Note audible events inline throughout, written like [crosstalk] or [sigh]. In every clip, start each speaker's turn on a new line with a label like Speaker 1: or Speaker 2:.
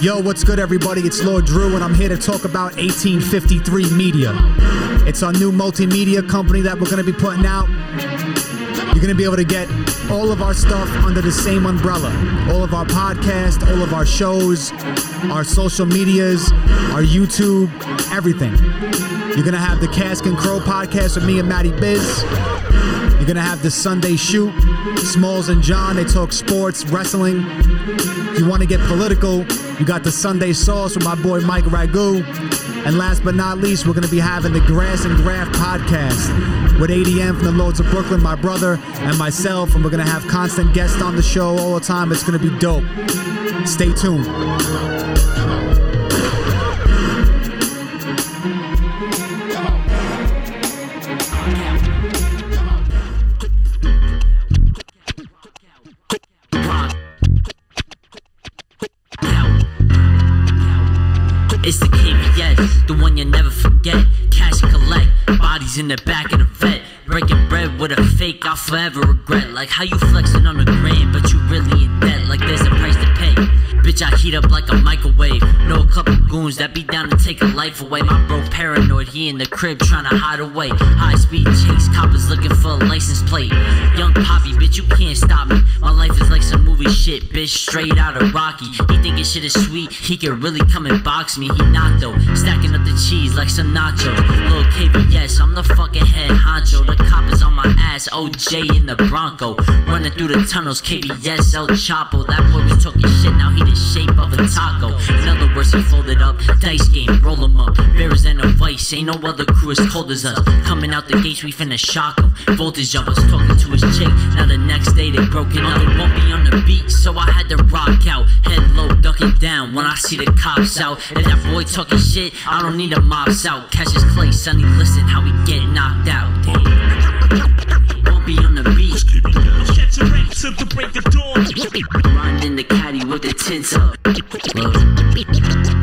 Speaker 1: Yo, what's good, everybody? It's Lord Drew, and I'm here to talk about 1853 Media. It's our new multimedia company that we're going to be putting out. You're going to be able to get all of our stuff under the same umbrella all of our podcasts, all of our shows, our social medias, our YouTube, everything. You're going to have the Cask and Crow podcast with me and Maddie Biz. You're going to have the Sunday Shoot, Smalls and John. They talk sports, wrestling, if you want to get political, you got the Sunday Sauce with my boy Mike Ragu. And last but not least, we're going to be having the Grass and Graft podcast with ADM from the Lords of Brooklyn, my brother, and myself. And we're going to have constant guests on the show all the time. It's going to be dope. Stay tuned.
Speaker 2: It's the KBS, the one you never forget. Cash collect, bodies in the back of the vet. Breaking bread with a fake, I'll forever regret. Like how you flexing on a grand, but you really in debt. Like there's a price to pay. Bitch, I heat up like a microwave. Know a couple goons that be down to take a life away. My bro paranoid, he in the crib trying to hide away. High speed chase, coppers looking for a license plate. Young Poppy, bitch, you can't stop me. My life is like some movie shit, bitch, straight out of Rocky. He thinking shit is sweet, he can really come and box me. He knocked though, stacking up the cheese like some nachos. Lil' KBS, I'm the fucking head honcho. The cop is on my ass, OJ in the Bronco. Running through the tunnels, KBS El Chapo. That boy was talking shit, now he the shape of a taco. In other words, he folded up, dice game, roll 'em up. Bears and a vice, ain't no other crew as cold as us. Coming out the gates, we finna shock 'em. Voltage up us, talking to his chick. Now the next day they broken up. It won't be on the beat, so I had to rock out. Head low, ducking down when I see the cops out. If that boy talking shit, I don't need a mobs out. Catch his clay, sonny, listen how he get knocked out. Won't be on the beat.
Speaker 3: Catch a rat till the break of dawn.
Speaker 2: Riding in the caddy with the tints up. Look.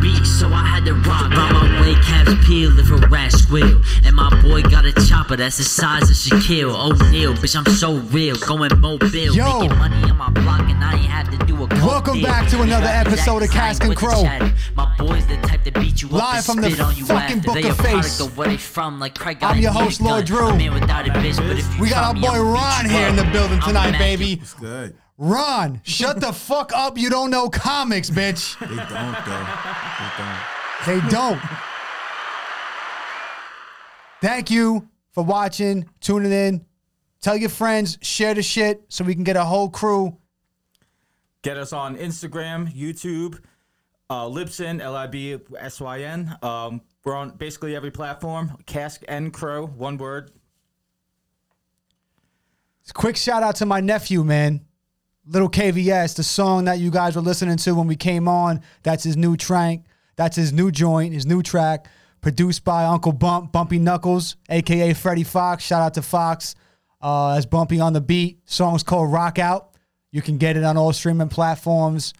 Speaker 2: Beat, so I had to rock. By my way, caps peel, liver rat squeal. And my boy got a chopper that's the size of Shaquille O'Neal. Bitch, I'm so real. Going mobile.
Speaker 1: Yo.
Speaker 2: Making money on my block, and I ain't have to do a coke
Speaker 1: Welcome
Speaker 2: deal.
Speaker 1: back to another
Speaker 2: Got the
Speaker 1: episode of
Speaker 2: exact
Speaker 1: Cask and
Speaker 2: same with the
Speaker 1: Crow.
Speaker 2: chatter. My boy's the type to beat you up
Speaker 1: Live
Speaker 2: and
Speaker 1: from the
Speaker 2: spit on you
Speaker 1: fucking
Speaker 2: after.
Speaker 1: Book
Speaker 2: They
Speaker 1: of
Speaker 2: a product
Speaker 1: Face.
Speaker 2: of where they from, like Craig
Speaker 1: I'm
Speaker 2: got a
Speaker 1: your host,
Speaker 2: gun.
Speaker 1: Lord Drew.
Speaker 2: A man without a bitch, but if you
Speaker 1: We got
Speaker 2: try
Speaker 1: our
Speaker 2: me,
Speaker 1: boy
Speaker 2: I'ma beat
Speaker 1: Ron
Speaker 2: you
Speaker 1: here in the
Speaker 2: up.
Speaker 1: building
Speaker 2: I'ma
Speaker 1: tonight,
Speaker 2: mack you.
Speaker 1: baby.
Speaker 4: Good.
Speaker 1: Ron, shut the fuck up. You don't know comics, bitch.
Speaker 4: They don't though. They don't.
Speaker 1: They don't. Thank you for watching, tuning in. Tell your friends, share the shit so we can get a whole crew.
Speaker 5: Get us on Instagram, YouTube, uh, Libsyn, L I B S Y N. Um, we're on basically every platform. Cask and Crow, one word.
Speaker 1: Quick shout out to my nephew, man. Little KVS, the song that you guys were listening to when we came on. That's his new trank. That's his new joint, his new track, produced by Uncle Bump, Bumpy Knuckles, aka Freddie Fox. Shout out to Fox. Uh, that's Bumpy on the beat. Song's called Rock Out. You can get it on all streaming platforms.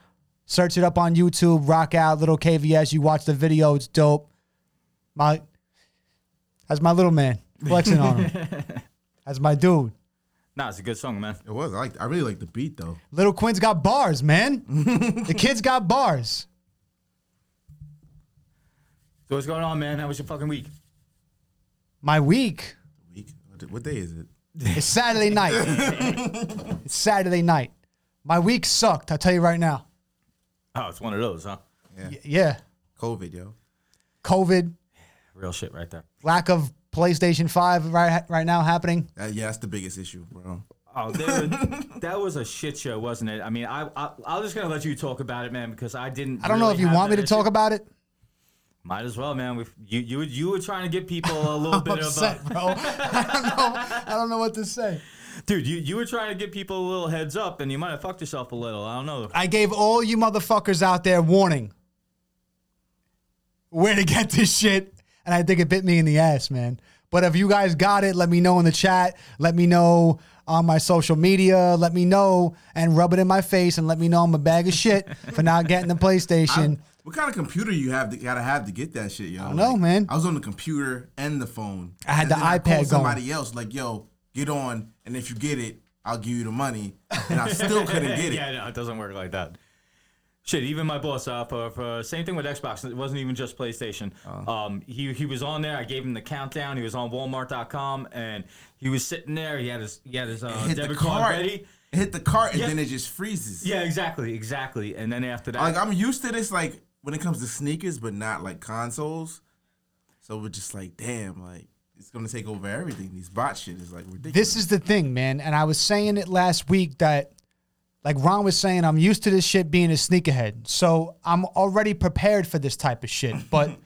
Speaker 1: Search it up on YouTube, Rock Out, Little KVS. You watch the video, it's dope. My that's my little man. Flexing on him. That's my dude.
Speaker 5: Nah, it's a good song, man.
Speaker 4: It was. I liked, I really like the beat though.
Speaker 1: Little Quinn's got bars, man. the kid's got bars.
Speaker 5: So what's going on, man? How was your fucking week?
Speaker 1: My week.
Speaker 4: Week. What d- What day is it?
Speaker 1: It's Saturday night. it's Saturday night. My week sucked, I'll tell you right now.
Speaker 5: Oh, it's one of those, huh?
Speaker 1: Y- yeah.
Speaker 4: COVID, yo.
Speaker 1: COVID,
Speaker 5: Real shit right there.
Speaker 1: lack of PlayStation 5 right right now happening.
Speaker 4: That, yeah, that's the biggest issue, bro.
Speaker 5: Oh,
Speaker 1: [laughs]
Speaker 5: they were- that was a shit show, wasn't it? I mean, I, I I'm just gonna let you talk about it, man, because I didn't.
Speaker 1: I don't know if you want me to talk about it.
Speaker 5: Might as well, man. We you you were- you were trying to get
Speaker 1: [laughs]
Speaker 5: people a little bit of a,
Speaker 1: Upset, bro. [laughs] I don't know. I don't know what to say.
Speaker 5: dude. You you were trying to get people a little heads up, and you might have fucked yourself a little. I don't know.
Speaker 1: I gave all you motherfuckers out there warning where to get this shit, and I think it bit me in the ass, man. But if you guys got it, let me know in the chat. Let me know on my social media. Let me know and rub it in my face and let me know I'm a bag of shit for not getting the
Speaker 4: [laughs]
Speaker 1: PlayStation.
Speaker 4: What kind of computer you have to gotta have to get that shit, yo? I
Speaker 1: don't know, man.
Speaker 4: I was on the computer and the phone.
Speaker 1: I had
Speaker 4: And
Speaker 1: the
Speaker 4: then
Speaker 1: iPad
Speaker 4: called
Speaker 1: going.
Speaker 4: Somebody else, like, yo, get on, and
Speaker 5: [laughs]
Speaker 4: if you get it, I'll give you the money. And I still couldn't get it.
Speaker 5: Yeah, no, it doesn't work like that. Shit, even my boss, uh, for, for same thing with Xbox. It wasn't even just PlayStation.
Speaker 1: Oh.
Speaker 5: Um, he he was on there. I gave him the countdown. He was on Walmart.com, and he was sitting there. He had his he had his uh,
Speaker 4: Hit the
Speaker 5: debit card
Speaker 4: cart.
Speaker 5: ready.
Speaker 4: Hit the cart and
Speaker 5: Yeah.
Speaker 4: then it just freezes.
Speaker 5: Yeah, exactly, exactly. And then after that,
Speaker 4: Like I'm used to this like when it comes to sneakers, but not like consoles. So we're just like, damn, like it's gonna take over everything. These bot shit is like ridiculous.
Speaker 1: This is the thing, man. And I was saying it last week that, like Ron was saying, I'm used to this shit being a sneakerhead. So I'm already prepared for this type of shit. But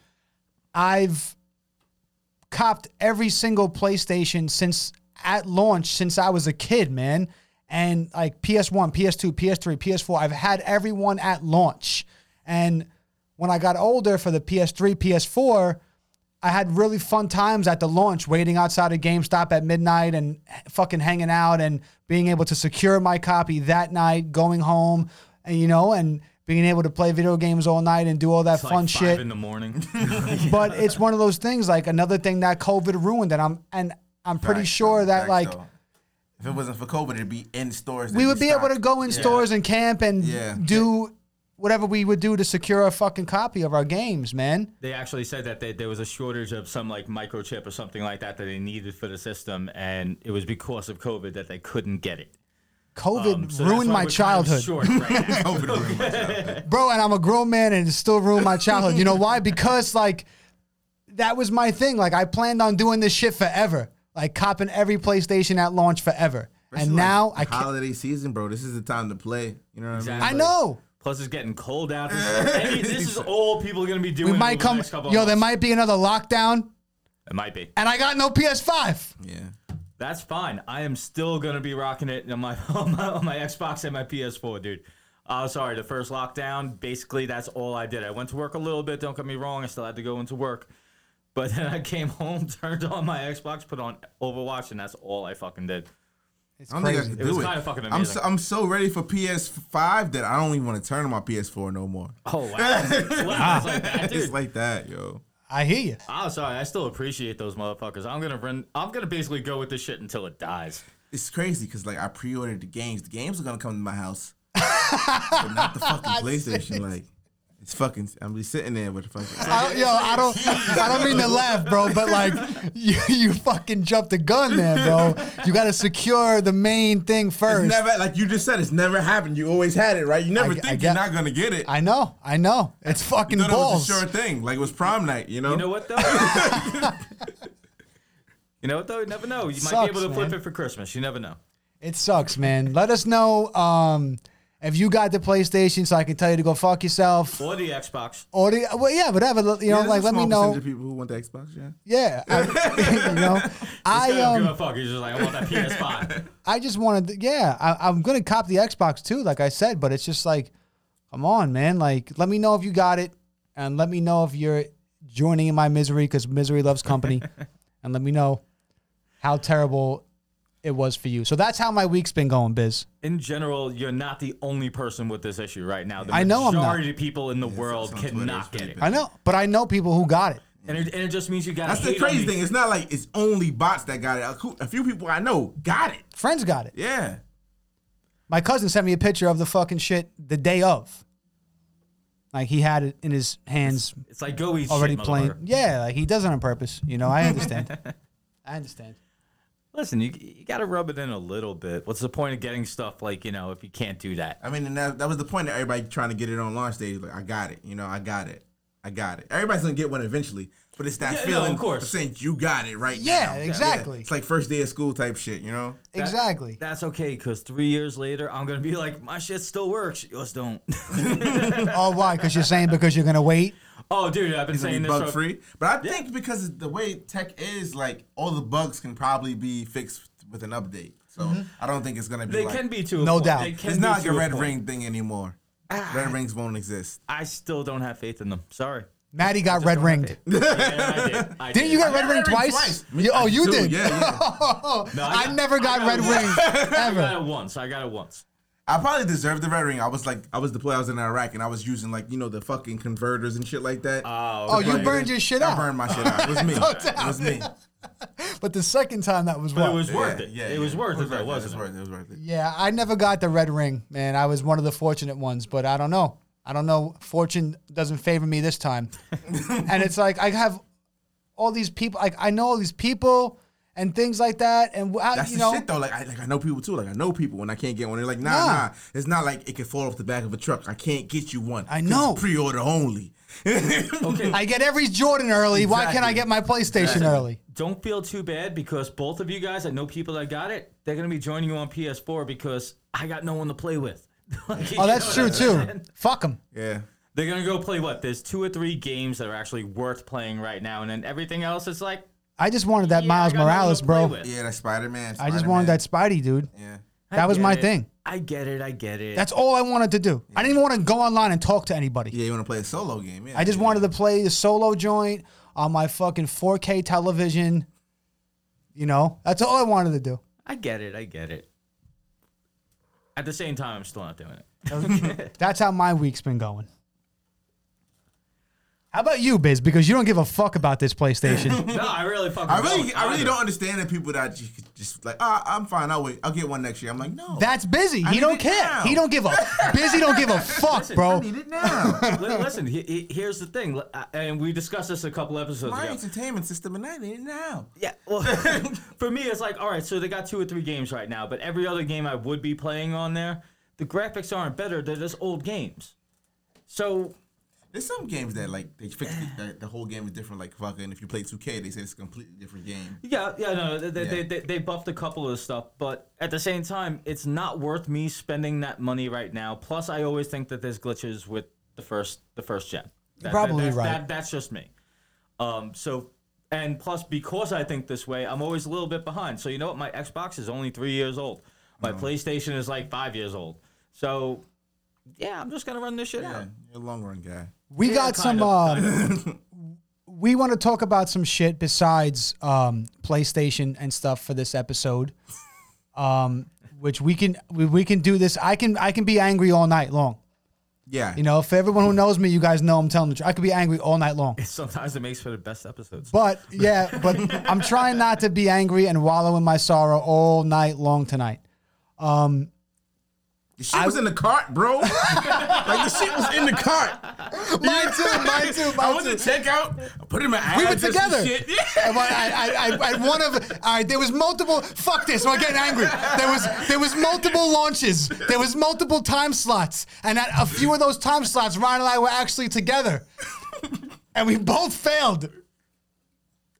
Speaker 1: I've copped every single PlayStation since at launch since I was a kid, man. And like PS1, PS2, PS3, PS4, I've had everyone at launch. And when I got older for the PS3, PS4, I had really fun times at the launch, waiting outside of GameStop at midnight and h- fucking hanging out and being able to secure my copy that night, going home, and you know, and being able to play video games all night and do all that
Speaker 5: it's like
Speaker 1: fun
Speaker 5: five
Speaker 1: shit
Speaker 5: in
Speaker 1: [laughs]
Speaker 5: the morning.
Speaker 1: but it's one of those things like another thing that covid ruined and i'm and i'm pretty
Speaker 4: Facts,
Speaker 1: sure
Speaker 4: though.
Speaker 1: that
Speaker 4: Facts,
Speaker 1: like
Speaker 4: though. if it wasn't for COVID, it'd be in stores.
Speaker 1: we
Speaker 4: that'd
Speaker 1: would be able to
Speaker 4: stocked.
Speaker 1: go in stores and camp and
Speaker 4: Yeah.
Speaker 1: do whatever we would do to secure a fucking copy of our games man
Speaker 5: they actually said that they, there was a shortage of some like microchip or something like that that they needed for the system, and it was because of COVID that they couldn't get it.
Speaker 1: covid
Speaker 5: Um, so that's
Speaker 1: ruined my
Speaker 5: why we're kind of
Speaker 1: childhood
Speaker 5: short
Speaker 1: [laughs]
Speaker 5: right now.
Speaker 1: bro and i'm a grown man and it still ruined my childhood
Speaker 4: [laughs]
Speaker 1: you know why because like that was my thing like i planned on doing this shit forever like copping every playstation at launch forever and
Speaker 4: Especially, like,
Speaker 1: now i
Speaker 4: the
Speaker 1: can't
Speaker 4: holiday season, bro. This is the time to play. You know what I mean?
Speaker 1: i know
Speaker 5: Plus, it's getting cold out. This is, any- this is all people are going to be doing.
Speaker 1: we might
Speaker 5: over The
Speaker 1: come
Speaker 5: next couple
Speaker 1: yo
Speaker 5: of
Speaker 1: there
Speaker 5: months.
Speaker 1: might be another lockdown
Speaker 5: It might be.
Speaker 1: and I got no PS5.
Speaker 4: Yeah.
Speaker 5: That's fine. I am still going to be rocking it on my, [laughs] on my on my Xbox and my PS4, dude. Uh, sorry, the first lockdown. Basically, that's all I did. I went to work a little bit. Don't get me wrong. I still had to go into work, but then I came [laughs] home, turned on my Xbox, put on Overwatch, and that's all I
Speaker 1: [laughs]
Speaker 5: fucking did.
Speaker 4: I don't think I
Speaker 1: crazy.
Speaker 4: can do
Speaker 5: It was
Speaker 4: it.
Speaker 5: kinda fucking
Speaker 4: I'm
Speaker 5: amazing.
Speaker 4: so, I'm so ready for PS5 that I don't even want to turn on my PS4 no more.
Speaker 5: Oh wow! wow. It's like that, dude.
Speaker 4: It's like that, yo.
Speaker 1: I hear you.
Speaker 5: I'm sorry. I still appreciate those motherfuckers. I'm gonna run. I'm gonna basically go with this shit until it dies.
Speaker 4: It's crazy because like I pre-ordered the games. The games are gonna come to my house, but
Speaker 1: [laughs]
Speaker 4: not the fucking PlayStation. Like it's fucking. I'm be sitting there with the fucking.
Speaker 1: I, yo, I don't, I don't mean to laugh, bro, but like, [laughs] you, you fucking jumped the gun there, bro. You got to secure the main thing
Speaker 4: It's
Speaker 1: first.
Speaker 4: never like you just said. It's never happened. You always had it, right? You never
Speaker 1: I-
Speaker 4: think
Speaker 1: I
Speaker 4: you're
Speaker 1: get-
Speaker 4: not gonna get it.
Speaker 1: I know, I know. It's fucking
Speaker 4: thought
Speaker 1: balls.
Speaker 4: it was a sure thing. Like it was prom night. You know.
Speaker 5: You know what
Speaker 1: [laughs]
Speaker 5: though? you know what though? You never know. You might
Speaker 1: Sucks,
Speaker 5: be able to flip
Speaker 1: man.
Speaker 5: it for Christmas. You never know.
Speaker 1: It sucks, man. Let us know um, if you got the PlayStation, so I can tell you to go fuck yourself.
Speaker 5: Or the Xbox.
Speaker 1: Or the, well, yeah, whatever. You know,
Speaker 4: there's a
Speaker 1: like, let me
Speaker 4: small
Speaker 1: know.
Speaker 4: percentage of people who want the Xbox. Yeah.
Speaker 1: yeah, [laughs] I, you know, I
Speaker 5: I don't
Speaker 1: um,
Speaker 5: give a fuck. He's just like, I want that
Speaker 1: [laughs]
Speaker 5: PS5.
Speaker 1: I just wanted, to, yeah, I, I'm gonna cop the Xbox too, like I said, but it's just like, come on, man, like let me know if you got it, and let me know if you're joining in my misery because misery loves company, and let me know how terrible it was for you. So that's how my week's been going, Biz.
Speaker 5: in general, you're not the only person with this issue right now. The
Speaker 1: I know I'm not.
Speaker 5: majority of people in the world
Speaker 4: on Twitter,
Speaker 5: cannot
Speaker 4: it's
Speaker 5: get
Speaker 4: pretty
Speaker 5: it.
Speaker 4: bad.
Speaker 1: I know, but I know people who got it.
Speaker 5: And it, and it just means you got
Speaker 4: That's the crazy thing. It's not like it's only bots that got it. A cou- A few people I know got it.
Speaker 1: Friends got it.
Speaker 4: Yeah.
Speaker 1: My cousin sent me a picture of the fucking shit the day of. Like he had it in his hands,
Speaker 5: It's like go eat
Speaker 1: already
Speaker 5: shit,
Speaker 1: playing.
Speaker 5: motherfucker.
Speaker 1: Yeah, like he does it on purpose. You know, I understand. I understand.
Speaker 5: Listen, you, you got to rub it in a little bit. What's the point of getting stuff like, you know, if you can't do that?
Speaker 4: I mean, and that, that was the point that everybody trying to get it on launch day. Like, I got it. You know, I got it. I got it. Everybody's gonna get one eventually, but it's that
Speaker 5: Yeah, no,
Speaker 4: feeling
Speaker 5: of course.
Speaker 4: saying you got it right
Speaker 1: Yeah,
Speaker 4: now.
Speaker 1: exactly.
Speaker 4: It's like first day of school type shit. You know.
Speaker 1: exactly.
Speaker 5: That's okay, because three years later, I'm going to be like, my shit still works. Yours don't. [laughs]
Speaker 1: Oh, why? Because you're saying because you're gonna wait.
Speaker 5: oh, dude, I've been
Speaker 4: It's gonna
Speaker 5: saying
Speaker 4: be
Speaker 5: this.
Speaker 4: bug
Speaker 5: for
Speaker 4: free, but I think because the way tech is, like all the bugs can probably be fixed with an update. So
Speaker 1: Mm-hmm.
Speaker 4: I don't think it's gonna be.
Speaker 5: They
Speaker 4: like,
Speaker 5: can be too.
Speaker 1: No doubt.
Speaker 4: It's not like a red ring thing anymore.
Speaker 1: Ah.
Speaker 4: red rings won't exist.
Speaker 5: I still don't have faith in them. Sorry.
Speaker 1: Maddie got red ringed.
Speaker 5: Yeah, I did. I
Speaker 1: Didn't you get
Speaker 5: did.
Speaker 1: red ringed
Speaker 4: red ringed
Speaker 1: twice?
Speaker 4: twice.
Speaker 1: You- oh, you
Speaker 4: Dude,
Speaker 1: did.
Speaker 4: Yeah, yeah.
Speaker 1: [laughs] I,
Speaker 5: got-
Speaker 1: never got,
Speaker 5: I
Speaker 1: red ringed
Speaker 5: I
Speaker 1: [laughs]
Speaker 5: got
Speaker 1: ever.
Speaker 5: it once. I got it once.
Speaker 4: I probably deserved the red ring. I was like, I was deployed. I was in Iraq, and I was using like you know the fucking converters and shit like that.
Speaker 5: Oh,
Speaker 1: Oh,
Speaker 5: okay.
Speaker 1: you burned your shit
Speaker 4: I
Speaker 1: out.
Speaker 4: burned my shit out. It was
Speaker 1: [laughs]
Speaker 4: me. it was me.
Speaker 1: But the second time that was
Speaker 5: But
Speaker 1: what?
Speaker 5: it was worth
Speaker 4: Yeah,
Speaker 5: it.
Speaker 4: yeah,
Speaker 5: it was
Speaker 4: yeah.
Speaker 5: worth it, though,
Speaker 4: It was
Speaker 5: wasn't it?
Speaker 4: worth it. It was worth it.
Speaker 1: yeah, I never got the red ring, man. I was one of the fortunate ones, but I don't know. I don't know. Fortune doesn't favor me this time.
Speaker 4: [laughs]
Speaker 1: and it's like I have all these people. Like I know all these people and things like that. And wh- how-
Speaker 4: That's
Speaker 1: you
Speaker 4: the
Speaker 1: know,
Speaker 4: shit though. Like I, like I know people too. Like I know people when I can't get one. They're like, nah,
Speaker 1: Nah.
Speaker 4: nah. It's not like it can fall off the back of a truck. I can't get you one.
Speaker 1: I
Speaker 4: 'Cause
Speaker 1: know.
Speaker 4: it's Pre-order only.
Speaker 5: Okay.
Speaker 1: I get every Jordan early. Why can't I
Speaker 4: Exactly.
Speaker 1: get my PlayStation early?
Speaker 5: Don't feel too bad because both of you guys, I know people that got it, they're going to be joining you on PS4 because I got no one to play with. [laughs] Like,
Speaker 1: Oh,
Speaker 5: you
Speaker 1: that's
Speaker 5: know
Speaker 1: true
Speaker 5: what I'm
Speaker 1: too.
Speaker 5: saying?
Speaker 1: Fuck them.
Speaker 4: Yeah.
Speaker 5: They're going to go play what? There's two or three games that are actually worth playing right now. And then everything else is like,
Speaker 1: I just wanted that
Speaker 5: yeah,
Speaker 1: Miles
Speaker 5: I got no one to
Speaker 1: Morales,
Speaker 5: play
Speaker 1: bro.
Speaker 5: with.
Speaker 4: Yeah, that Spider-Man.
Speaker 1: I just wanted that Spidey, dude.
Speaker 4: Yeah.
Speaker 1: That
Speaker 5: I
Speaker 1: was
Speaker 5: get
Speaker 1: my
Speaker 5: it.
Speaker 1: thing.
Speaker 5: I get it. I get it.
Speaker 1: That's all I wanted to do. I didn't even want to go online and talk to anybody.
Speaker 4: Yeah, you want to play a solo game? Yeah.
Speaker 1: I just wanted to play the solo joint on my fucking 4K television. You know, that's all I wanted to do.
Speaker 5: I get it. I get it. At the same time, I'm still not doing it.
Speaker 1: That's how my week's been going. How about you, Biz? Because you don't give a fuck about this
Speaker 5: [laughs]
Speaker 1: PlayStation.
Speaker 5: [laughs] No, I really fucking.
Speaker 4: I really,
Speaker 5: don't
Speaker 4: I really
Speaker 5: either.
Speaker 4: don't understand the people that ju- just like, ah, I'm fine. I'll wait. I'll get one next year. I'm like, no.
Speaker 1: That's busy.
Speaker 4: I
Speaker 1: He
Speaker 4: need
Speaker 1: don't
Speaker 4: it
Speaker 1: care.
Speaker 4: now.
Speaker 1: He don't give a busy. Don't
Speaker 5: [laughs]
Speaker 1: give a fuck,
Speaker 5: Listen,
Speaker 4: I
Speaker 1: bro.
Speaker 4: need
Speaker 1: [laughs]
Speaker 4: it now.
Speaker 5: Li- Listen, he, he, here's the thing, li- I- and we discussed this a couple episodes
Speaker 4: My
Speaker 5: ago.
Speaker 4: entertainment system, and I need it now.
Speaker 5: [laughs] Yeah,
Speaker 4: [laughs]
Speaker 5: well, for me, it's like, all right, so they got two or three games right now, but every other game I would be playing on there, the graphics aren't better. They're just old games. So,
Speaker 4: There's some games that like they fix the, the, the whole game is different. Like fucking, if you play 2K, they say it's a completely different game.
Speaker 5: yeah, yeah, no, they, they-
Speaker 4: Yeah.
Speaker 5: They, they, they buffed a couple of stuff, but at the same time, it's not worth me spending that money right now. Plus, I always think that there's glitches with the first the first gen. That- that-
Speaker 1: probably
Speaker 5: that's-
Speaker 1: right.
Speaker 5: That, that's just me. Um, so, and plus, because I think this way, I'm always a little bit behind. So, you know what? My Xbox is only three years old. My
Speaker 1: Mm-hmm.
Speaker 5: PlayStation is like five years old. So, yeah, I'm just gonna run this shit
Speaker 4: Yeah,
Speaker 5: out.
Speaker 4: you're a long run guy.
Speaker 1: We got some.
Speaker 5: kind of,
Speaker 1: um, [laughs] we want to talk about some shit besides um, PlayStation and stuff for this episode, um, which we can we, we can do this. I can I can be angry all night long.
Speaker 4: Yeah.
Speaker 1: You know, if everyone who knows me, you guys know I'm telling the truth. I could be angry all night [laughs] long.
Speaker 5: [laughs] Sometimes it makes for the best episodes.
Speaker 1: But yeah, but I'm trying not to be angry and wallow in my sorrow all night long tonight.
Speaker 4: The shit was in the
Speaker 1: [laughs]
Speaker 4: cart, bro. like the shit was in the cart.
Speaker 1: [laughs] Mine too, mine too,
Speaker 4: I
Speaker 1: mine
Speaker 4: went
Speaker 1: too.
Speaker 4: to check out. I put it in my ass.
Speaker 1: We were
Speaker 4: and some
Speaker 1: together.
Speaker 4: Shit. [laughs]
Speaker 1: I, I, I, I, one of, all right, there was multiple, fuck this, I'm getting angry. There was, there was multiple launches. There was multiple time slots. And at a few of those time slots, Ryan and I were actually together. And we both failed.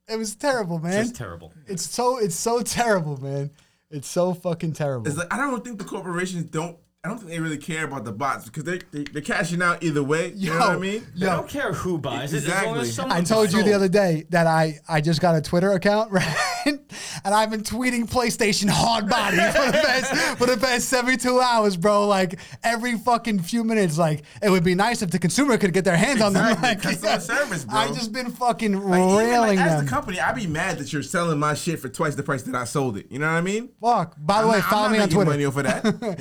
Speaker 1: It was terrible, man.
Speaker 5: It's terrible.
Speaker 1: It's so, it's so terrible, man. It's so fucking terrible.
Speaker 4: It's like I don't think the corporations don't. I don't think they really care about the bots because they, they they're cashing out either way. You know what I
Speaker 1: Yo,
Speaker 4: mean?
Speaker 5: I
Speaker 1: yo.
Speaker 5: don't care who buys it. As long
Speaker 4: Exactly.
Speaker 5: as someone
Speaker 1: I told
Speaker 5: buys
Speaker 1: you
Speaker 5: it.
Speaker 1: the other day that I, I just got a Twitter account, [laughs] right? And I've been tweeting PlayStation hard body for the past for the past 72 hours, bro. Like every fucking few minutes, like it would be nice if the consumer could get their hands on them.
Speaker 4: Exactly.
Speaker 1: Like, [laughs]
Speaker 4: Customer service, bro.
Speaker 1: I've just been fucking
Speaker 4: Like, even, like,
Speaker 1: railing
Speaker 4: as
Speaker 1: them.
Speaker 4: the company, I'd be mad that you're selling my shit for twice the price that I sold it. You know what I mean?
Speaker 1: Fuck. By the
Speaker 4: I'm
Speaker 1: way,
Speaker 4: not- I'm
Speaker 1: follow
Speaker 4: not
Speaker 1: me on
Speaker 4: making
Speaker 1: Twitter.
Speaker 4: Money off of that.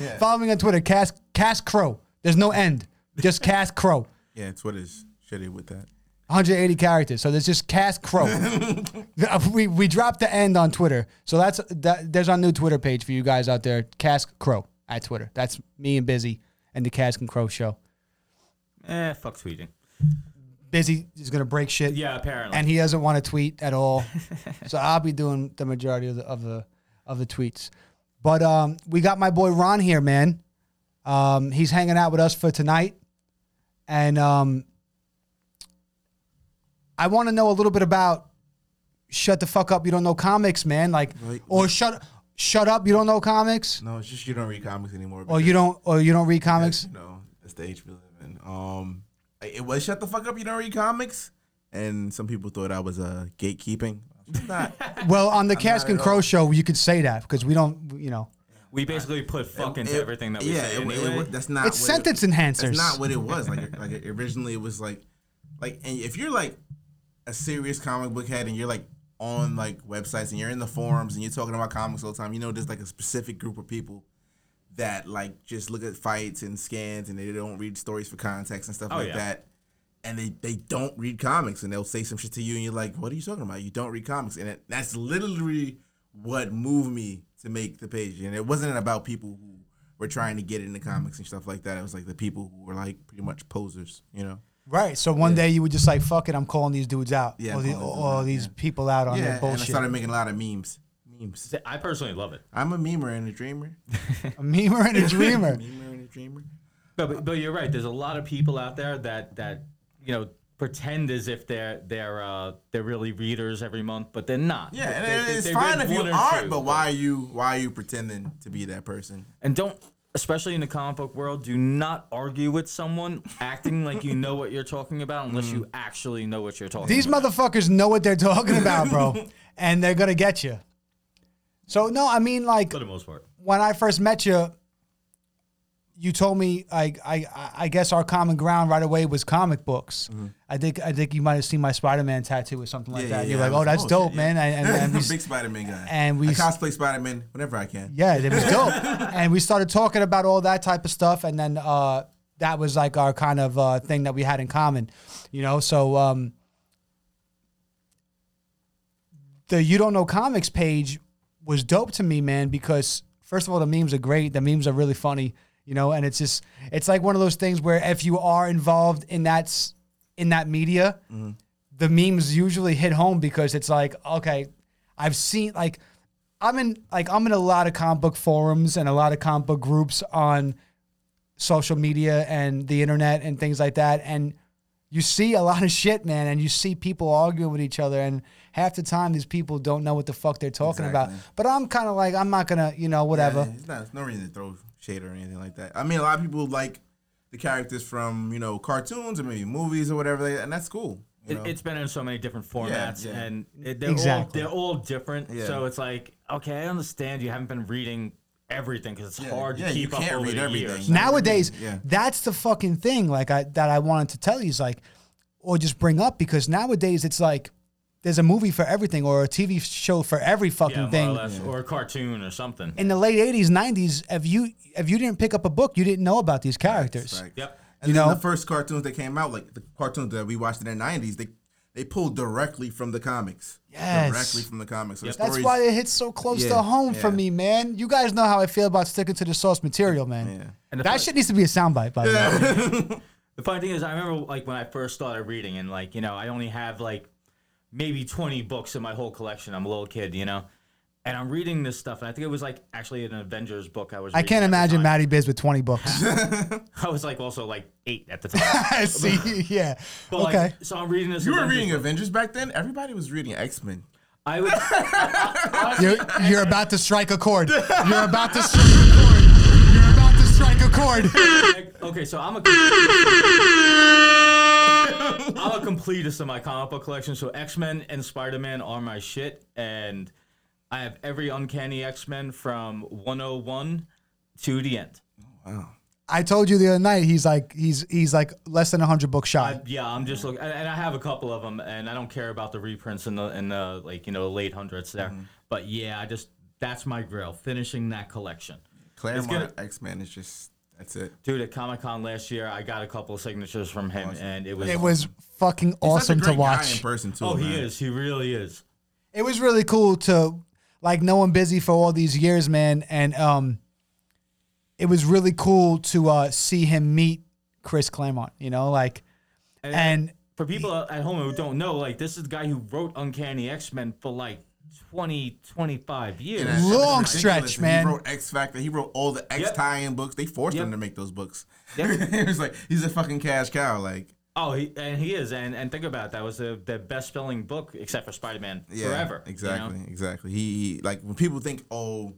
Speaker 1: [laughs]
Speaker 4: yeah.
Speaker 1: Follow me on Twitter, Cass Cass Crow. There's no end. Just Cass Crow.
Speaker 4: yeah, Twitter's shitty with that.
Speaker 1: 180 characters. So there's just Cass Crow. [laughs] we, we dropped the end on Twitter. So that's that, there's our new Twitter page for you guys out there. Cass Crow at Twitter. That's me and Busy and the Cass and Crow show.
Speaker 5: Eh, fuck tweeting.
Speaker 1: Busy is gonna break shit.
Speaker 5: Yeah, apparently.
Speaker 1: And he doesn't want to tweet at all. so I'll be doing the majority of the of the of the tweets. But um, we got my boy Ron here, man. Um, he's hanging out with us for tonight, and um, I want to know a little bit about shut the fuck up, you don't know comics, man. Like,
Speaker 4: Right.
Speaker 1: or shut shut up, you don't know comics,
Speaker 4: No, it's just you don't read comics anymore.
Speaker 1: or Oh, you don't or you don't read comics.
Speaker 4: You know, that's the age we live in. Um, like, it was shut the fuck up. You don't read comics, and some people thought I was uh, gatekeeping. I'm not.
Speaker 1: Well, on the Cask
Speaker 4: at
Speaker 1: and
Speaker 4: all.
Speaker 1: Crow show, you could say that because we don't, you know,
Speaker 5: We basically put [laughs] fuck into
Speaker 4: It-
Speaker 5: everything that we
Speaker 4: yeah,
Speaker 5: say
Speaker 4: it wa- it
Speaker 5: anyway.
Speaker 4: wa- that's not.
Speaker 1: it's
Speaker 4: what it-
Speaker 1: sentence enhancers.
Speaker 4: That's not what it was. Like, like originally it was like, like, and if you're like a serious comic book head and you're like on like websites and you're in the forums and you're talking about comics all the time, you know, there's like a specific group of people that like just look at fights and scans and they don't read stories for context and stuff
Speaker 5: Oh,
Speaker 4: like
Speaker 5: yeah.
Speaker 4: that. And they, they don't read comics and they'll say some shit to you and you're like, what are you talking about? You don't read comics. And it, that's literally what moved me to make the page. And it wasn't about people who were trying to get into comics and stuff like that. It was like the people who were like pretty much posers, you know.
Speaker 1: Right. So one day you were just like, fuck it, I'm calling these dudes out.
Speaker 4: Yeah,
Speaker 1: Or, the,
Speaker 4: calling them
Speaker 1: or
Speaker 4: out,
Speaker 1: these
Speaker 4: yeah.
Speaker 1: people out on
Speaker 4: Yeah,
Speaker 1: their
Speaker 4: and I
Speaker 1: bullshit.
Speaker 4: started making a lot of memes. Memes.
Speaker 5: I personally love it.
Speaker 4: I'm a memer and a dreamer.
Speaker 1: a memer
Speaker 4: [laughs]
Speaker 1: and a dreamer.
Speaker 4: memer and a dreamer.
Speaker 5: But, but but you're right. There's a lot of people out there that that you know pretend as if they're they're uh, they're really readers every month, but they're not.
Speaker 4: Yeah,
Speaker 5: They-
Speaker 4: and
Speaker 5: they-
Speaker 4: it's
Speaker 5: they read
Speaker 4: fine if you
Speaker 5: one or
Speaker 4: aren't,
Speaker 5: two,
Speaker 4: but why are you why are you pretending to be that person?
Speaker 5: And don't, especially in the comic book world, do not argue with someone acting like you know what you're talking about unless you
Speaker 4: Mm.
Speaker 5: actually know what you're talking.
Speaker 1: These
Speaker 5: about.
Speaker 1: motherfuckers know what they're talking about,
Speaker 4: [laughs]
Speaker 1: bro, and they're gonna get you. So no, I mean like
Speaker 5: for the most part.
Speaker 1: when I first met you, you told me I I I- I guess our common ground right away was comic books. I think I think you might have seen my Spider Man tattoo or something like
Speaker 4: Mm-hmm. Yeah,
Speaker 1: that.
Speaker 4: yeah,
Speaker 1: You're
Speaker 4: yeah, I
Speaker 1: like,
Speaker 4: was
Speaker 1: oh, that's
Speaker 4: like, oh,
Speaker 1: dope,
Speaker 4: shit,
Speaker 1: man.
Speaker 4: [laughs]
Speaker 1: And, and, and
Speaker 4: I'm
Speaker 1: we
Speaker 4: a big Spider-Man guy.
Speaker 1: and we
Speaker 4: I
Speaker 1: s-
Speaker 4: cosplay Spider-Man whenever I can.
Speaker 1: Yeah, it was dope. and we started talking about all that type of stuff, and then uh, that was like our kind of uh, thing that we had in common, you know. So um, the you don't know comics page was dope to me, man, because first of all, the memes are great. The memes are really funny, you know, and it's just it's like one of those things where if you are involved in that s- in that media the memes usually hit home because it's like, okay, I've seen like I'm in like I'm in a lot of comic book forums and a lot of comic book groups on social media and the internet and things like that. And you see a lot of [laughs] shit, man, and you see people arguing with each other and half the time these people don't know what the fuck they're talking about.
Speaker 4: Exactly.
Speaker 1: But I'm kinda like I'm not gonna, you know,
Speaker 4: Yeah,
Speaker 1: whatever.
Speaker 4: it's not, there's no reason to throw shade or anything like that. I mean, a lot of people like the characters from you know cartoons or maybe movies or whatever, like that, and that's cool. You
Speaker 5: It,
Speaker 4: know?
Speaker 5: it's been in so many different formats,
Speaker 4: yeah.
Speaker 5: and it, they're
Speaker 1: Exactly.
Speaker 5: all they're all different.
Speaker 4: Yeah.
Speaker 5: So it's like, okay, I understand you haven't been reading everything because it's hard
Speaker 4: yeah,
Speaker 5: to
Speaker 4: you
Speaker 5: keep up
Speaker 4: can't
Speaker 5: over
Speaker 4: read
Speaker 5: the
Speaker 4: everything.
Speaker 5: years.
Speaker 4: Now-
Speaker 1: nowadays
Speaker 4: Yeah.
Speaker 1: that's the fucking thing like I that I wanted to tell you is like or just bring up because nowadays it's like there's a movie for everything or a TV show for every fucking
Speaker 5: Yeah, more
Speaker 1: thing.
Speaker 5: or less, or a cartoon or something.
Speaker 1: In the late 80s, 90s, if you if you didn't pick up a book, you didn't know about these characters.
Speaker 4: Facts.
Speaker 5: Yep.
Speaker 4: And
Speaker 1: You
Speaker 4: then
Speaker 1: know?
Speaker 4: the first cartoons that came out, like the cartoons that we watched in the '90s, they they pulled directly from the comics.
Speaker 1: Yes.
Speaker 4: Directly from the comics. So the
Speaker 1: That's
Speaker 4: stories-
Speaker 1: why it hits so close to
Speaker 4: Yeah,
Speaker 1: home for
Speaker 4: yeah.
Speaker 1: me, man. You guys know how I feel about sticking to the source material, man.
Speaker 5: And the
Speaker 1: That
Speaker 5: fir-
Speaker 1: shit needs to be a soundbite, by the way.
Speaker 5: The funny thing is, I remember like when I first started reading, and like you know, I only have like maybe twenty books in my whole collection. I'm a little kid, you know, and I'm reading this stuff, and I think it was like actually an Avengers book. I was.
Speaker 1: I
Speaker 5: reading [laughs]
Speaker 1: can't
Speaker 5: at the
Speaker 1: imagine
Speaker 5: time.
Speaker 1: Maddie Biz with 20
Speaker 5: [laughs]
Speaker 1: books.
Speaker 5: I was like also like eight at
Speaker 1: [laughs]
Speaker 5: the time.
Speaker 1: I see. Yeah.
Speaker 5: But,
Speaker 1: okay.
Speaker 5: [laughs] Like, so I'm reading this.
Speaker 4: You were
Speaker 5: Avengers
Speaker 4: reading
Speaker 5: book.
Speaker 4: Avengers back then. Everybody was reading X Men. [laughs]
Speaker 5: I would.
Speaker 1: You're, you're about to strike a
Speaker 5: [laughs]
Speaker 1: chord. You're about to strike a chord. You're about to strike a chord.
Speaker 5: [laughs] Like, okay, so I'm a completist. I'm a completist in my comic book collection. So X Men and Spider Man are my shit, and I have every Uncanny X Men from 101 to the end.
Speaker 1: I told you the other night. He's like he's he's like less than hundred book shy.
Speaker 5: I, yeah, I'm just looking, and and I have a couple of them, and I don't care about the reprints in the in the like you know late hundreds there. But yeah, I just that's my grill. Finishing that collection.
Speaker 4: Claremont X Men is just that's it.
Speaker 5: Dude, at Comic Con last year, I got a couple of signatures from him, and it was
Speaker 1: it was fucking
Speaker 4: He's such a
Speaker 1: awesome to
Speaker 4: great guy
Speaker 1: watch.
Speaker 4: in person too.
Speaker 5: oh, he
Speaker 4: man.
Speaker 5: is, he really is.
Speaker 1: It was really cool to like know him busy for all these years, man. And um, it was really cool to uh see him meet Chris Claremont. You know, like and
Speaker 5: for people at home who don't know, like this is the guy who wrote Uncanny X Men for like 20, 25 years.
Speaker 4: That's
Speaker 1: Long
Speaker 4: ridiculous.
Speaker 1: stretch, man.
Speaker 4: He wrote X Factor. He wrote all the X
Speaker 5: Yep.
Speaker 4: tie-in books. They forced
Speaker 5: Yep.
Speaker 4: him to make those books. [laughs]
Speaker 5: Yep.
Speaker 4: it was like he's a fucking cash cow. Like
Speaker 5: Oh, he, and he is, and and think about it, that was the, the best selling book except for Spider Man
Speaker 4: yeah,
Speaker 5: forever. you know?
Speaker 4: Exactly, exactly. He, he- like when people think, oh,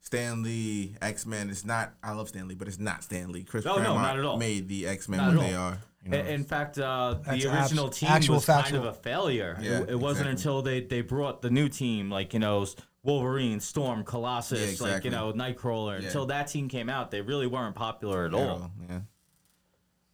Speaker 4: Stan Lee X Men. It's not. I love Stan Lee, but it's not Stan Lee. Chris
Speaker 5: No, no,
Speaker 4: Claremont
Speaker 5: not at all.
Speaker 4: made the X
Speaker 5: Not
Speaker 4: Men
Speaker 5: at
Speaker 4: what they
Speaker 5: all.
Speaker 4: are. You
Speaker 5: I-
Speaker 4: know?
Speaker 5: In, fact, uh,
Speaker 1: That's
Speaker 5: the original
Speaker 1: abs-
Speaker 5: team
Speaker 1: actual
Speaker 5: was
Speaker 1: factual.
Speaker 5: kind of a failure.
Speaker 4: Yeah,
Speaker 5: it, it wasn't
Speaker 4: exactly.
Speaker 5: until they, they brought the new team, like you know, s- Wolverine, Storm, Colossus,
Speaker 4: Yeah,
Speaker 5: like
Speaker 4: exactly.
Speaker 5: you know, Nightcrawler.
Speaker 4: Yeah.
Speaker 5: Until that team came out, they really weren't popular
Speaker 4: At
Speaker 5: at all.
Speaker 4: all, Yeah.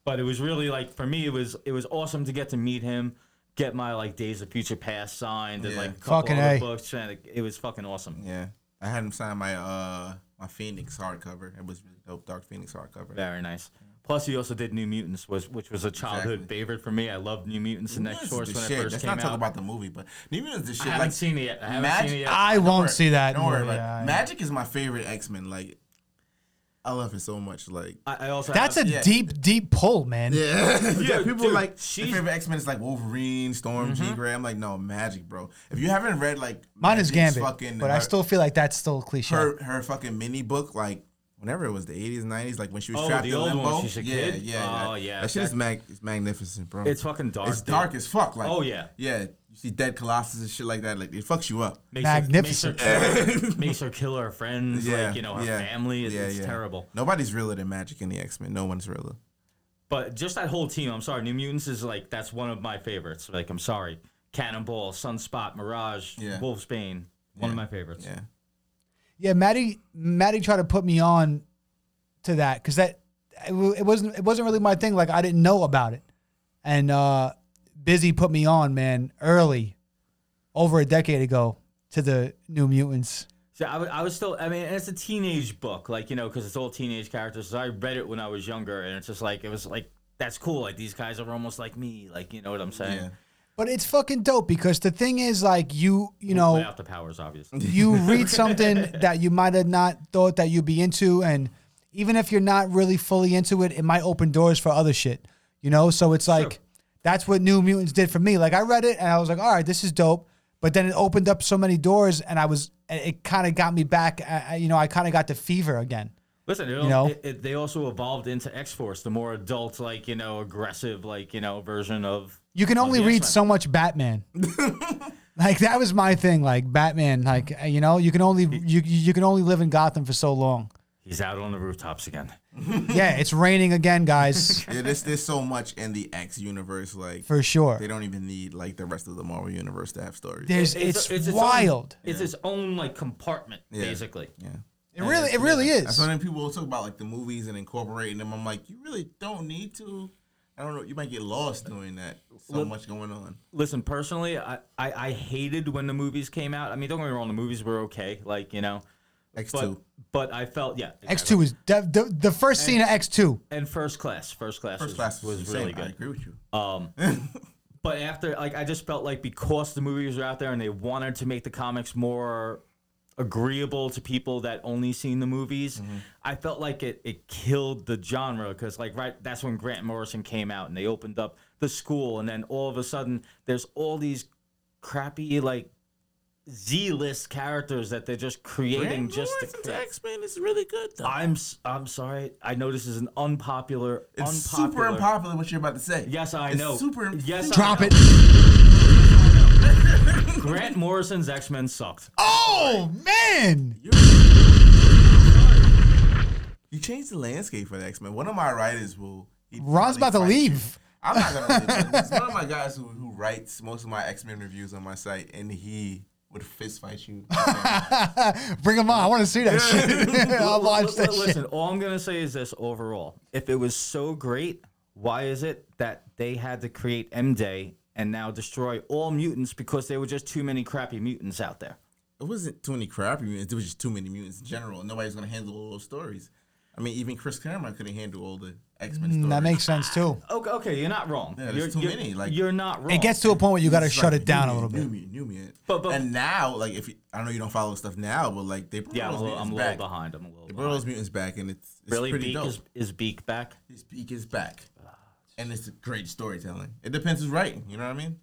Speaker 5: but it was really like for me it was it was awesome to get to meet him get my like days of future past signed and
Speaker 4: Yeah.
Speaker 5: like a couple
Speaker 1: Fucking
Speaker 5: other
Speaker 1: A.
Speaker 5: books and it, it was fucking awesome
Speaker 4: Yeah. I had him sign my uh my Phoenix hardcover. It was really dope, Dark Phoenix hardcover.
Speaker 5: very nice plus he also did new mutants was which was a childhood
Speaker 4: Exactly.
Speaker 5: favorite for me i loved new mutants and next
Speaker 4: This is
Speaker 5: source
Speaker 4: the
Speaker 5: when
Speaker 4: shit.
Speaker 5: it first
Speaker 4: Let's
Speaker 5: came
Speaker 4: not
Speaker 5: out
Speaker 4: talk about the movie, but New Mutants is
Speaker 5: i
Speaker 4: shit.
Speaker 5: haven't
Speaker 4: like,
Speaker 5: seen it yet i haven't
Speaker 4: Magic-
Speaker 5: seen it yet
Speaker 1: I
Speaker 4: Don't
Speaker 1: won't
Speaker 4: worry.
Speaker 1: see that.
Speaker 4: Don't worry
Speaker 1: movie.
Speaker 4: about it.
Speaker 1: I-
Speaker 4: Magic is my favorite X Men. Like I love it so much. Like,
Speaker 5: I, I also
Speaker 1: That's a
Speaker 5: have,
Speaker 4: uh, Yeah.
Speaker 1: deep, deep pull, man.
Speaker 4: [laughs] yeah, people
Speaker 5: dude,
Speaker 4: like
Speaker 5: she's- Mm-hmm.
Speaker 4: their favorite X Men is like Wolverine, Storm, Jean Grey. I'm like, no, Magic, bro. If you haven't read like
Speaker 1: Mine is
Speaker 4: Magic's
Speaker 1: Gambit,
Speaker 4: fucking
Speaker 1: but I
Speaker 4: her-
Speaker 1: still feel like that's still cliche.
Speaker 4: her her fucking mini book like. Whenever it was the 80s, 90s, like when she was
Speaker 5: Oh,
Speaker 4: trapped
Speaker 5: the
Speaker 4: in
Speaker 5: old one,
Speaker 4: limbo,
Speaker 5: she's a
Speaker 4: yeah,
Speaker 5: kid?
Speaker 4: yeah,
Speaker 5: Oh,
Speaker 4: yeah,
Speaker 5: yeah,
Speaker 4: that shit is
Speaker 5: that-
Speaker 4: mag- it's magnificent, bro.
Speaker 5: It's fucking dark.
Speaker 4: It's
Speaker 5: dude.
Speaker 4: dark as fuck. Like,
Speaker 5: Oh, yeah.
Speaker 4: yeah. You see dead colossus and shit like that. Like it fucks you
Speaker 5: [laughs]
Speaker 4: up.
Speaker 5: Makes her-
Speaker 1: Magnificent.
Speaker 5: Makes her, kill her, makes her kill her friends, like you know, her
Speaker 4: [laughs] yeah,
Speaker 5: family. It's,
Speaker 4: yeah,
Speaker 5: it's
Speaker 4: yeah.
Speaker 5: terrible.
Speaker 4: Nobody's realer than Magic in the X Men. No one's realer.
Speaker 5: But just that whole team, I'm sorry, New Mutants is like that's one of my favorites. Like I'm sorry, Cannonball, Sunspot, Mirage,
Speaker 4: Yeah.
Speaker 5: Wolfsbane, one of my favorites.
Speaker 4: Yeah.
Speaker 1: Yeah, Maddie, Maddie tried to put me on to that because that it, wa- it wasn't it wasn't really my thing. Like I didn't know about it, and uh Busy put me on, man, early, over a decade ago to the New Mutants.
Speaker 5: So I, w- I was still, I mean, and it's a teenage book, like, you know, because it's all teenage characters. So I read it when I was younger, and it's just like, it was like, that's cool. Like, these guys are almost like me. Like, you know what I'm saying?
Speaker 4: Yeah.
Speaker 1: But it's fucking dope because the thing is, like you, you know,
Speaker 5: Without the powers,
Speaker 4: [laughs]
Speaker 5: obviously.
Speaker 1: you read something that you might have not thought that you'd be into and even if you're not really fully into it it might open doors for other shit you know so it's like that's what new mutants did for me like i read it and i was like all right this is dope but then it opened up so many doors and i was and it kind of got me back I, I- you know i kind of got the fever again
Speaker 5: Listen, it,
Speaker 1: know?
Speaker 5: it, it, they also evolved into X Force, the more adult, like, you know, aggressive, like, you know, version of.
Speaker 1: you can only
Speaker 5: the
Speaker 1: read
Speaker 5: X-Men.
Speaker 1: so much batman like that was my thing like batman like uh, you know you can only you you can only live in gotham for so long
Speaker 5: He's out on the rooftops again.
Speaker 1: yeah it's raining again guys
Speaker 4: yeah there's there's so much in the X universe. Like
Speaker 1: for sure
Speaker 4: they don't even need like the rest of the Marvel universe to have stories.
Speaker 1: There's, it's, wild.
Speaker 5: Own, it's its own, like, compartment,
Speaker 4: Yeah.
Speaker 5: basically.
Speaker 4: yeah.
Speaker 1: it really, it really
Speaker 4: That's
Speaker 1: is.
Speaker 4: why people will talk about like the movies and incorporating them. I'm like, you really don't need to. I don't know. You might get lost doing that. So much going on.
Speaker 5: Listen, personally, I, I, I hated when the movies came out. I mean, don't get me wrong, the movies were okay, like, you know.
Speaker 4: X
Speaker 5: But,
Speaker 4: two.
Speaker 5: but I felt, yeah.
Speaker 1: X two is the, the, the first scene of X two.
Speaker 5: and first class first class,
Speaker 4: First
Speaker 5: was,
Speaker 4: class
Speaker 5: was really
Speaker 4: I
Speaker 5: good
Speaker 4: agree with you.
Speaker 5: but after like i just felt like because the movies were out there and they wanted to make the comics more agreeable to people that only seen the movies
Speaker 4: Mm-hmm.
Speaker 5: i felt like it, it killed the genre because like right that's when grant morrison came out and they opened up the school and then all of a sudden there's all these crappy like z-list characters that they're just creating just to create.
Speaker 4: X Men is really good though.
Speaker 5: i'm s- i'm sorry i know this is an unpopular
Speaker 4: It's
Speaker 5: unpopular
Speaker 4: super unpopular what you're about to say.
Speaker 5: Yes, I
Speaker 4: It's
Speaker 5: know.
Speaker 4: Super.
Speaker 5: Yes, I
Speaker 1: Drop
Speaker 5: know.
Speaker 1: it.
Speaker 5: Grant Morrison's X Men sucked.
Speaker 4: [laughs]
Speaker 1: Oh man,
Speaker 4: You changed the landscape for the X Men. One of my writers will. he-
Speaker 1: Ron's about to
Speaker 4: fight you.
Speaker 1: leave.
Speaker 4: I'm not gonna
Speaker 1: [laughs]
Speaker 4: leave. but He's one of my guys who, who writes most of my X Men reviews on my site, and he would fist fight
Speaker 1: [laughs]
Speaker 4: you.
Speaker 1: Bring him on. I want to see that
Speaker 5: [laughs]
Speaker 1: shit. [laughs] I'll watch
Speaker 5: Li-
Speaker 1: that
Speaker 5: li-
Speaker 1: shit.
Speaker 5: Listen, all I'm gonna say is this: overall, if it was so great, why is it that they had to create M Day and now destroy all mutants because there were just too many crappy mutants out there?
Speaker 4: it wasn't too many crappy mutants. It was just too many mutants in general. Nobody's gonna handle all those stories. I mean, even Chris Claremont couldn't handle all the X Men stories.
Speaker 1: Mm, That makes sense too.
Speaker 5: Okay, okay, you're not wrong.
Speaker 4: there's
Speaker 5: you're,
Speaker 4: too
Speaker 5: you're-
Speaker 4: many, like-
Speaker 5: you're not wrong.
Speaker 1: It gets to a point where you got to
Speaker 4: It's
Speaker 1: shut
Speaker 4: like
Speaker 1: it down a
Speaker 4: new
Speaker 1: little
Speaker 4: mutant,
Speaker 1: bit.
Speaker 4: New mutant, new mutant.
Speaker 5: But- but-
Speaker 4: and now, like, if you, I know you don't follow stuff now, but like they brought
Speaker 5: yeah, I'm
Speaker 4: those
Speaker 5: a little,
Speaker 4: mutants
Speaker 5: I'm a little
Speaker 4: back.
Speaker 5: behind. I'm a little
Speaker 4: They brought
Speaker 5: behind.
Speaker 4: those mutants back, and it's, it's
Speaker 5: Really,
Speaker 4: pretty
Speaker 5: Beak
Speaker 4: dope.
Speaker 5: is, Ah, is Beak back?
Speaker 4: His peak is back. And it's great storytelling. It depends who's writing. You know what I mean?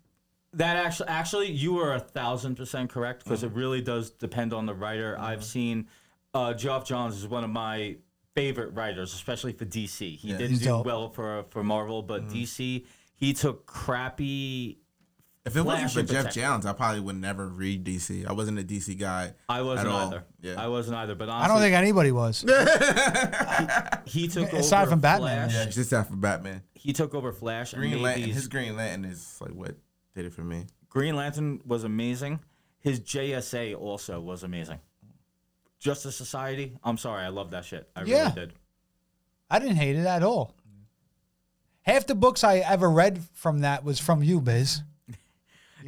Speaker 5: That actually, actually, you are a thousand percent correct because
Speaker 1: Mm-hmm.
Speaker 5: it really does depend on the writer. I've seen uh, Geoff Johns is one of my favorite writers, especially for DC. He didn't
Speaker 1: He's
Speaker 5: do
Speaker 1: dope. Mm-hmm.
Speaker 5: well for for Marvel, but DC, he took crappy.
Speaker 4: If it wasn't
Speaker 5: Flash
Speaker 4: for
Speaker 5: and
Speaker 4: Jeff
Speaker 5: Protect.
Speaker 4: Jones, I probably would never read DC. I wasn't a DC guy.
Speaker 5: I wasn't
Speaker 4: at all.
Speaker 5: either.
Speaker 4: Yeah.
Speaker 5: I wasn't either. But honestly,
Speaker 1: I don't think anybody was.
Speaker 5: he took
Speaker 1: aside
Speaker 5: over
Speaker 1: from Batman.
Speaker 5: Flash.
Speaker 4: yeah, it's just that for Batman.
Speaker 5: He took over Flash. and
Speaker 4: Green
Speaker 5: made
Speaker 4: Lantern.
Speaker 5: these-
Speaker 4: His Green Lantern is like what did it for me.
Speaker 5: Green Lantern was amazing. His JSA also was amazing. Justice Society. I'm sorry, I love that shit. I
Speaker 1: Yeah.
Speaker 5: really did.
Speaker 1: I didn't hate it at all. Half the books I ever read from that was from you, Biz. You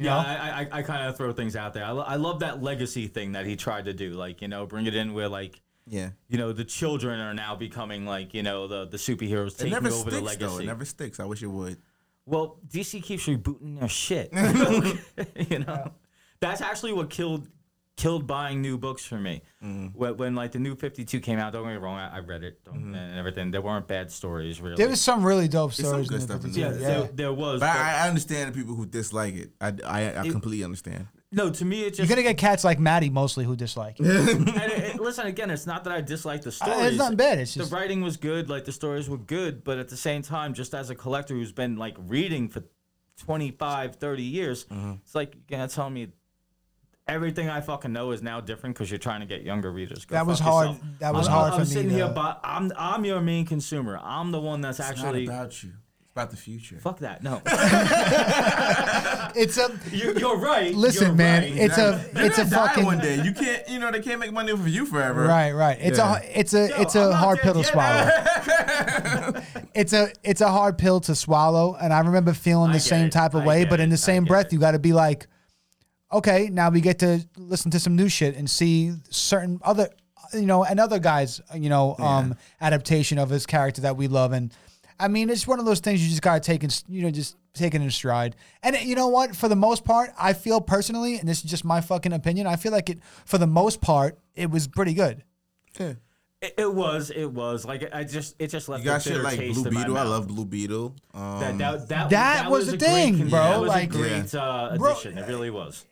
Speaker 5: yeah,
Speaker 1: know?
Speaker 5: I, I, I kind of throw things out there. I, lo- I love that legacy thing that he tried to do, like you know, bring it in where like
Speaker 4: Yeah.
Speaker 5: you know the children are now becoming like you know the the superheroes
Speaker 4: It
Speaker 5: taking
Speaker 4: never
Speaker 5: over
Speaker 4: sticks
Speaker 5: the
Speaker 4: though.
Speaker 5: legacy.
Speaker 4: It never sticks. I wish it would.
Speaker 5: Well,
Speaker 4: [laughs]
Speaker 5: [laughs] DC keeps rebooting their shit. you know, that's actually what killed killed buying new books for me.
Speaker 4: Mm-hmm.
Speaker 5: When, when like the new Fifty Two came out, don't get me wrong, I, I read it don't,
Speaker 4: Mm-hmm.
Speaker 5: and everything. There weren't bad stories really.
Speaker 1: There was some really dope
Speaker 4: some
Speaker 1: stories. in
Speaker 4: good
Speaker 1: the
Speaker 4: stuff in
Speaker 1: 52.
Speaker 5: yeah,
Speaker 4: there.
Speaker 1: yeah.
Speaker 5: There, there was.
Speaker 4: But
Speaker 5: but-
Speaker 4: I, I understand the people who dislike it. I, I, I completely understand.
Speaker 5: no, to me it
Speaker 1: You're
Speaker 5: just
Speaker 1: gonna get cats like Maddie mostly who dislike it.
Speaker 5: and it- it- listen again. It's not that
Speaker 4: [laughs]
Speaker 5: I dislike the stories.
Speaker 1: it's not bad. It's just
Speaker 5: the writing was good. Like the stories were good, but at the same time, just as a collector who's been like reading for 25, 30 years,
Speaker 1: Mm-hmm.
Speaker 5: it's like you're gonna tell me everything I fucking know is now different because you're trying to get younger readers. Go
Speaker 1: That was
Speaker 5: fuck
Speaker 1: hard-
Speaker 5: yourself.
Speaker 1: that was
Speaker 5: I'm,
Speaker 1: hard
Speaker 5: I'm
Speaker 1: for me
Speaker 5: sitting here,
Speaker 1: to-
Speaker 5: but I'm I'm your main consumer. I'm the one that's actually.
Speaker 4: it's not about you. It's about the future.
Speaker 5: Fuck that!
Speaker 1: [laughs]
Speaker 5: No,
Speaker 1: it's a
Speaker 5: you're, you're right.
Speaker 1: Listen,
Speaker 5: you're
Speaker 1: man,
Speaker 5: right.
Speaker 1: it's a
Speaker 4: You're
Speaker 1: it's a
Speaker 4: gonna die
Speaker 1: fucking
Speaker 4: one day. You can't. You know they can't make money off of you forever.
Speaker 1: right, right. It's a it's a it's
Speaker 5: I'm
Speaker 1: a
Speaker 5: not
Speaker 1: hard
Speaker 5: dead
Speaker 1: pill to
Speaker 5: yet. [laughs]
Speaker 1: swallow. it's a it's a hard pill to swallow, and I remember feeling
Speaker 5: I
Speaker 1: the
Speaker 5: get
Speaker 1: same
Speaker 5: it.
Speaker 1: type of
Speaker 5: I
Speaker 1: way.
Speaker 5: get
Speaker 1: But in
Speaker 5: it.
Speaker 1: the
Speaker 5: I
Speaker 1: same
Speaker 5: get
Speaker 1: breath,
Speaker 5: it.
Speaker 1: you got to be like, okay, now we get to listen to some new shit and see certain other, you know, and other guys, you know, um, adaptation of his character that we love. And I mean, it's one of those things you just got to take and you know just take it in stride. And you know what? For the most part, I feel personally, and this is just my fucking opinion. I feel like it for the most part, it was pretty good.
Speaker 5: It, it was. It was like I just. It just left
Speaker 4: You
Speaker 5: a
Speaker 4: got
Speaker 5: bitter
Speaker 4: shit like
Speaker 5: taste
Speaker 4: Blue
Speaker 5: in my
Speaker 4: Beetle. I
Speaker 5: mouth.
Speaker 4: love Blue Beetle. Um,
Speaker 5: That, that, that,
Speaker 1: That was
Speaker 5: a
Speaker 1: the
Speaker 5: great
Speaker 1: thing,
Speaker 5: con-
Speaker 1: bro,
Speaker 5: That was
Speaker 1: like-
Speaker 5: a great uh,
Speaker 1: Bro,
Speaker 5: addition. it really was.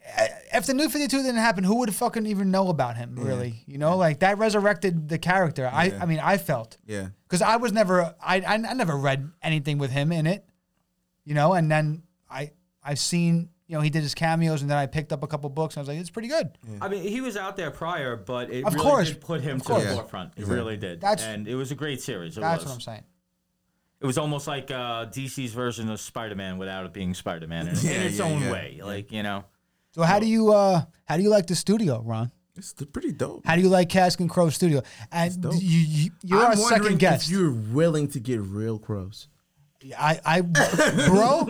Speaker 1: if the new 52 didn't happen, who would fucking even know about him, really? You know, like that resurrected the character. I, I mean, I felt.
Speaker 4: Yeah.
Speaker 1: Because I was never, I, I, I never read anything with him in it, you know, and then I, I've seen, you know, he did his cameos and then I picked up a couple books and I was like, it's pretty good.
Speaker 5: I mean, he was out there prior, but it
Speaker 1: Of
Speaker 5: really
Speaker 1: course.
Speaker 5: did put him to
Speaker 1: course.
Speaker 5: the
Speaker 1: Yeah.
Speaker 5: forefront. It really did.
Speaker 1: That's-
Speaker 5: and it was a great series. It
Speaker 1: That's
Speaker 5: was.
Speaker 1: what I'm saying.
Speaker 5: It was almost like uh, DC's version of Spider-Man without it being
Speaker 1: [laughs]
Speaker 5: Spider-Man in,
Speaker 4: Yeah,
Speaker 5: in its
Speaker 4: yeah,
Speaker 5: own
Speaker 4: yeah.
Speaker 5: way. Like you know,
Speaker 1: So how do you, uh, how do you like the studio, Ron?
Speaker 4: It's th- pretty dope.
Speaker 1: How do you like Cask and Crow Studio? And
Speaker 4: dope.
Speaker 1: you, you, you're our
Speaker 4: I'm wondering
Speaker 1: second guest.
Speaker 4: If you're willing to get real crows.
Speaker 1: I, I, bro,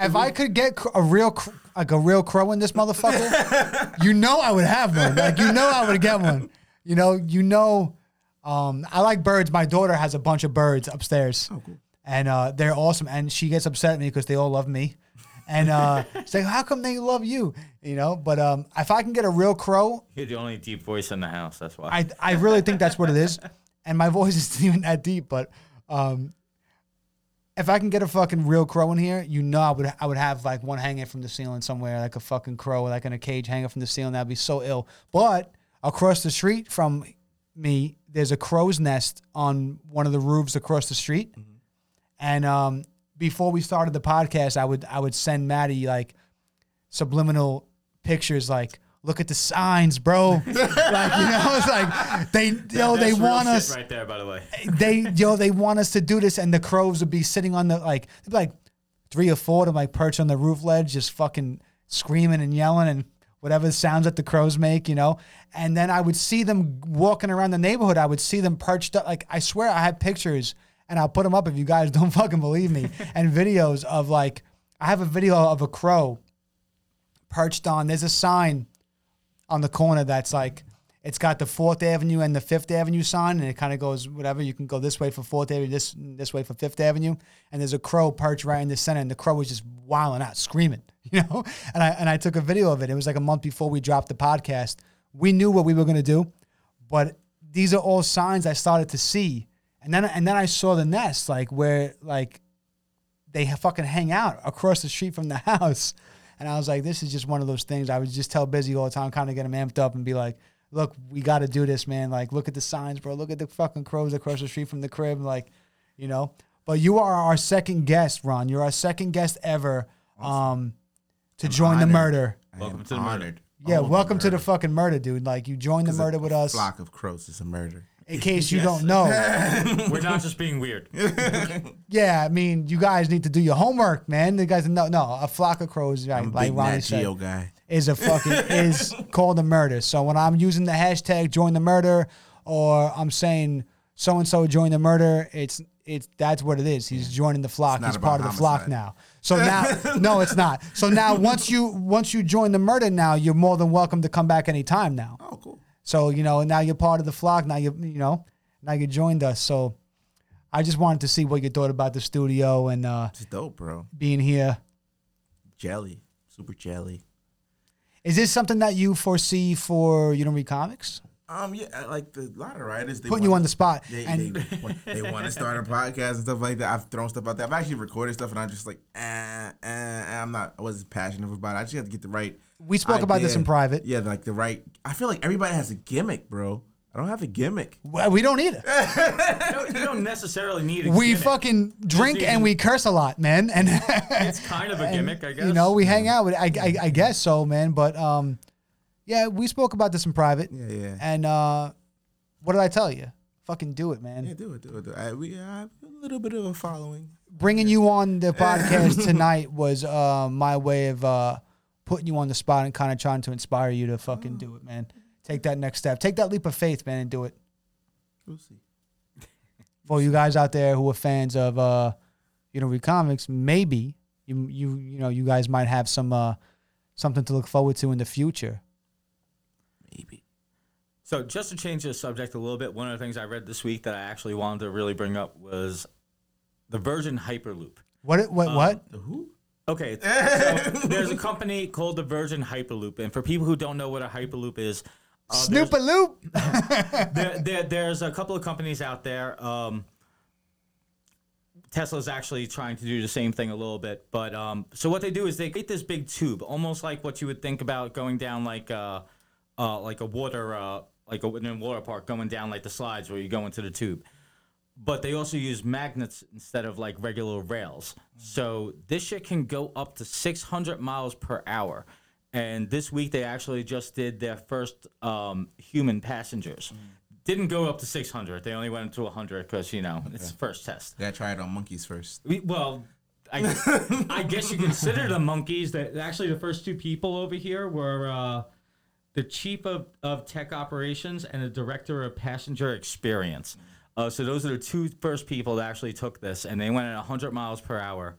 Speaker 1: if I could get cr- a real, cr- like a real crow in this motherfucker, you know I would have one. Like you know I would get one. You know, you know, um, I like birds. My daughter has a bunch of birds upstairs, and uh, they're awesome. And she gets upset at me because they all love me, and uh, [laughs] she's like, "How come they love you?" You know. But um, if I can get a real crow,
Speaker 5: you're the only deep voice in the house. That's why.
Speaker 1: I I really think that's what it is. [laughs] And my voice isn't even that deep, but um, if I can get a fucking real crow in here, you know I would I would have like one hanging from the ceiling somewhere, like a fucking crow, like in a cage hanging from the ceiling. That'd be so ill. But across the street from me, there's a crow's nest on one of the roofs across the street. And um, before we started the podcast, I would I would send Maddie like subliminal pictures like look at the signs bro [laughs] like you know it's like they yo
Speaker 5: That's
Speaker 1: they
Speaker 5: real
Speaker 1: want
Speaker 5: shit
Speaker 1: us
Speaker 5: right there. By
Speaker 1: [laughs]
Speaker 5: the way,
Speaker 1: they yo they want us to do this and the crows would be sitting on the like they'd be like three or four to like perch on the roof ledge just fucking screaming and yelling and whatever sounds that the crows make you know and then i would see them walking around the neighborhood i would see them perched up like i swear i have pictures and i'll put them up if you guys [laughs] don't fucking believe me and videos of like i have a video of a crow perched on there's a sign on the corner that's like it's got the Fourth Avenue and the Fifth Avenue sign, and it kind of goes whatever. You can go this way for Fourth Avenue, this this way for Fifth Avenue, and there's a crow perched right in the center, and the crow was just wilding out, screaming, [laughs] you know. And I and I took a video of it. It was like a month before we dropped the podcast. We knew what we were gonna do, but these are all signs I started to see, and then and then I saw the nest, like where like they ha- fucking hang out across the street from the [laughs] house. And I was like, this is just one of those things. I would just tell Busy all the time, kind of get him amped up and be like, look, we got to do this, man. Like, look at the signs, bro. Look at the fucking crows across the street from the crib. Like, you know. But you are our second guest, Ron. You're our second guest ever um, to join the
Speaker 4: honored.
Speaker 1: murder.
Speaker 5: Welcome
Speaker 4: I am
Speaker 5: to the murder.
Speaker 4: honored.
Speaker 1: Yeah,
Speaker 4: All of
Speaker 1: welcome to the
Speaker 4: murder.
Speaker 1: fucking murder, dude. Like, you joined the
Speaker 4: It's a
Speaker 1: murder with us.
Speaker 4: Flock of crows is a murder.
Speaker 1: In case
Speaker 4: [laughs]
Speaker 1: you don't know.
Speaker 5: we're not just
Speaker 1: [laughs]
Speaker 5: being weird.
Speaker 1: Yeah, I mean, you guys need to do your homework, man. You guys know, no, a flock of crows, like,
Speaker 4: I'm a
Speaker 1: like
Speaker 4: big
Speaker 1: Ronnie
Speaker 4: Nat
Speaker 1: said.
Speaker 4: Geo guy.
Speaker 1: is a
Speaker 4: [laughs]
Speaker 1: fucking is called a murder. So when I'm using the hashtag join the murder or I'm saying so and so join the murder, it's it's that's what it is. He's joining the flock.
Speaker 4: not
Speaker 1: He's
Speaker 4: about
Speaker 1: part of the flock
Speaker 4: homicide.
Speaker 1: now. So now
Speaker 4: [laughs]
Speaker 1: no, it's not. So now once you once you join the murder now, you're more than welcome to come back anytime now.
Speaker 4: Oh, cool.
Speaker 1: So you know, now you're part of the flock. Now you you know, now you joined us. So I just wanted to see what you thought about the studio and uh,
Speaker 4: It's dope, bro.
Speaker 1: being here.
Speaker 4: Jelly, super jelly.
Speaker 1: Is this something that you foresee for you don't read comics?
Speaker 4: Um, yeah, I- like the, a lot of writers, they
Speaker 1: Putting you
Speaker 4: wanna-
Speaker 1: on the spot.
Speaker 4: They,
Speaker 1: and
Speaker 4: they, wa- they want to start a podcast and stuff like that. I've thrown stuff out there. I've actually recorded stuff, and I'm just like, eh, eh, eh, I'm not. I wasn't passionate about it. I just had to get the right.
Speaker 1: We spoke about this
Speaker 4: idea.
Speaker 1: in private.
Speaker 4: Yeah, like the right. I feel like everybody has a gimmick, bro. I don't have a gimmick.
Speaker 1: well, we don't
Speaker 4: [laughs]
Speaker 1: either.
Speaker 5: You don't- you don't necessarily need. A
Speaker 1: We
Speaker 5: gimmick.
Speaker 1: fucking drink
Speaker 5: Just
Speaker 1: and we curse a lot, man. [laughs] And
Speaker 5: It's kind of a gimmick, I guess.
Speaker 1: you know, we hang out with. I, I, I guess so, man. But um, yeah, we spoke about this in private.
Speaker 4: Yeah, yeah.
Speaker 1: And uh, what did I tell you? Fucking do it, man.
Speaker 4: Yeah, do it, do it, do it. I, we I have a little bit of a following.
Speaker 1: Bringing you on [laughs] the podcast tonight was uh, my way of uh, putting you on the spot and kind of trying to inspire you to fucking do it, man. Take that next step. Take that leap of faith, man, and do it.
Speaker 4: We'll see.
Speaker 1: for you guys out there who are fans of uh you know read comics maybe you you you know you guys might have some uh something to look forward to in the future
Speaker 4: Maybe.
Speaker 5: So just to change the subject a little bit, one of the things I read this week that I actually wanted to really bring up was the Virgin Hyperloop.
Speaker 1: what what what
Speaker 4: The who?
Speaker 5: Okay, so there's a company called the Virgin Hyperloop, and for people who don't know what a Hyperloop is, uh, there's-
Speaker 1: snoop a loop
Speaker 5: there, there, there's a couple of companies out there. Um, Tesla's actually trying to do the same thing a little bit, but um, so what they do is they create this big tube, almost like what you would think about going down like a, uh, like a water, uh, like a in a water park, going down like the slides where you go into the tube. But they also use magnets instead of like regular rails. So this shit can go up to 600 miles per hour. And this week they actually just did their first um, human passengers. Didn't go up to 600. They only went up to 100 because, you know, it's the first test.
Speaker 4: Gotta try it on monkeys first.
Speaker 5: We, well, I, I guess you consider the monkeys. That actually the first two people over here were uh, the chief of, of tech operations and the director of passenger experience. Uh, so those are the two first people that actually took this, and they went at 100 miles per hour.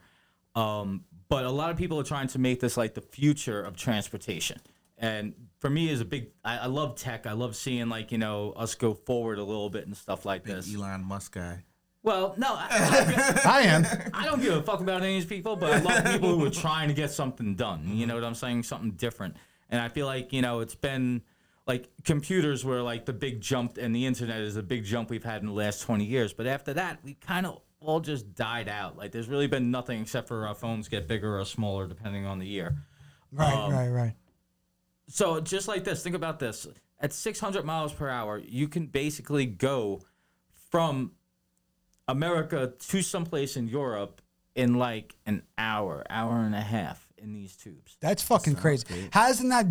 Speaker 5: Um, but a lot of people are trying to make this like the future of transportation. And for me, is a big. I, I love tech. I love seeing like you know us go forward a little bit and stuff like this.
Speaker 4: Elon Musk guy.
Speaker 5: Well, no, I, I
Speaker 1: [laughs] i am
Speaker 5: I don't give a fuck about any of these people, but I love people who are trying to get something done. You know what I'm saying? Something different. And I feel like, you know, it's been like computers were like the big jump and the internet is the big jump we've had in the last 20 years. But after that, we kind of all just died out. Like there's really been nothing except for our phones get bigger or smaller depending on the year.
Speaker 1: [laughs] right right right
Speaker 5: So just like this, think about this. At 600 miles per hour, you can basically go from America to someplace in Europe in like an hour, hour and a half in these tubes.
Speaker 1: that's fucking crazy how doesn't that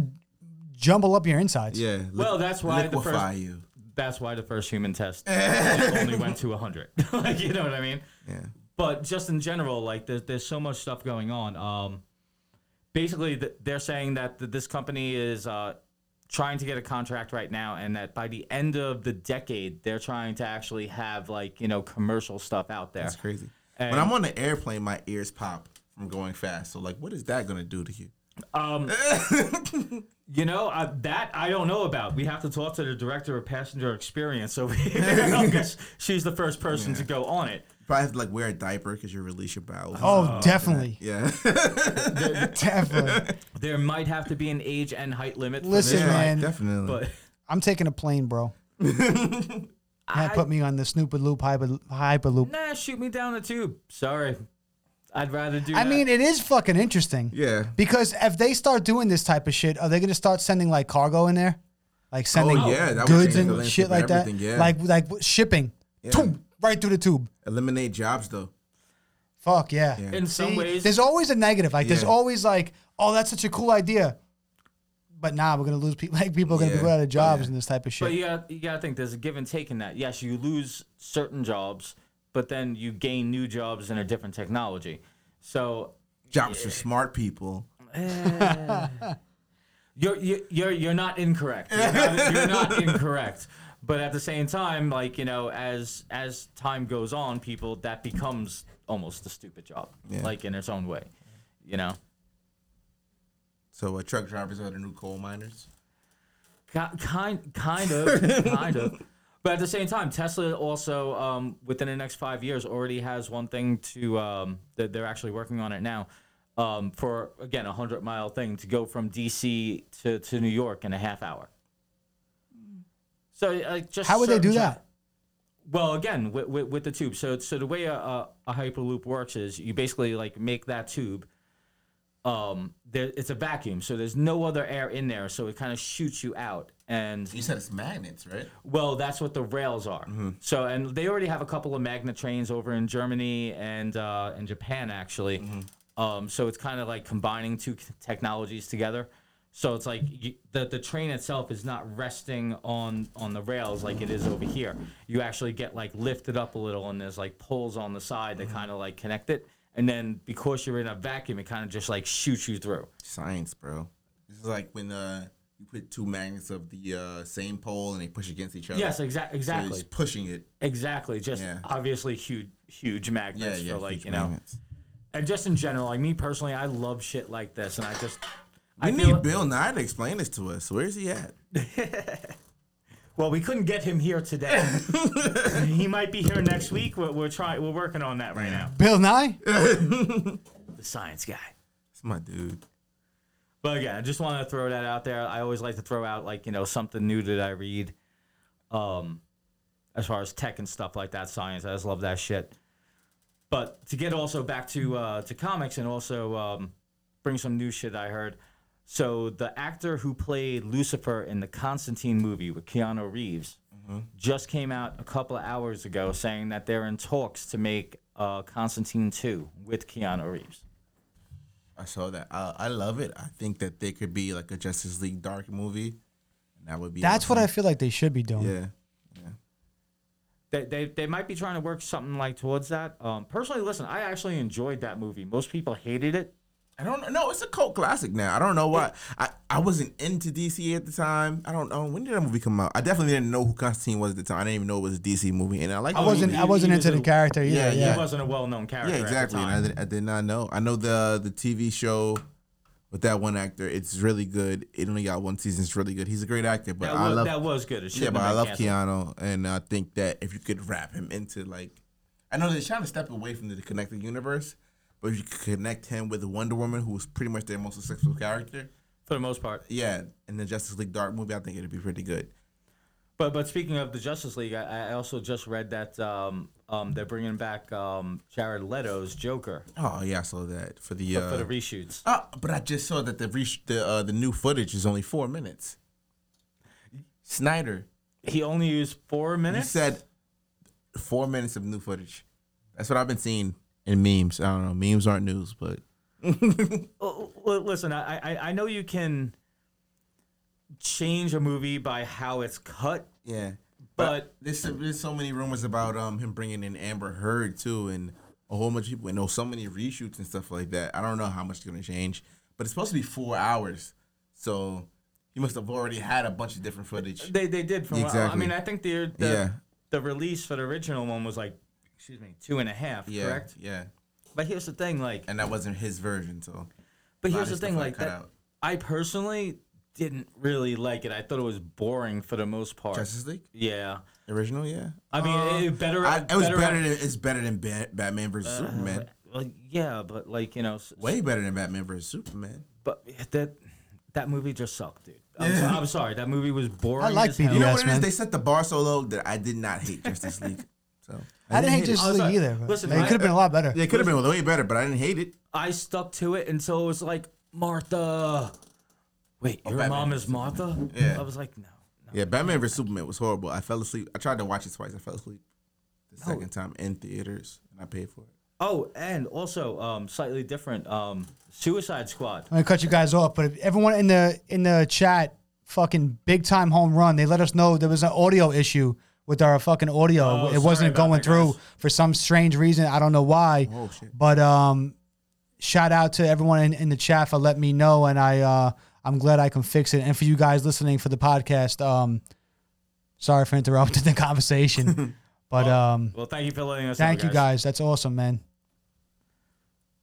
Speaker 1: jumble up your insides
Speaker 4: Yeah. li-
Speaker 5: Well, that's why the first-
Speaker 4: liquefy you.
Speaker 5: That's why the first
Speaker 4: [laughs]
Speaker 5: human test only went to 100. [laughs] like, you know what I mean?
Speaker 4: Yeah.
Speaker 5: But just in general, like there's there's so much stuff going on. Um, basically, th- they're saying that th- this company is uh, trying to get a contract right now, and that by the end of the decade, they're trying to actually have like you know commercial stuff out there.
Speaker 4: That's crazy.
Speaker 5: And-
Speaker 4: when I'm on the airplane, my ears pop from going fast. So like, what is that gonna do to you?
Speaker 5: You know uh, that I don't know about. We have to talk to the director of passenger
Speaker 4: [laughs]
Speaker 5: experience over here because she's the first person to go on it.
Speaker 4: You probably have to like wear a diaper because you release your bowels.
Speaker 1: oh definitely
Speaker 4: Yeah. [laughs]
Speaker 1: definitely
Speaker 5: There might have to be an age and height limit. for this
Speaker 1: Listen,
Speaker 5: ride,
Speaker 1: man.
Speaker 4: definitely.
Speaker 5: but
Speaker 1: i'm taking a plane bro Can't put me on the snoop a loop hyper hyperloop
Speaker 5: [laughs] nah, shoot me down the tube. Sorry, I'd rather do.
Speaker 1: i
Speaker 5: that.
Speaker 1: mean it is fucking interesting
Speaker 4: yeah.
Speaker 1: Because if they start doing this type of shit, are they going to start sending like cargo in there, like sending
Speaker 4: Oh, yeah, that would change
Speaker 1: goods
Speaker 4: the
Speaker 1: and
Speaker 4: landscape
Speaker 1: shit
Speaker 4: of
Speaker 1: like that,
Speaker 4: everything, yeah.
Speaker 1: like like shipping, Toom, right through the tube.
Speaker 4: Eliminate jobs though.
Speaker 1: Fuck yeah.
Speaker 5: in some
Speaker 1: See,
Speaker 5: ways,
Speaker 1: there's always a negative. Like there's
Speaker 4: Yeah.
Speaker 1: always like, oh, that's such a cool idea, but nah, we're gonna lose people. [laughs] Like people are gonna
Speaker 4: Yeah. Oh,
Speaker 1: be out of jobs
Speaker 4: Yeah.
Speaker 1: and this type of shit.
Speaker 5: but you got you got to think there's a give and take in that. Yes, you lose certain jobs, but then you gain new jobs in a different technology. So
Speaker 4: Jobs for smart people.
Speaker 5: you're you're you're, you're not incorrect. You're not,
Speaker 1: [laughs]
Speaker 5: you're not incorrect. But at the same time, like you know, as as time goes on, people that becomes almost a stupid job,
Speaker 4: Yeah.
Speaker 5: like in its own way, you know.
Speaker 4: So uh, truck drivers are the new coal miners.
Speaker 5: Ki- kind
Speaker 1: [laughs]
Speaker 5: kind of kind of but at the same time tesla also um, within the next five years already has one thing to um, that they're actually working on it now um, for again a hundred mile thing to go from DC to, to New York in a half hour. So uh, just
Speaker 1: How would they
Speaker 5: certain
Speaker 1: do
Speaker 5: tra-
Speaker 1: that?
Speaker 5: well, again, with, with, with the tube. So, so the way a, a, a hyperloop works is you basically like make that tube. Um, there, it's a vacuum, so there's no other air in there, so it kind of shoots you out. And
Speaker 4: You said it's magnets, right?
Speaker 5: well, that's what the rails are.
Speaker 4: Mm-hmm.
Speaker 5: So, and they already have a couple of magnet trains over in Germany and uh, in Japan, actually.
Speaker 4: Mm-hmm.
Speaker 5: Um, so it's kind of like combining two c- technologies together. So it's like you, the the train itself is not resting on on the rails like it is over here. You actually get like lifted up a little, and there's like poles on the side
Speaker 4: Mm-hmm.
Speaker 5: that kind of like connect it. And then because you're in a vacuum, it kind of just like shoots you through.
Speaker 4: Science, bro. This is like when uh, you put two magnets of the uh, same pole and they push against each other.
Speaker 5: Yes, exa-
Speaker 4: So
Speaker 5: exactly,
Speaker 4: it's pushing it.
Speaker 5: exactly. Just
Speaker 4: Yeah.
Speaker 5: obviously huge huge
Speaker 4: Yeah,
Speaker 5: magnets
Speaker 4: yeah.
Speaker 5: for like
Speaker 4: huge
Speaker 5: you know.
Speaker 4: magnets.
Speaker 5: and just in general, like me personally, I love shit like this, and I just
Speaker 4: We
Speaker 5: I
Speaker 4: need
Speaker 5: feel
Speaker 4: Bill Nye to explain this to us. Where's he at?
Speaker 5: well, we couldn't get him here today.
Speaker 4: [laughs]
Speaker 5: he might be here next week. We're, we're trying. We're working on that right now.
Speaker 1: Bill
Speaker 4: [laughs]
Speaker 1: Nye?
Speaker 5: The science guy.
Speaker 4: It's my dude.
Speaker 5: But again, I just wanted to throw that out there. I always like to throw out like you know something new that I read, um, as far as tech and stuff like that. Science, I just love that shit. But to get also back to uh, to comics and also um, bring some new shit I heard. So the actor who played Lucifer in the Constantine movie with Keanu Reeves just came out a couple of hours ago saying that they're in talks to make uh, Constantine two with Keanu Reeves.
Speaker 4: I saw that. I, I love it. I think that there could be like a Justice League Dark movie. And that would be.
Speaker 1: That's what I
Speaker 4: awesome.
Speaker 1: feel like they should be doing.
Speaker 4: Yeah.
Speaker 5: they, they, they might be trying to work something like towards that. Um, personally, listen, I actually enjoyed that movie. Most people hated it.
Speaker 4: I don't know. It's a cult classic now. I don't know why. I, I wasn't into DC at the time. I don't know. When did that movie come out? I definitely didn't know who Constantine was at the time. I didn't even know it was a DC movie. And I like
Speaker 1: I wasn't I
Speaker 5: you-
Speaker 1: wasn't
Speaker 5: you
Speaker 1: into the
Speaker 5: didn't-
Speaker 1: character either. Yeah,
Speaker 4: Yeah,
Speaker 5: He wasn't a well known character.
Speaker 4: Yeah, exactly.
Speaker 5: At
Speaker 4: And I
Speaker 5: the time.
Speaker 4: did, I did not know. I know the the TV show with that one actor. It's really good. It only got one season. It's really good. He's a great actor, but
Speaker 5: That,
Speaker 4: I
Speaker 5: was,
Speaker 4: love
Speaker 5: that was good. It
Speaker 4: yeah,
Speaker 5: shouldn't
Speaker 4: but
Speaker 5: have
Speaker 4: I
Speaker 5: been
Speaker 4: love
Speaker 5: canceled.
Speaker 4: Keanu, and I think that if you could wrap him into like, I know they're trying to step away from the connected universe, but if you could connect him with Wonder Woman, who was pretty much their most successful character,
Speaker 5: for the most part.
Speaker 4: yeah, in the Justice League Dark movie, I think it'd be pretty good.
Speaker 5: But but speaking of the Justice League, I, I also just read that um, um, they're bringing back um, Jared Leto's Joker
Speaker 4: Oh yeah, I saw that for the uh,
Speaker 5: for the reshoots.
Speaker 4: Ah, but I just saw that the re- the uh, the new footage is only four minutes. Snyder.
Speaker 5: He only used four
Speaker 4: You
Speaker 5: minutes.
Speaker 4: said four minutes of new footage. That's what I've been seeing in memes. I don't know. Memes aren't news, but
Speaker 5: Well, well, listen, I, I I know you can change a movie by how it's cut.
Speaker 4: yeah.
Speaker 5: But-
Speaker 4: there's so, there's so many rumors about um him bringing in Amber Heard too, and a whole bunch of people. And know so many reshoots and stuff like that. I don't know how much it's gonna change, but it's supposed to be four hours, so he must have already had a bunch of different footage.
Speaker 5: They they did from what- I
Speaker 4: Exactly.
Speaker 5: mean, I think the the,
Speaker 4: Yeah.
Speaker 5: the release for the original one was like, excuse me, two and a half,
Speaker 4: Yeah,
Speaker 5: correct?
Speaker 4: yeah.
Speaker 5: But here's the thing, like,
Speaker 4: And that wasn't his version, so
Speaker 5: but
Speaker 4: lot
Speaker 5: here's the
Speaker 4: of stuff
Speaker 5: thing,
Speaker 4: I
Speaker 5: like
Speaker 4: cut
Speaker 5: that.
Speaker 4: out.
Speaker 5: I personally didn't really like it. I thought it was boring for the most part.
Speaker 4: Justice League.
Speaker 5: yeah.
Speaker 4: Original, yeah.
Speaker 5: I mean, it better.
Speaker 4: Uh,
Speaker 5: Uh-huh.
Speaker 4: I, it was better.
Speaker 5: at-
Speaker 4: than it's better than Bat, Batman versus Superman.
Speaker 5: like, yeah, but like you know, s-
Speaker 4: Way better than Batman versus Superman.
Speaker 5: but that that movie just sucked, dude. I'm, so- I'm sorry, that movie was boring.
Speaker 1: I like
Speaker 5: as hell.
Speaker 1: BBS.
Speaker 4: You know
Speaker 1: Yes,
Speaker 4: what it is?
Speaker 1: man.
Speaker 4: They set the bar so low that I did not hate Justice League. So
Speaker 5: [laughs]
Speaker 1: I didn't hate
Speaker 4: it.
Speaker 1: Justice
Speaker 5: was
Speaker 1: League
Speaker 5: like-
Speaker 1: either. but
Speaker 5: listen,
Speaker 1: it
Speaker 5: I-
Speaker 1: could have been a lot better.
Speaker 4: Yeah, it could have been way better, but I didn't hate it.
Speaker 5: I stuck to it until it was like Martha. Wait, your
Speaker 4: Batman
Speaker 5: mom is Martha?
Speaker 4: Yeah.
Speaker 5: I was like, no, no.
Speaker 4: Yeah, Batman versus Superman was horrible. I fell asleep. I tried to watch it twice. I fell asleep the second time in theaters, and I paid for it.
Speaker 5: Oh, and also um, slightly different um, Suicide Squad.
Speaker 1: I'm gonna cut you guys off, but if everyone in the in the chat, fucking big time home run. They let us know there was an audio issue with our fucking audio.
Speaker 5: Oh,
Speaker 1: it
Speaker 5: sorry
Speaker 1: wasn't
Speaker 5: about
Speaker 1: going
Speaker 5: that,
Speaker 1: through
Speaker 5: guys.
Speaker 1: for some strange reason. I don't know why.
Speaker 4: Oh, shit.
Speaker 1: But um, shout out to everyone in, in the chat for letting me know, and I uh, I'm glad I can fix it. And for you guys listening for the podcast, um, sorry for interrupting the
Speaker 5: [laughs]
Speaker 1: conversation, but
Speaker 5: Oh,
Speaker 1: um,
Speaker 5: Well, thank you for letting us. know,
Speaker 1: thank you guys. That's awesome, man.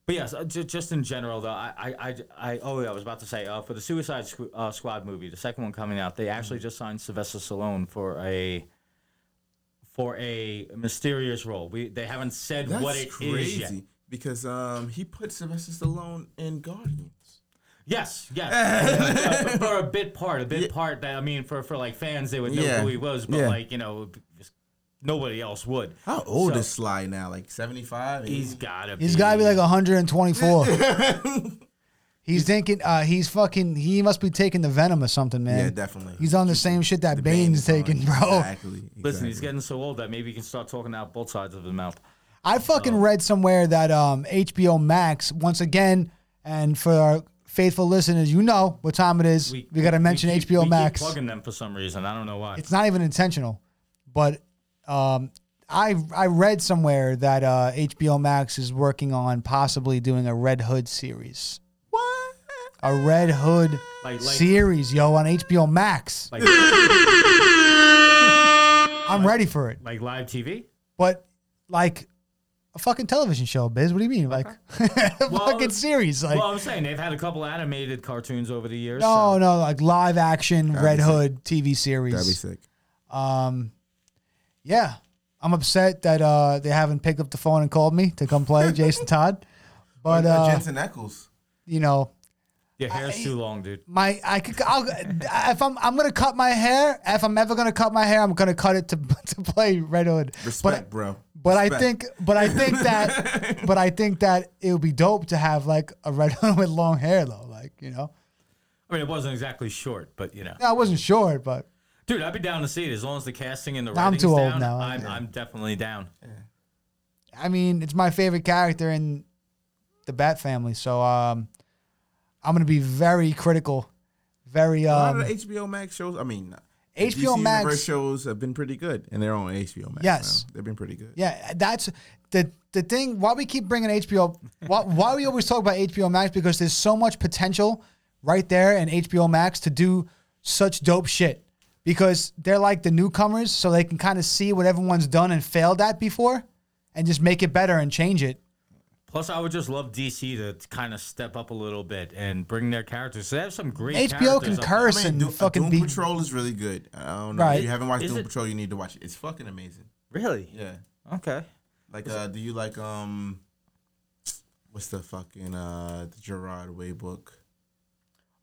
Speaker 5: But yes, uh, ju- just in general though, I, I, I, I oh yeah, I was about to say uh, for the Suicide Squ- uh, Squad movie, the second one coming out, they actually just signed Sylvester Stallone for a for a mysterious role. We they haven't said
Speaker 4: That's
Speaker 5: what it is
Speaker 4: crazy.
Speaker 5: yet.
Speaker 4: because um he put Sylvester Stallone in Guardians.
Speaker 5: Yes, yes. Yeah, for a bit part, a bit part that I mean, for for like fans, they would know
Speaker 4: Yeah.
Speaker 5: who he was, but
Speaker 4: Yeah.
Speaker 5: like you know, just nobody else would.
Speaker 4: How old
Speaker 5: So-
Speaker 4: is Sly now? Like 75?
Speaker 5: He's gotta.
Speaker 1: He's
Speaker 5: be,
Speaker 1: got to be like
Speaker 4: [laughs]
Speaker 1: 124. he's thinking, uh, he's fucking, he must be taking the venom or something, man.
Speaker 4: yeah, definitely.
Speaker 1: He's on the same shit that Bane's
Speaker 4: Bane is
Speaker 1: taking,
Speaker 4: on.
Speaker 1: bro.
Speaker 4: Exactly.
Speaker 5: Listen, he's
Speaker 4: exactly.
Speaker 5: getting so old that maybe he can start talking out both sides of his mouth.
Speaker 1: I fucking read somewhere that um, HBO Max, once again, and for our faithful listeners, you know what time it is. We, got to mention
Speaker 5: keep- we
Speaker 1: HBO
Speaker 5: keep
Speaker 1: Max.
Speaker 5: plugging them for some reason. I don't know why.
Speaker 1: It's not even intentional, but um, I I read somewhere that uh, HBO Max is working on possibly doing a Red Hood series. What? A Red Hood
Speaker 5: Like- like-
Speaker 1: series, yo, on HBO Max.
Speaker 5: Like [laughs]
Speaker 1: I'm ready for it.
Speaker 5: like live TV.
Speaker 1: But like a fucking television show, biz. What do you mean, like [laughs] a
Speaker 5: Well,
Speaker 1: fucking series? Like
Speaker 5: Well, I'm saying they've had a couple animated cartoons over the years.
Speaker 1: no,
Speaker 5: so-
Speaker 1: no, like live action Red
Speaker 4: be sick.
Speaker 1: Hood TV series.
Speaker 4: That'd be sick.
Speaker 1: Yeah. I'm upset that uh, they haven't picked up the phone and called me to come
Speaker 4: [laughs]
Speaker 1: play Jason Todd. But
Speaker 4: Uh,
Speaker 1: uh,
Speaker 4: Jensen Ackles.
Speaker 1: you know,
Speaker 5: your hair's too long, dude.
Speaker 1: my I could I'll, if I'm I'm gonna cut my hair. If I'm ever gonna cut my hair, I'm gonna cut it to [laughs] to play Red Hood.
Speaker 4: Respect,
Speaker 1: but,
Speaker 4: bro.
Speaker 1: But I
Speaker 4: Respect.
Speaker 1: think but I think
Speaker 4: [laughs]
Speaker 1: that but I think that it would be dope to have like a Red Hood [laughs] with long hair though. Like you know,
Speaker 5: I mean, it wasn't exactly short, but you know,
Speaker 1: I wasn't sure, but
Speaker 5: dude, I'd be down to see it as long as the casting and the
Speaker 1: I'm
Speaker 5: writing's
Speaker 1: too old
Speaker 5: down,
Speaker 1: now, I
Speaker 5: I'm, I'm definitely down.
Speaker 1: I mean, it's my favorite character in the Bat Family, so um, I'm gonna be very critical, very
Speaker 4: A lot
Speaker 1: um,
Speaker 4: of the HBO Max shows, I mean, the
Speaker 1: HBO
Speaker 4: DC
Speaker 1: Max-
Speaker 4: Universe shows have been pretty good, and they're on HBO Max.
Speaker 1: Yes.
Speaker 4: now. they've been pretty good.
Speaker 1: yeah. That's the the thing. Why we keep bringing HBO? Why, why we always talk about HBO Max? Because there's so much potential right there in HBO Max to do such dope shit. Because they're like the newcomers, so they can kind of see what everyone's done and failed at before, and just make it better and change it.
Speaker 5: Plus, I would just love DC to kind of step up a little bit and bring their characters. So they have some great
Speaker 1: HBO can
Speaker 5: characters up
Speaker 1: curse
Speaker 4: Man,
Speaker 1: and
Speaker 4: Doom,
Speaker 1: fucking
Speaker 4: Doom
Speaker 1: be
Speaker 4: Patrol is really good. I don't know.
Speaker 1: Right.
Speaker 4: If you haven't watched
Speaker 5: Is
Speaker 4: Doom
Speaker 5: it-
Speaker 4: Patrol, you need to watch it. It's fucking amazing.
Speaker 5: there. Really?
Speaker 4: Yeah.
Speaker 5: Okay.
Speaker 4: Like, uh, do you like um, what's the fucking uh, the Gerard Way book?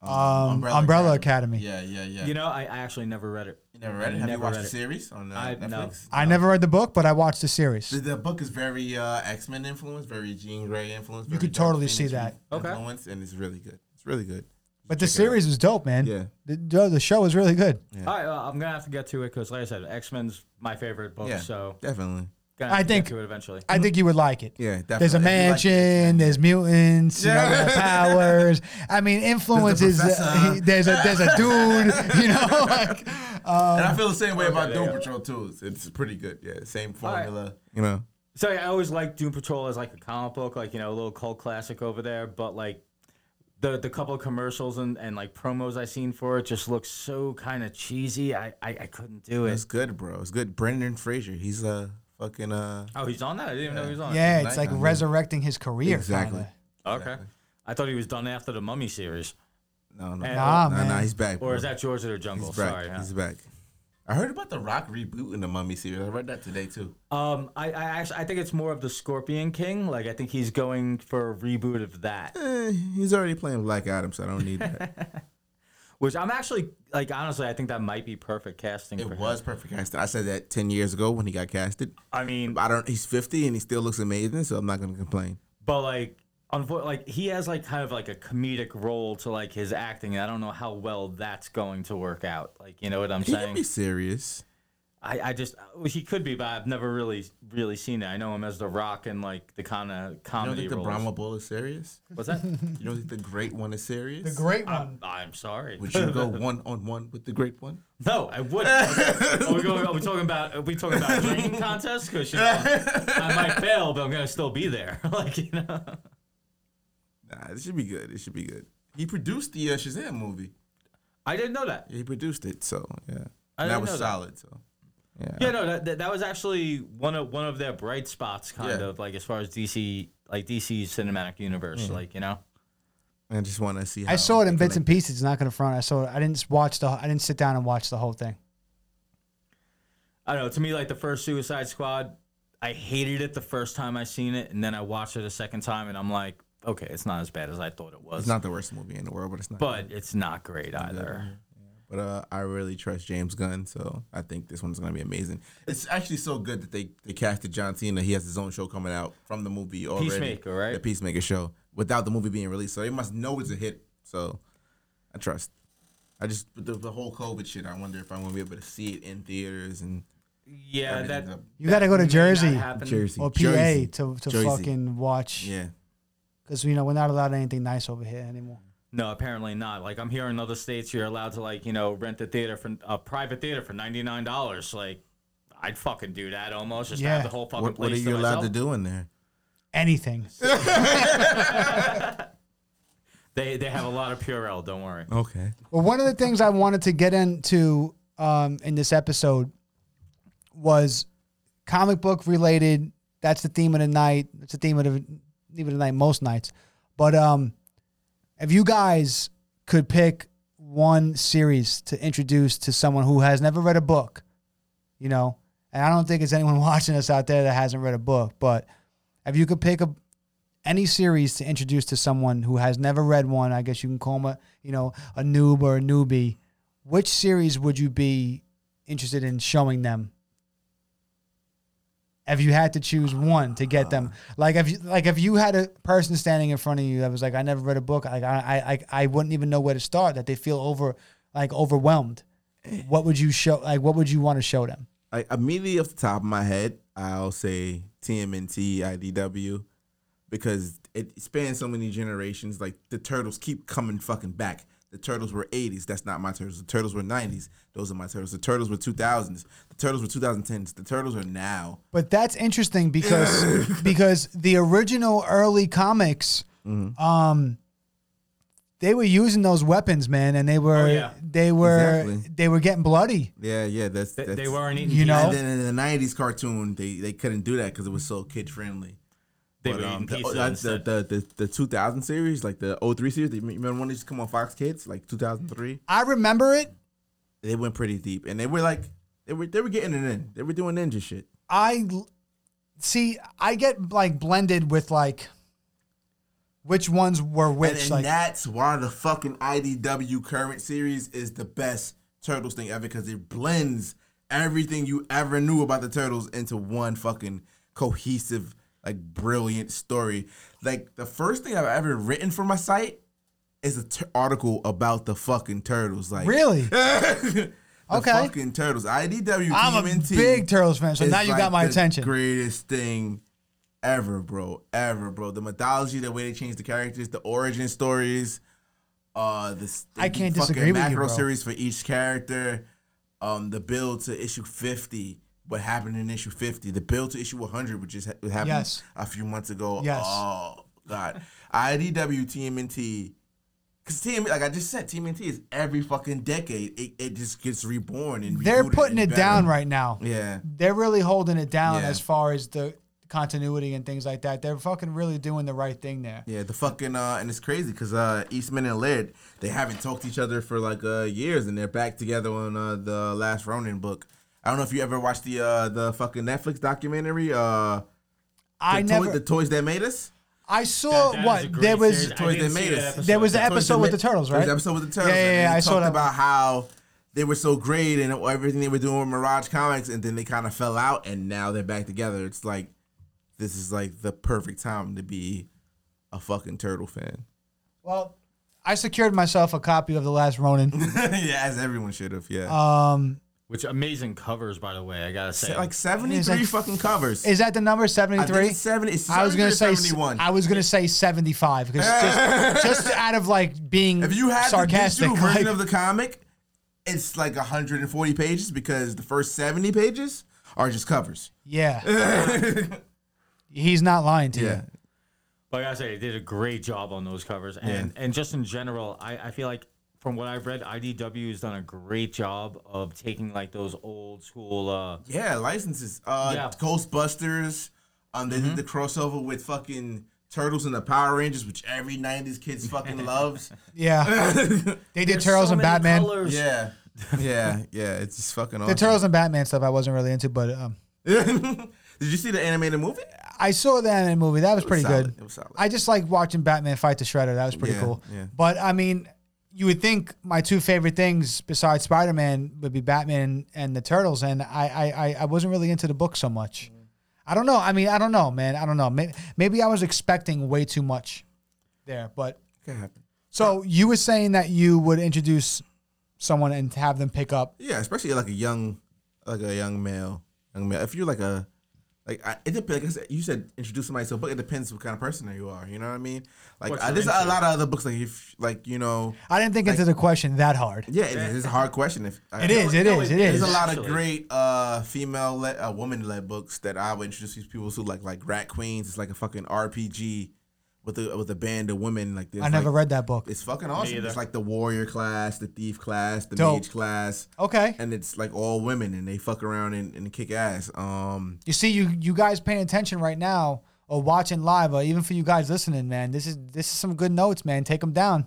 Speaker 4: Um,
Speaker 1: Umbrella Academy.
Speaker 4: Yeah, yeah, yeah.
Speaker 5: You know, I, I actually never read it.
Speaker 4: You never read it? Have you
Speaker 5: never
Speaker 4: watched
Speaker 5: read
Speaker 4: the
Speaker 5: it.
Speaker 4: series on uh,
Speaker 5: I- no.
Speaker 4: Netflix?
Speaker 1: I never read the book, but I watched the series.
Speaker 4: The, the book is very uh, X Men influenced, very Jean Grey influenced. very
Speaker 1: could
Speaker 4: Dark
Speaker 1: totally see
Speaker 4: Phoenix
Speaker 1: that.
Speaker 5: Okay.
Speaker 4: Influence, and it's really good. It's really good.
Speaker 1: But the
Speaker 4: check it out.
Speaker 1: series was dope, man.
Speaker 4: Yeah.
Speaker 1: The, the- the show was really good.
Speaker 5: All right, well, I'm gonna have to get to it because, like I said, X Men's my favorite book.
Speaker 4: Yeah,
Speaker 5: So
Speaker 4: definitely.
Speaker 5: gonna have
Speaker 1: I
Speaker 5: to
Speaker 1: think-
Speaker 5: get to it eventually.
Speaker 1: I think you would like it.
Speaker 4: Yeah, definitely.
Speaker 1: There's a
Speaker 4: If you like
Speaker 1: mansion, there's mutants, you know,
Speaker 4: Yeah. [laughs]
Speaker 1: there's powers. I mean, influences. uh,
Speaker 4: professor.
Speaker 1: there's a there's
Speaker 4: [laughs]
Speaker 1: a dude, you know. Like,
Speaker 4: and
Speaker 5: Oh.
Speaker 4: I feel the same way about
Speaker 5: there you
Speaker 4: Doom
Speaker 5: go.
Speaker 4: Patrol too. It's- It's pretty good. Yeah, same
Speaker 5: right.
Speaker 4: formula. You know.
Speaker 5: So yeah, I always liked Doom Patrol as like a comic book, like you know, a little cult classic over there. But like the the couple of commercials and, and like promos I seen for it just looked so kind of cheesy. I, I I couldn't do it.
Speaker 4: It's good, bro. It's good. Brendan Fraser. He's a fucking uh.
Speaker 5: Oh, he's on that. I didn't even know he was on. it.
Speaker 1: yeah, it's like
Speaker 4: Nighttime, yeah.
Speaker 1: resurrecting his career.
Speaker 4: Exactly.
Speaker 1: kinda.
Speaker 5: Okay. I thought he was done after the Mummy series,
Speaker 4: No, no,
Speaker 1: Nah,
Speaker 5: And-
Speaker 4: no,
Speaker 1: Ah, man.
Speaker 4: no. He's back.
Speaker 5: or
Speaker 4: bro.
Speaker 5: is that George of the Jungle?
Speaker 4: He's back.
Speaker 5: Sorry. huh?
Speaker 4: He's back. I heard about the Rock reboot in the Mummy series. I read that today too.
Speaker 5: Um, I, I actually I think it's more of the Scorpion King. Like I think he's going for a reboot of that,
Speaker 4: Eh, he's already playing Black Adam, so I don't need
Speaker 5: [laughs]
Speaker 4: that.
Speaker 5: which I'm actually like honestly I think that might be perfect casting. for
Speaker 4: It
Speaker 5: him.
Speaker 4: was perfect casting. I said that ten years ago when he got casted.
Speaker 5: I mean,
Speaker 4: I don't. He's fifty and he still looks amazing, so I'm not gonna complain.
Speaker 5: but like unfor- like he has like kind of like a comedic role to like his acting. and I don't know how well that's going to work out. Like you know what I'm
Speaker 4: He can
Speaker 5: saying?
Speaker 4: be serious.
Speaker 5: I, I just uh, well, he could be, but I've never really really seen it. I know him as the Rock and like the kind of
Speaker 4: You don't
Speaker 5: comedy
Speaker 4: think the
Speaker 5: roles.
Speaker 4: Brahma Bull is serious?
Speaker 5: What's that?
Speaker 4: [laughs] You don't think the Great One is serious?
Speaker 1: The great one.
Speaker 5: I'm, I'm sorry.
Speaker 4: Would [laughs] you go one on one with the Great One?
Speaker 5: No, I wouldn't. are, we going, are we talking about are we talking about drinking contests? Because you know, I
Speaker 4: [laughs]
Speaker 5: might fail, but I'm gonna still be there. [laughs] like you know.
Speaker 4: Nah, it should be good. It should be good. He produced the uh, Shazam movie.
Speaker 5: I didn't know that.
Speaker 4: He produced it, so yeah,
Speaker 5: I
Speaker 4: And
Speaker 5: didn't
Speaker 4: that was
Speaker 5: know that.
Speaker 4: solid. So yeah,
Speaker 5: Yeah, no, that, that, that was actually one of one of their bright spots, kind
Speaker 4: Yeah.
Speaker 5: of like as far as DC, like DC's cinematic universe,
Speaker 4: Mm-hmm.
Speaker 5: like you know.
Speaker 4: I just want to see. How
Speaker 1: I saw it in
Speaker 4: they
Speaker 1: bits and pieces. Not gonna front. I saw it. I didn't s- watch the. I didn't sit down and watch the whole thing.
Speaker 5: I don't know. To me, like the first Suicide Squad, I hated it the first time I seen it, and then I watched it a second time, and I'm like, okay, it's not as bad as I thought it was.
Speaker 4: It's not the worst movie in the world, but it's not.
Speaker 5: but it's not great either.
Speaker 4: But uh, I really trust James Gunn, so I think this one's gonna be amazing. It's actually so good that they, they casted John Cena. He has his own show coming out from the movie already.
Speaker 5: Peacemaker, right?
Speaker 4: The Peacemaker show without the movie being released, so they must know it's a hit. So I trust. I just the, the whole COVID shit. I wonder if I'm gonna be able to see it in theaters and
Speaker 5: Yeah, that
Speaker 4: everything's up.
Speaker 1: You got to go to
Speaker 5: may not
Speaker 1: Jersey
Speaker 5: happen.
Speaker 4: Jersey
Speaker 1: or PA
Speaker 4: Jersey,
Speaker 1: to, to
Speaker 4: Jersey.
Speaker 1: fucking watch
Speaker 4: Yeah,
Speaker 1: because you know we're not allowed anything nice over here anymore.
Speaker 5: No, apparently not. Like I'm here in other states, you're allowed to like you know rent a theater for a private theater for ninety nine dollars. Like I'd fucking do that almost. Just
Speaker 1: Yeah.
Speaker 5: have the whole fucking
Speaker 4: what,
Speaker 5: place
Speaker 4: what are
Speaker 5: to
Speaker 4: you allowed to
Speaker 5: myself.
Speaker 4: do in there?
Speaker 1: Anything.
Speaker 5: They they have a lot of Purell. Don't worry.
Speaker 4: Okay,
Speaker 1: Well, one of the things I wanted to get into um, in this episode was comic book related. That's the theme of the night. It's the theme of the theme of the night most nights. But um, if you guys could pick one series to introduce to someone who has never read a book, you know, and I don't think it's anyone [laughs] watching us out there that hasn't read a book, but if you could pick a any series to introduce to someone who has never read one, I guess you can call them a you know a noob or a newbie. Which series would you be interested in showing them? If you had to choose one to get them, like if you, like if you had a person standing in front of you that was like, I never read a book, like I I I, I wouldn't even know where to start. That they feel over like overwhelmed. What would you show? Like what would you want to show them?
Speaker 4: I, immediately off the top of my head, I'll say TMNT IDW because it spans so many generations. Like the turtles keep coming fucking back. The turtles were 80s. That's not my turtles. The turtles were 90s. Those are my turtles. The turtles were 2000s. The turtles were 2010s. The turtles are now.
Speaker 1: But that's interesting
Speaker 4: [coughs]
Speaker 1: because because the original early comics,
Speaker 4: Mm-hmm.
Speaker 1: um, they were using those weapons, man, and they were
Speaker 5: yeah.
Speaker 1: they were
Speaker 4: Exactly.
Speaker 1: they were getting bloody.
Speaker 4: Yeah, yeah. That's,
Speaker 5: They,
Speaker 4: that's
Speaker 5: they weren't eating.
Speaker 1: You
Speaker 5: pizza.
Speaker 1: know?
Speaker 4: And then in the 90s cartoon, they, they couldn't do that because it was so kid friendly.
Speaker 5: they
Speaker 4: But
Speaker 5: were
Speaker 4: um,
Speaker 5: eating
Speaker 4: the,
Speaker 5: pizza
Speaker 4: uh, the,
Speaker 5: instead.
Speaker 4: the, the, the 2000 series, like the 03 series, they, remember when they used to come on Fox Kids, like 2003?
Speaker 1: I remember it.
Speaker 4: they went pretty deep, and they were like, they were they were getting it in. They were doing ninja shit.
Speaker 1: I l- see. I get like blended with like which ones were which.
Speaker 4: And, and
Speaker 1: like
Speaker 4: that's why the fucking IDW current series is the best Turtles thing ever because it blends everything you ever knew about the Turtles into one fucking cohesive, like brilliant story. Like the first thing I've ever written for my site is an article about the fucking Turtles.
Speaker 1: [laughs]
Speaker 4: Like
Speaker 1: really,
Speaker 4: [laughs] the
Speaker 1: Okay.
Speaker 4: fucking Turtles. IDW.
Speaker 1: I'm a
Speaker 4: TMNT.
Speaker 1: big Turtles fan, so
Speaker 4: It's
Speaker 1: now you got
Speaker 4: like
Speaker 1: my
Speaker 4: the
Speaker 1: attention.
Speaker 4: Greatest thing ever, bro. Ever, bro. The mythology, the way they changed the characters, the origin stories, uh, the s-
Speaker 1: I can't
Speaker 4: the fucking
Speaker 1: disagree with you,
Speaker 4: macro
Speaker 1: bro.
Speaker 4: series for each character, um, the build to issue fifty. What happened in issue fifty? The build to issue one hundred, which just ha- happened
Speaker 1: Yes.
Speaker 4: a few months ago.
Speaker 1: Yes.
Speaker 4: Oh God, IDW TMNT Cause TM, like I just said, TMNT is every fucking decade. It, it just gets reborn and
Speaker 1: they're
Speaker 4: rebooted
Speaker 1: putting
Speaker 4: and
Speaker 1: it down
Speaker 4: better.
Speaker 1: right now.
Speaker 4: Yeah,
Speaker 1: They're really holding it down
Speaker 4: Yeah.
Speaker 1: as far as the continuity and things like that. They're fucking really doing the right thing there.
Speaker 4: yeah. The fucking uh, and it's crazy because uh, Eastman and Laird they haven't talked to each other for like uh years, and they're back together on uh, the Last Ronin book. I don't know if you ever watched the uh the fucking Netflix documentary. Uh, the
Speaker 1: I
Speaker 4: toy-
Speaker 1: never.
Speaker 4: the toys that made us.
Speaker 1: I saw
Speaker 5: That is a
Speaker 1: what
Speaker 5: great
Speaker 1: there was.
Speaker 5: series. I
Speaker 4: toys that
Speaker 5: didn't see
Speaker 4: made
Speaker 5: that
Speaker 4: us.
Speaker 5: episode.
Speaker 1: There was the
Speaker 5: That-
Speaker 4: Toys
Speaker 1: episode
Speaker 4: that
Speaker 1: with
Speaker 4: ma-
Speaker 1: the turtles,
Speaker 4: There was
Speaker 1: right?
Speaker 4: an episode with the turtles.
Speaker 1: Yeah, yeah,
Speaker 4: and
Speaker 1: yeah,
Speaker 4: They
Speaker 1: I
Speaker 4: talked
Speaker 1: saw that.
Speaker 4: about how they were so great and everything they were doing with Mirage Comics, and then they kind of fell out, and now they're back together. It's like this is like the perfect time to be a fucking turtle fan. [laughs]
Speaker 1: Well, I secured myself a copy of The Last
Speaker 4: [laughs]
Speaker 1: Ronin.
Speaker 4: yeah, as everyone should have. Yeah,
Speaker 1: Um,
Speaker 5: Which amazing covers, by the way. I gotta say,
Speaker 4: like seventy
Speaker 1: It's like-
Speaker 4: three fucking covers.
Speaker 1: is that the number
Speaker 4: I think
Speaker 1: seventy-three?
Speaker 4: it's seventy. It's
Speaker 1: I was gonna say
Speaker 4: seventy one.
Speaker 1: I was gonna say seventy-five because
Speaker 4: [laughs]
Speaker 1: just, just out of like being
Speaker 4: If you had
Speaker 1: sarcastic, [laughs]
Speaker 4: the digital version
Speaker 1: like-
Speaker 4: of the comic, it's like 140 pages because the first 70 pages are just covers.
Speaker 1: yeah,
Speaker 4: [laughs]
Speaker 1: he's not lying to you.
Speaker 5: like I say, they did a great job on those covers, and and just in general, I, I feel like from what I've read, IDW has done a great job of taking like those old school. uh
Speaker 4: Yeah, licenses. Uh,
Speaker 5: Yeah.
Speaker 4: Ghostbusters. Um, they
Speaker 1: Mm-hmm.
Speaker 4: did the crossover with fucking Turtles and the Power Rangers, which every '90s kids
Speaker 1: [laughs]
Speaker 4: fucking loves. [laughs]
Speaker 1: Yeah, they did
Speaker 5: There's
Speaker 1: Turtles
Speaker 5: so
Speaker 1: and
Speaker 5: many
Speaker 1: Batman.
Speaker 5: colors.
Speaker 1: [laughs]
Speaker 4: Yeah, yeah, yeah. It's just fucking
Speaker 1: The
Speaker 4: awesome.
Speaker 1: Turtles and Batman stuff I wasn't really into, but um,
Speaker 4: The [laughs] Did you see the animated movie?
Speaker 1: I saw the anime movie. That was, pretty
Speaker 4: solid.
Speaker 1: good.
Speaker 4: It was solid.
Speaker 1: I just like watching Batman fight the Shredder. That was pretty
Speaker 4: Yeah,
Speaker 1: cool.
Speaker 4: yeah.
Speaker 1: But I mean, you would think my two favorite things besides Spider Man would be Batman and the Turtles, and I, I I I wasn't really into the book so much. I don't know. I mean, I don't know, man. I don't know. Maybe, maybe I was expecting way too much there. But
Speaker 4: Could happen.
Speaker 1: so you were saying that you would introduce someone and have them pick up.
Speaker 4: Yeah, especially like a young, like a young male, young male. If you're like a, like I, it depends. Like I said, you said introduce somebody to a book. It depends what kind of person you are. You know what I mean? Like
Speaker 5: What's
Speaker 4: I,
Speaker 5: your
Speaker 4: there's a
Speaker 5: interest?
Speaker 4: lot of other books. Like if like you know,
Speaker 1: I didn't think into the question that hard.
Speaker 4: yeah, it is. It's a hard question. If
Speaker 1: It is. It
Speaker 5: No,
Speaker 1: is.
Speaker 5: it
Speaker 1: It
Speaker 5: is.
Speaker 1: is.
Speaker 4: There's a lot of
Speaker 5: Actually.
Speaker 4: great uh, female led, uh, woman led books that I would introduce these people to, like like Rat Queens. It's like a fucking RPG with a with a band of women. Like this.
Speaker 1: I never read that book.
Speaker 4: It's fucking awesome.
Speaker 5: either.
Speaker 4: It's like the warrior class, the thief class, the
Speaker 1: Dope.
Speaker 4: mage class.
Speaker 1: Okay.
Speaker 4: And it's like all women, and they fuck around and, and kick ass. Um,
Speaker 1: You see, you you guys paying attention right now or watching live, or even for you guys listening, man. This is this is some good notes, man. Take them down.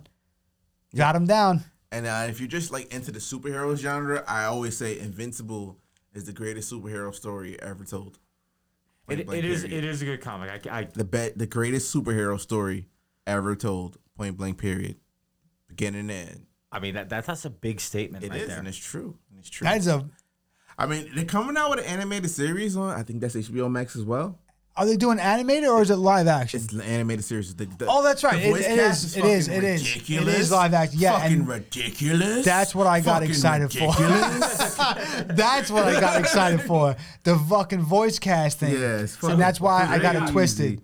Speaker 1: Got them down.
Speaker 4: and uh, if you're just like into the superhero genre, I always say Invincible is the greatest superhero story ever told. Point
Speaker 5: It,
Speaker 4: blank
Speaker 5: it is.
Speaker 4: period.
Speaker 5: It is a good comic. I, I
Speaker 4: the be- the greatest superhero story ever told. Point blank. Period. Beginning and end.
Speaker 5: I mean that, that that's a big statement
Speaker 4: It is,
Speaker 5: right there.
Speaker 4: and it's true. And it's true.
Speaker 1: That is a.
Speaker 4: I mean, they're coming out with an animated series on. I think that's HBO Max as well.
Speaker 1: Are they doing animated or is it live action?
Speaker 4: It's the animated series. The, the,
Speaker 1: Oh, that's right.
Speaker 4: the
Speaker 1: It-
Speaker 4: voice
Speaker 1: it
Speaker 4: cast
Speaker 1: is, it is,
Speaker 4: fucking
Speaker 1: it is. It is
Speaker 4: ridiculous.
Speaker 1: live act- yeah,
Speaker 4: Fucking
Speaker 1: and
Speaker 4: ridiculous.
Speaker 1: that's what I got
Speaker 4: Fucking
Speaker 1: excited for. [laughs]
Speaker 4: ridiculous.
Speaker 1: that's what I got excited for. The fucking voice casting.
Speaker 4: Yeah, it's fucking
Speaker 1: and that's why I got it
Speaker 4: crazy.
Speaker 1: twisted.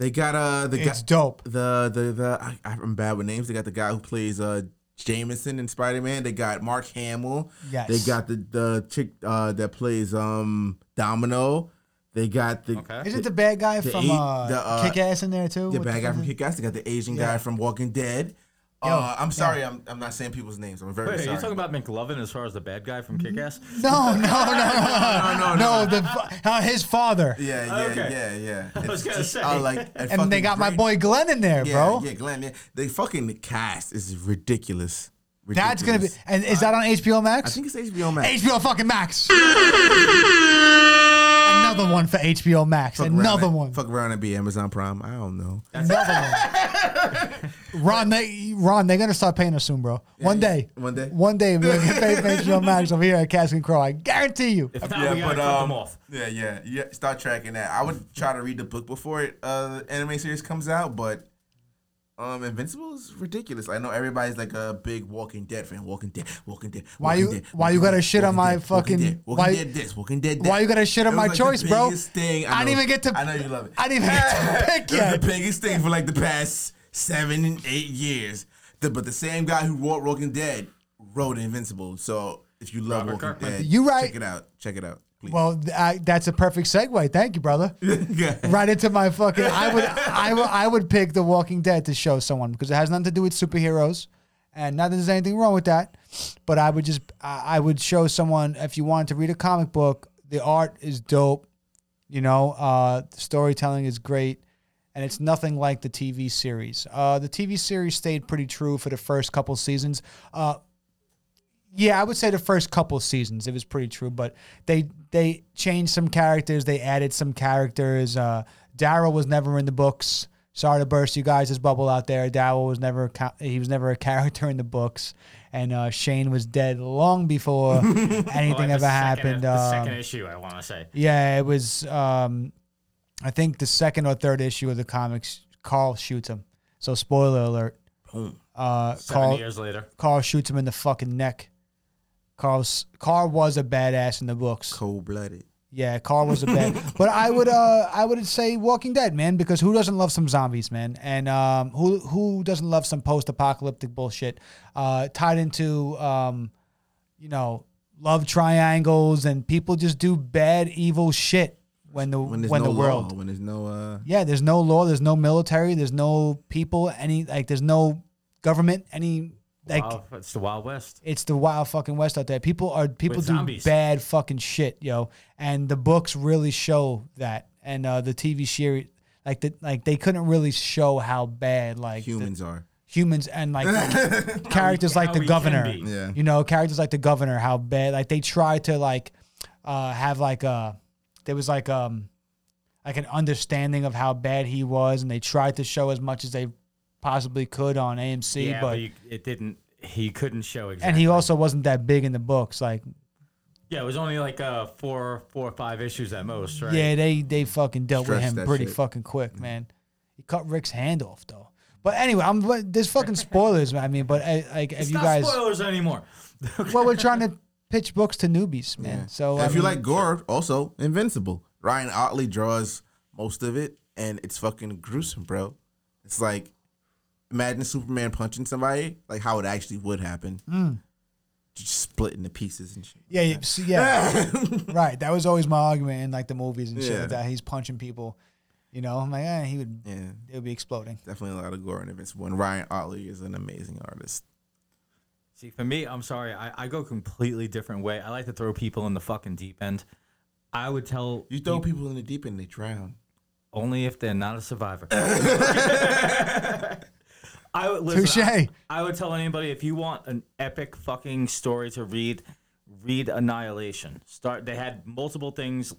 Speaker 4: They got uh the
Speaker 1: It's
Speaker 4: guy-
Speaker 1: dope.
Speaker 4: The the the I, I'm bad with names. They got the guy who plays uh Jameson in Spider Man. They got Mark Hamill.
Speaker 1: Yes.
Speaker 4: They got the the chick uh that plays um Domino. They got the
Speaker 5: Okay.
Speaker 1: Isn't the bad guy
Speaker 4: the
Speaker 1: from
Speaker 4: eight-
Speaker 1: uh,
Speaker 4: the, uh,
Speaker 1: Kick Ass in there too?
Speaker 4: the
Speaker 1: What
Speaker 4: bad guy
Speaker 1: fuck
Speaker 4: from
Speaker 1: is it?
Speaker 4: Kick Ass. They got the Asian guy from Walking Dead. uh, I'm sorry, I'm, I'm not saying people's names. I'm very
Speaker 5: Wait, are
Speaker 4: sorry.
Speaker 5: you talking about McLovin as far as the bad guy from Kick-Ass?
Speaker 1: Mm-hmm. No, no, no,
Speaker 4: [laughs] no, no,
Speaker 1: no. the fa- uh, his father.
Speaker 4: Yeah, yeah,
Speaker 5: Okay. [laughs]
Speaker 4: yeah, yeah. I
Speaker 5: was gonna say.
Speaker 4: like,
Speaker 1: And they
Speaker 4: fucking
Speaker 1: got my
Speaker 4: great-
Speaker 1: boy Glenn in there,
Speaker 4: yeah,
Speaker 1: bro.
Speaker 4: Yeah, Glenn. Yeah. They fucking the cast is ridiculous.
Speaker 1: That's gonna be.
Speaker 4: Ridiculous.
Speaker 1: And is that on HBO
Speaker 4: I
Speaker 1: Max?
Speaker 4: think it's HBO Max.
Speaker 1: HBO fucking
Speaker 4: [laughs]
Speaker 1: Max. Another one for HBO Max.
Speaker 4: Fuck around
Speaker 1: Another
Speaker 4: and-
Speaker 1: one.
Speaker 4: Fuck around and be Amazon Prime. I don't know. [laughs]
Speaker 1: Another one. Ron, they Ron, they're gonna start paying us soon, bro. one
Speaker 4: yeah.
Speaker 1: day.
Speaker 4: One day.
Speaker 1: One day we're gonna
Speaker 4: [laughs]
Speaker 1: pay for HBO Max over here at Cask and Crow. I guarantee you.
Speaker 5: If not, we gotta cut
Speaker 4: um,
Speaker 5: them off.
Speaker 4: yeah, yeah, yeah. Start tracking that. I would try to read the book before it, uh, the anime series comes out, but um, Invincible is ridiculous. I know everybody's like a big Walking Dead fan. Walking Dead, Walking Dead.
Speaker 1: Why
Speaker 4: Walking
Speaker 1: you-
Speaker 4: Dead,
Speaker 1: why you
Speaker 4: Walking
Speaker 1: gotta
Speaker 4: Dead,
Speaker 1: shit on
Speaker 4: Walking
Speaker 1: my
Speaker 4: Dead, Walking
Speaker 1: fucking-
Speaker 4: Dead, Walking
Speaker 1: why-
Speaker 4: Dead this, Walking Dead that.
Speaker 1: Why you gotta shit on
Speaker 4: It
Speaker 1: my
Speaker 4: was, like, the
Speaker 1: choice, bro?
Speaker 4: biggest Thing.
Speaker 1: I didn't
Speaker 4: know.
Speaker 1: even get to-
Speaker 4: I know you love it.
Speaker 1: I didn't even get to pick
Speaker 4: [laughs] It was
Speaker 1: yet.
Speaker 4: The biggest thing for like the past seven, and eight years. The, but the same guy who wrote Walking Dead wrote Invincible. So if you love
Speaker 5: Robert
Speaker 4: Walking
Speaker 5: Kirkman.
Speaker 4: Dead,
Speaker 1: You right.
Speaker 4: Check it out. Check it out. Please.
Speaker 1: Well, th- I, that's a perfect segue. Thank you,
Speaker 4: [laughs]
Speaker 1: brother.
Speaker 4: yeah.
Speaker 1: [laughs] right into my fucking. I would, I would, I would pick The Walking Dead to show someone because it has nothing to do with superheroes, and not that there's anything wrong with that. But I would just, I, I would show someone if you wanted to read a comic book, the art is dope, you know, uh, the storytelling is great, and it's nothing like the TV series. Uh, the TV series stayed pretty true for the first couple seasons. Uh, yeah, I would say the first couple seasons it was pretty true, but they they changed some characters, they added some characters. Uh, Daryl was never in the books. Sorry to burst you guys' bubble out there. Daryl was never a ca- he was never a [laughs] character in the books, and uh, Shane was dead long
Speaker 5: [laughs]
Speaker 1: before anything
Speaker 5: Like the
Speaker 1: ever
Speaker 5: second- e-,
Speaker 1: happened.
Speaker 5: The
Speaker 1: Um,
Speaker 5: second issue, I want to say.
Speaker 1: yeah, it was. Um, I think the second or third issue of the comics, Carl shoots him. So spoiler alert. Uh,
Speaker 5: Seven
Speaker 1: Carl
Speaker 5: years later.
Speaker 1: Carl shoots him in the fucking neck. Carl's Carl was a badass in the books.
Speaker 4: Cold blooded.
Speaker 1: Yeah, Carl was a
Speaker 4: [laughs]
Speaker 1: bad. but I would uh I would say Walking Dead, man, because who doesn't love some zombies, man? And um who who doesn't love some post-apocalyptic bullshit uh tied into um you know, love triangles and people just do bad evil shit when the
Speaker 4: When
Speaker 1: when,
Speaker 4: there's no
Speaker 1: the world
Speaker 4: law, when there's no uh
Speaker 1: yeah, there's no law, there's no military, there's no people, any like there's no government, any like
Speaker 5: wow, Oh, it's the Wild West.
Speaker 1: it's the wild fucking west out there. People are people
Speaker 5: With
Speaker 1: do
Speaker 5: zombies.
Speaker 1: bad fucking shit, yo. And the books really show that, and uh, the TV series, like the like they couldn't really show how bad like the
Speaker 4: humans are.
Speaker 1: humans and like characters like
Speaker 5: how
Speaker 1: the
Speaker 5: we can
Speaker 1: governor,
Speaker 5: be.
Speaker 4: Yeah.
Speaker 1: you know, characters like the governor, how bad like they tried to like uh, have like a there uh, was like um like an understanding of how bad he was, and they tried to show as much as they possibly could on AMC,
Speaker 5: yeah,
Speaker 1: but,
Speaker 5: but you, it didn't. He couldn't show exactly.
Speaker 1: and he also wasn't that big in the books. Like,
Speaker 5: yeah, it was only like uh, four, four or five issues at most, right?
Speaker 1: yeah, they they fucking dealt
Speaker 4: Stretched
Speaker 1: with him
Speaker 4: that
Speaker 1: pretty
Speaker 4: shit. Mm.
Speaker 1: fucking quick, man. He cut Rick's hand off though. But anyway, I'm but there's
Speaker 4: [laughs]
Speaker 1: fucking spoilers, man. I mean, but I, like, if
Speaker 5: It's
Speaker 1: you
Speaker 5: not
Speaker 1: guys,
Speaker 5: spoilers anymore.
Speaker 1: well, we're trying to pitch books to newbies, man.
Speaker 4: Yeah.
Speaker 1: So
Speaker 4: if
Speaker 1: I
Speaker 4: you
Speaker 1: mean,
Speaker 4: like gore, also Invincible. Ryan Otley draws most of it, and it's fucking gruesome, bro. It's like imagine Superman punching somebody, like how it actually would happen,
Speaker 1: Mm.
Speaker 4: just split into pieces and shit.
Speaker 1: yeah, yeah, so- yeah,
Speaker 4: [laughs]
Speaker 1: right. That was always my argument in like the movies and shit
Speaker 4: Yeah.
Speaker 1: like that. He's punching people, you know. I'm like, eh, he would,
Speaker 4: Yeah,
Speaker 1: it would be exploding.
Speaker 4: definitely a lot of gore in Invincible. And Ryan Otley is an amazing artist.
Speaker 5: See, for me, I'm sorry. I, I go completely different way. I like to throw people in the fucking deep end. I would tell
Speaker 4: You throw people in the deep end, they drown.
Speaker 5: only if they're not a survivor. I would listen,
Speaker 1: Touche.
Speaker 5: I, I would tell anybody if you want an epic fucking story to read, read Annihilation. Start. They had multiple things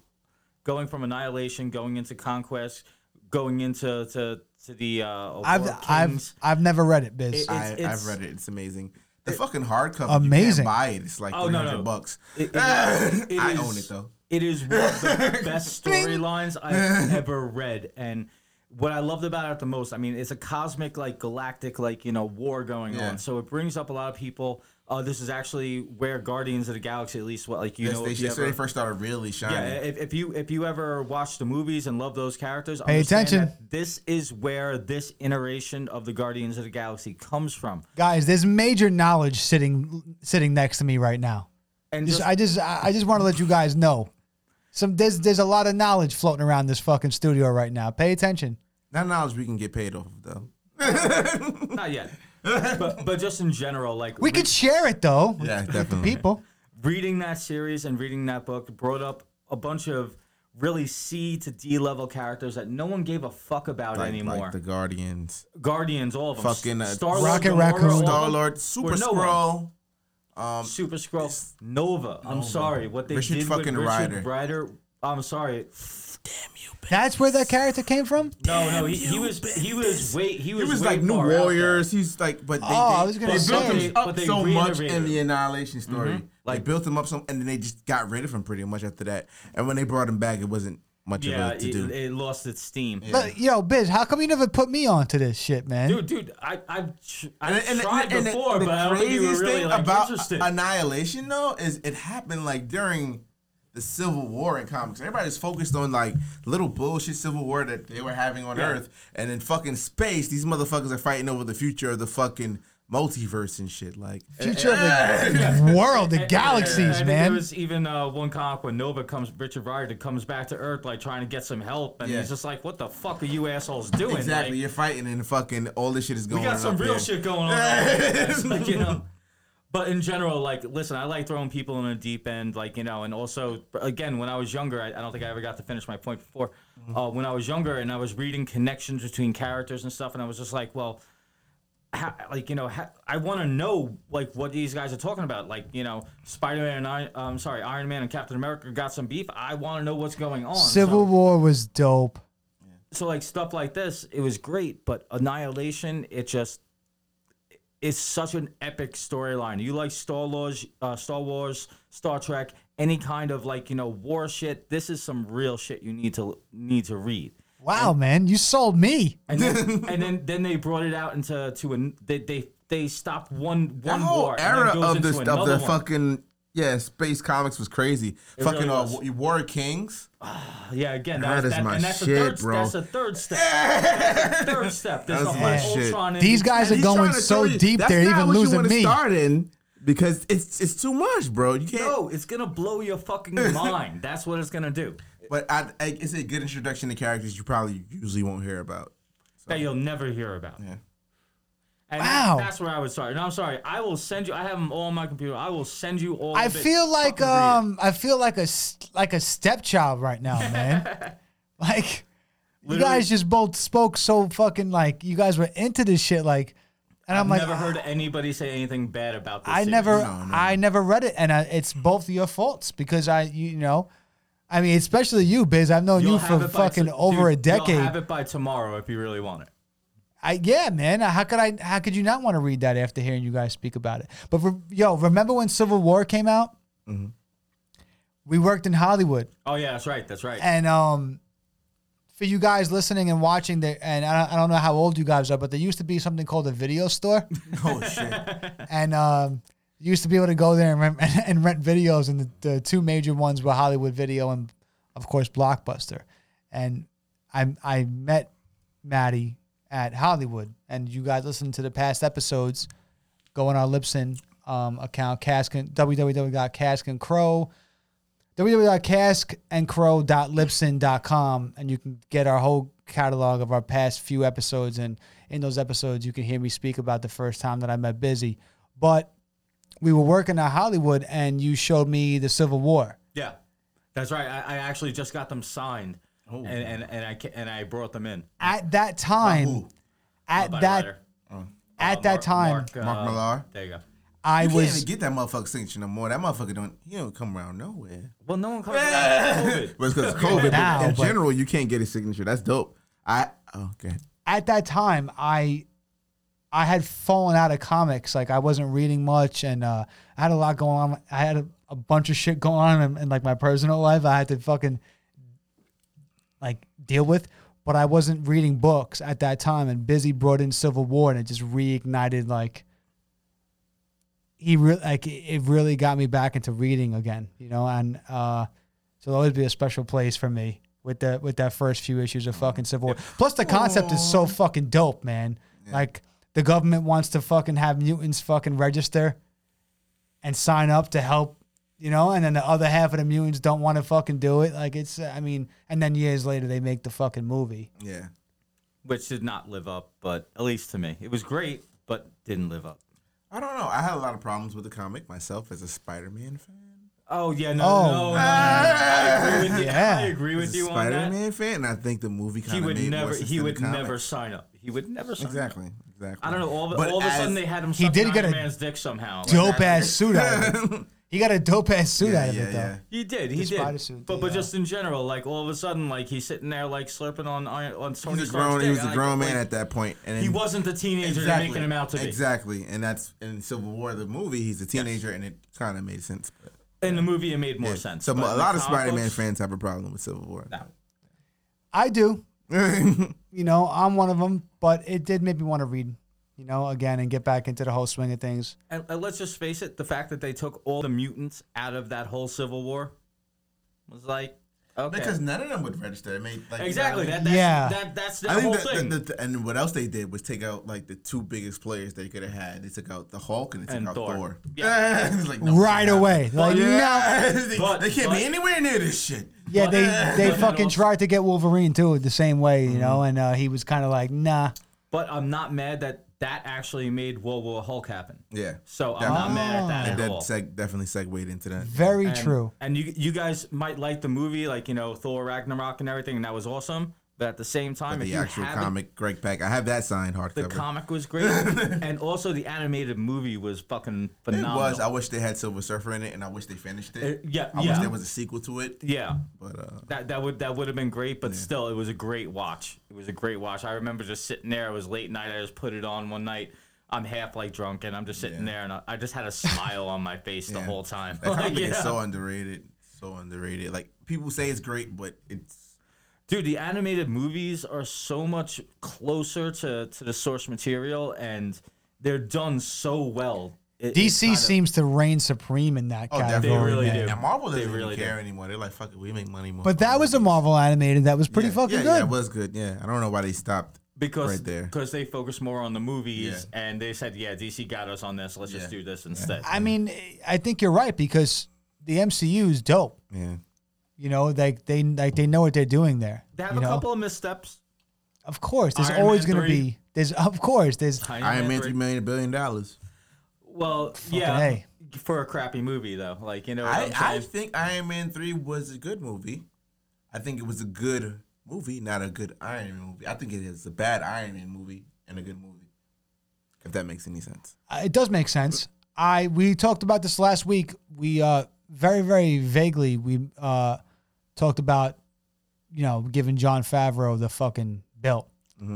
Speaker 5: going from Annihilation, going into Conquest, going into to to the uh, War
Speaker 1: I've
Speaker 5: of
Speaker 1: I've
Speaker 5: Kings.
Speaker 1: I've never read it, Biz.
Speaker 5: It- It's-
Speaker 4: I,
Speaker 5: it's-
Speaker 4: I've read it. It's amazing. The fucking hardcover, You
Speaker 1: Amazing.
Speaker 4: can't buy it. It's like
Speaker 5: Oh,
Speaker 4: three
Speaker 5: no,
Speaker 4: hundred
Speaker 5: no.
Speaker 4: bucks. [laughs]
Speaker 5: It- it- it
Speaker 4: I
Speaker 5: is-
Speaker 4: own it though.
Speaker 5: It is one
Speaker 4: [laughs]
Speaker 5: of the best storylines I've ever read, and what I loved about it the most, I mean, it's a cosmic, like galactic, like you know, war going
Speaker 4: Yeah.
Speaker 5: on. So it brings up a lot of people. Uh, this is actually where Guardians of the Galaxy, at least, what like you
Speaker 4: Yes,
Speaker 5: know,
Speaker 4: they,
Speaker 5: if you
Speaker 4: that's where they
Speaker 5: ever-
Speaker 4: first started really
Speaker 5: yeah,
Speaker 4: shining.
Speaker 5: if, if you if you ever watch the movies and love those characters,
Speaker 1: Pay
Speaker 5: understand
Speaker 1: attention.
Speaker 5: that This is where this iteration of the Guardians of the Galaxy comes from.
Speaker 1: Guys, there's major knowledge sitting sitting next to me right now.
Speaker 5: And
Speaker 1: Just,
Speaker 5: just-
Speaker 1: I just I I just want to let you guys know. Some there's there's a lot of knowledge floating around this fucking studio right now. Pay attention.
Speaker 4: Not knowledge we can get paid off of though. [laughs]
Speaker 5: not yet, but but just in general, like
Speaker 1: We could share it though.
Speaker 5: [laughs]
Speaker 4: Yeah,
Speaker 1: with the
Speaker 4: definitely.
Speaker 1: people.
Speaker 5: reading that series and reading that book brought up a bunch of really C to D level characters that no one gave a fuck about
Speaker 4: Like,
Speaker 5: anymore.
Speaker 4: like the Guardians,
Speaker 5: Guardians, all of them.
Speaker 4: Fucking, uh,
Speaker 5: Star-Lord,
Speaker 1: Rocket
Speaker 5: Gamora,
Speaker 1: Raccoon.
Speaker 5: all of them.
Speaker 4: Star Lord, Super
Speaker 5: Nova.
Speaker 4: Scroll.
Speaker 5: Super Scroll, Nova. I'm sorry, what they
Speaker 4: Richard
Speaker 5: did
Speaker 4: fucking
Speaker 5: with
Speaker 4: Rider.
Speaker 5: Richard Rider. I'm sorry.
Speaker 1: That's where that character came from.
Speaker 5: No, no, he, he was he was wait he was,
Speaker 4: He was
Speaker 5: way
Speaker 4: like New
Speaker 5: far out there.
Speaker 4: Warriors. He's like, but they, they,
Speaker 1: Oh, I was gonna
Speaker 4: they
Speaker 1: say.
Speaker 4: built
Speaker 1: But
Speaker 5: they-
Speaker 4: him
Speaker 5: but
Speaker 4: up
Speaker 5: they
Speaker 4: so much in
Speaker 5: reiterated. Mm-hmm.
Speaker 4: the Annihilation story. they
Speaker 5: Like-
Speaker 4: built him up some, and then they just got rid of him pretty much after that. And when they brought him back, it wasn't much
Speaker 5: Yeah,
Speaker 4: of a to
Speaker 5: it,
Speaker 4: do.
Speaker 5: it lost its steam.
Speaker 1: But, yo, Biz, how come you never put me onto this shit, man?
Speaker 5: Dude, dude, I I've, tr- I've
Speaker 4: And- and-
Speaker 5: tried
Speaker 4: and the-
Speaker 5: before,
Speaker 4: the
Speaker 5: but I don't think you were
Speaker 4: craziest
Speaker 5: really
Speaker 4: thing
Speaker 5: like,
Speaker 4: about
Speaker 5: interested.
Speaker 4: Annihilation though is it happened like during the Civil War in comics. Everybody's focused on like little bullshit Civil War that they were having on
Speaker 5: Yeah.
Speaker 4: Earth, and in fucking space, these motherfuckers are fighting over the future of the fucking multiverse and shit. Like,
Speaker 1: Future of
Speaker 5: [laughs]
Speaker 1: the world, the
Speaker 5: I [laughs]
Speaker 1: galaxies,
Speaker 5: think
Speaker 1: man.
Speaker 5: There was even uh, one comic when Nova comes, Richard Riordan comes back to Earth, like trying to get some help, and
Speaker 4: Yeah.
Speaker 5: he's just like, "What the fuck are you assholes doing?"
Speaker 4: exactly,
Speaker 5: Like,
Speaker 4: you're fighting and fucking all this shit is going.
Speaker 5: we got
Speaker 4: on
Speaker 5: some
Speaker 4: up
Speaker 5: real
Speaker 4: there.
Speaker 5: shit going on.
Speaker 4: [laughs]
Speaker 5: It's like, you know. But in general, like, listen, I like throwing people in a deep end, like, you know, and also, again, when I was younger, I, I don't think I ever got to finish my point before. Uh, when I was younger and I was reading connections between characters and stuff, and I was just like, well, how, like you know, how, I want to know like what these guys are talking about. Like you know, Spider Man and I, I'm sorry, Iron Man and Captain America got some beef. I want to know what's going on.
Speaker 1: Civil
Speaker 5: So,
Speaker 1: War was dope.
Speaker 5: so like stuff like this, it was great, but Annihilation, it just it's such an epic storyline. You like Star Wars, uh, Star Wars, Star Trek, any kind of like you know war shit. This is some real shit you need to need to read.
Speaker 1: Wow, man, you sold me.
Speaker 4: [laughs]
Speaker 5: And then, and then then they brought it out into to an they they they stopped one
Speaker 4: That
Speaker 5: one
Speaker 4: whole
Speaker 5: war and then
Speaker 4: era
Speaker 5: it goes
Speaker 4: of
Speaker 5: into
Speaker 4: this of the
Speaker 5: another one.
Speaker 4: fucking yeah space comics was crazy. fucking
Speaker 5: really
Speaker 4: uh,
Speaker 5: was.
Speaker 4: Wa- War of Kings.
Speaker 5: yeah again
Speaker 4: That
Speaker 5: that,
Speaker 4: is
Speaker 5: that-
Speaker 4: my
Speaker 5: and that's
Speaker 4: shit,
Speaker 5: a third
Speaker 4: bro.
Speaker 5: that's a
Speaker 4: [laughs]
Speaker 5: third step that's a third step there's
Speaker 4: That's
Speaker 5: the
Speaker 4: my
Speaker 5: whole
Speaker 4: shit.
Speaker 5: Ultron in-
Speaker 1: These guys
Speaker 4: And
Speaker 1: are
Speaker 4: he's
Speaker 1: going
Speaker 4: trying to
Speaker 1: so
Speaker 4: tell you-
Speaker 1: deep,
Speaker 4: that's
Speaker 1: they're
Speaker 4: not
Speaker 1: even
Speaker 4: what you
Speaker 1: losing
Speaker 4: wanna
Speaker 1: me.
Speaker 4: Start in because it's it's too much, bro. You can't.
Speaker 5: no Oh, it's gonna blow
Speaker 1: [laughs]
Speaker 5: your fucking mind that's what it's gonna do
Speaker 4: But I, I, it's a good introduction to characters you probably usually won't hear about.
Speaker 5: that you'll never hear about
Speaker 4: Yeah.
Speaker 5: and
Speaker 1: Wow.
Speaker 5: that, that's where I would start and I'm sorry I will send you I have them all on my computer I will send you all
Speaker 1: I
Speaker 5: of it.
Speaker 1: feel like
Speaker 5: Fucking read it.
Speaker 1: um, I feel like a s- like a stepchild right now,
Speaker 5: [laughs]
Speaker 1: man. like you
Speaker 5: Literally.
Speaker 1: guys just both spoke so fucking like you guys were into this shit, like, and I'm
Speaker 5: I've
Speaker 1: like,
Speaker 5: never
Speaker 1: [sighs]
Speaker 5: heard anybody say anything bad about this
Speaker 1: I
Speaker 5: series.
Speaker 1: never,
Speaker 4: No, no,
Speaker 1: I never read it, and I, it's both your faults because I, you know, I mean, especially you, Biz. I've known you
Speaker 5: You'll
Speaker 1: for
Speaker 5: have it by
Speaker 1: fucking
Speaker 5: to-
Speaker 1: over a
Speaker 5: dude, You'll have
Speaker 1: decade.
Speaker 5: it by tomorrow if you really want it.
Speaker 1: I, yeah, man. How could I? How could you not want to read that after hearing you guys speak about it? But re- yo, remember when Civil War came out?
Speaker 4: Mm-hmm.
Speaker 1: We worked in Hollywood.
Speaker 5: Oh yeah, that's right. That's right.
Speaker 1: And um, for you guys listening and watching, there, and I don't, I don't know how old you guys are, but there used to be something called a video store,
Speaker 4: [laughs] Oh shit!
Speaker 1: [laughs] and um, you used to be able to go there and rent, [laughs] and rent videos, and the, the two major ones were Hollywood Video and, of course, Blockbuster. And I I met Maddie at Hollywood, and you guys listened to the past episodes. Go on our Lipson um, account, Cask and www.caskandcrow www.caskandcrow.libsyn.com and you can get our whole catalog of our past few episodes and in those episodes you can hear me speak about the first time that I met Busy but we were working at Hollywood and you showed me the Civil War
Speaker 5: yeah, that's right. I, I actually just got them signed, and, and and I ca- and I brought them in.
Speaker 1: at that time
Speaker 4: Who?
Speaker 1: at
Speaker 5: By
Speaker 1: that
Speaker 5: letter.
Speaker 1: at
Speaker 5: Uh,
Speaker 1: that
Speaker 5: Mark-
Speaker 1: time
Speaker 4: Mark Millar?
Speaker 5: There you go.
Speaker 1: I
Speaker 4: You can't
Speaker 1: was
Speaker 4: even get that motherfucker signature no more. That motherfucker don't. He don't come around nowhere.
Speaker 5: Well, no one comes out of COVID.
Speaker 4: Well, it's
Speaker 5: [laughs]
Speaker 4: because COVID. but
Speaker 1: Now,
Speaker 4: in
Speaker 1: but-
Speaker 4: general, you can't get a signature. That's dope. I oh, okay.
Speaker 1: at that time I I had fallen out of comics like I wasn't reading much and uh, I had a lot going on I had a, a bunch of shit going on in, in like my personal life I had to fucking like deal with but I wasn't reading books at that time and busy brought in Civil War and it just reignited like he really like it- it really got me back into reading again you know and uh so it'll always be a special place for me with the with that first few issues of fucking Civil War. Plus the concept is so fucking dope, man. Like the government wants to fucking have mutants fucking register and sign up to help, you know, and then the other half of the mutants don't want to fucking do it. Like it's I mean, and then years later they make the fucking movie.
Speaker 4: Yeah.
Speaker 5: which did not live up, but at least to me, it was great, but didn't live up.
Speaker 4: I don't know. I had a lot of problems with the comic myself as a Spider-Man fan.
Speaker 5: Oh yeah, no,
Speaker 1: Oh.
Speaker 5: no, no, no, no, [laughs] I agree with you. I agree
Speaker 4: As
Speaker 5: with
Speaker 4: a
Speaker 5: you on that.
Speaker 4: Spider-Man fan, and I think the movie kind
Speaker 5: He
Speaker 4: of
Speaker 5: would
Speaker 4: made
Speaker 5: never,
Speaker 4: more sense
Speaker 5: he
Speaker 4: than the
Speaker 5: would
Speaker 4: comic.
Speaker 5: never sign up. He would never sign up.
Speaker 4: Exactly. Exactly.
Speaker 5: I don't know. All, of-
Speaker 4: But
Speaker 5: all of a
Speaker 4: as-
Speaker 5: sudden, they had him.
Speaker 1: He
Speaker 5: sucking
Speaker 1: did get
Speaker 5: Iron
Speaker 1: a
Speaker 5: man's dick somehow.
Speaker 1: Dope ass suit out of
Speaker 4: [laughs]
Speaker 1: it. He got a dope ass suit out
Speaker 4: Yeah,
Speaker 1: of
Speaker 4: yeah,
Speaker 1: it though.
Speaker 4: yeah.
Speaker 5: He did. He
Speaker 1: The spider
Speaker 5: did.
Speaker 1: suit,
Speaker 5: but
Speaker 1: the,
Speaker 5: but
Speaker 1: uh,
Speaker 5: just in general, like all of a sudden, like he's sitting there like slurping on Iron- on Tony
Speaker 4: He was a
Speaker 5: Stark's
Speaker 4: grown. He
Speaker 5: dick.
Speaker 4: was
Speaker 5: I
Speaker 4: a
Speaker 5: like-
Speaker 4: grown man
Speaker 5: like,
Speaker 4: at that point, and
Speaker 5: He
Speaker 4: then-
Speaker 5: wasn't the teenager they're making him out to be.
Speaker 4: Exactly, and that's in Civil War the movie. He's a teenager, and it kind of made sense. But,
Speaker 5: In the movie, it made more
Speaker 4: yeah.
Speaker 5: sense.
Speaker 4: So
Speaker 5: but
Speaker 4: a
Speaker 5: in
Speaker 4: lot
Speaker 5: the
Speaker 4: of
Speaker 5: comic
Speaker 4: Spider-Man
Speaker 5: books,
Speaker 4: fans have a problem with Civil War.
Speaker 5: No.
Speaker 1: I
Speaker 4: [laughs]
Speaker 1: do. you know, I'm one of them, but it did make me want to read, you know, again and get back into the whole swing of things.
Speaker 5: And, and let's just face it, the fact that they took all the mutants out of that whole civil war was like okay.
Speaker 4: Because none of them would register. I mean, like, you know what I
Speaker 5: exactly.
Speaker 4: mean?
Speaker 5: That, that's,
Speaker 1: Yeah.
Speaker 5: that, that's the
Speaker 4: I
Speaker 5: whole
Speaker 4: think that,
Speaker 5: thing.
Speaker 4: that, that- and what else they did was take out like the two biggest players they could have had. They took out the Hulk and they took
Speaker 5: And
Speaker 4: out
Speaker 5: Thor.
Speaker 4: Thor. [laughs] It's like, no,
Speaker 1: right
Speaker 4: no.
Speaker 1: away. Like, no.
Speaker 4: Yeah, [laughs] they,
Speaker 5: But-
Speaker 4: they can't
Speaker 5: but-
Speaker 4: be anywhere near this shit.
Speaker 1: Yeah,
Speaker 4: [laughs]
Speaker 1: they they
Speaker 5: But-
Speaker 1: fucking tried to get Wolverine too the same way, you
Speaker 4: Mm-hmm.
Speaker 1: know, and uh, he was kind of like, nah.
Speaker 5: but I'm not mad that that actually made World War Hulk happen.
Speaker 4: Yeah,
Speaker 5: So I'm not mad at that
Speaker 4: and
Speaker 5: at
Speaker 4: that
Speaker 5: all.
Speaker 4: seg- definitely segued into that.
Speaker 1: Very
Speaker 5: And-
Speaker 1: true.
Speaker 5: And you you guys might like the movie, like you know Thor Ragnarok and everything, and that was awesome. But at the same time, if
Speaker 4: The
Speaker 5: you
Speaker 4: actual
Speaker 5: haven't-
Speaker 4: comic, Greg Pack. I have that signed
Speaker 5: the
Speaker 4: hardcover. [laughs]
Speaker 5: comic was great, and also the animated movie was fucking
Speaker 4: It
Speaker 5: phenomenal.
Speaker 4: was. I wish they had Silver Surfer in it, and I wish they finished it.
Speaker 5: Uh, yeah,
Speaker 4: I
Speaker 5: yeah.
Speaker 4: wish there was a sequel to it.
Speaker 5: yeah,
Speaker 4: But uh,
Speaker 5: that that would that would have been great, but still, it was a great watch. It was a great watch. I remember just sitting there. It was late night. I just put it on one night. I'm half like drunk, and I'm just sitting there, and I, I just had a smile on my face the
Speaker 4: Yeah. [laughs]
Speaker 5: whole time. [laughs]
Speaker 4: that
Speaker 5: Like,
Speaker 4: comic is
Speaker 5: yeah.
Speaker 4: so underrated. So underrated. Like people say it's great, but it's
Speaker 5: Dude, the animated movies are so much closer to, to the source material, and they're done so well. It- it's
Speaker 1: DC
Speaker 5: kinda-
Speaker 1: seems to reign supreme in
Speaker 4: Oh,
Speaker 1: that category.
Speaker 5: They really
Speaker 1: man.
Speaker 5: do.
Speaker 4: And Marvel
Speaker 5: They
Speaker 4: doesn't even
Speaker 5: really do.
Speaker 4: care anymore. They're like, fuck it, we make money more.
Speaker 1: But that was a
Speaker 4: Marvel.
Speaker 1: Marvel animated that was pretty
Speaker 4: yeah,
Speaker 1: fucking
Speaker 4: yeah,
Speaker 1: good.
Speaker 4: Yeah, it was good. Yeah, I don't know why they stopped.
Speaker 5: because
Speaker 4: right there.
Speaker 5: because they focus more on the movies, and they said, "Yeah, DC got us on this. Let's just
Speaker 4: Yeah.
Speaker 5: do this instead."
Speaker 1: I mean, I think you're right because the MCU is dope.
Speaker 4: Yeah,
Speaker 1: You know, like they like they know what they're doing there.
Speaker 5: They have
Speaker 1: you
Speaker 5: a
Speaker 1: know?
Speaker 5: couple of missteps.
Speaker 1: Of course, there's
Speaker 5: Iron
Speaker 1: always
Speaker 5: Man
Speaker 1: going to
Speaker 5: 3.
Speaker 1: be. There's of course there's
Speaker 4: Iron Man
Speaker 5: three.
Speaker 4: three million billion dollars.
Speaker 5: Well, yeah,
Speaker 1: A.
Speaker 5: for a crappy movie though. Like you know, what
Speaker 4: I,
Speaker 5: I'm
Speaker 4: I
Speaker 5: saying?
Speaker 4: think Iron Man three was a good movie. I think it was a good movie, not a good Iron Man movie. I think it is a bad Iron Man movie and a good movie. If that makes any sense.
Speaker 1: Uh, it does make sense. I we talked about this last week. We uh very very vaguely we uh talked about, you know, giving John Favreau the fucking belt.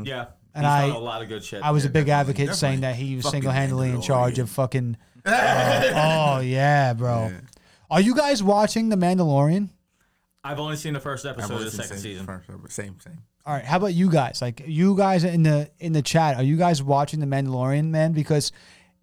Speaker 5: Yeah.
Speaker 1: And
Speaker 5: he's
Speaker 1: I-
Speaker 5: done a lot of good shit.
Speaker 1: I was a big
Speaker 4: definitely,
Speaker 1: advocate saying that
Speaker 4: definitely.
Speaker 1: he was
Speaker 4: Fucking
Speaker 1: single handedly in
Speaker 4: Mandalorian.
Speaker 1: charge of
Speaker 4: [laughs]
Speaker 1: fucking. uh, oh yeah, bro. Are you guys watching The Mandalorian?
Speaker 5: I've only seen the first
Speaker 4: I've
Speaker 5: episode of
Speaker 4: only
Speaker 5: the
Speaker 4: seen
Speaker 5: second
Speaker 4: same-
Speaker 5: season.
Speaker 4: first- Same, same.
Speaker 1: All right, how about you guys? Like you guys in the in the chat, are you guys watching The Mandalorian, man? Because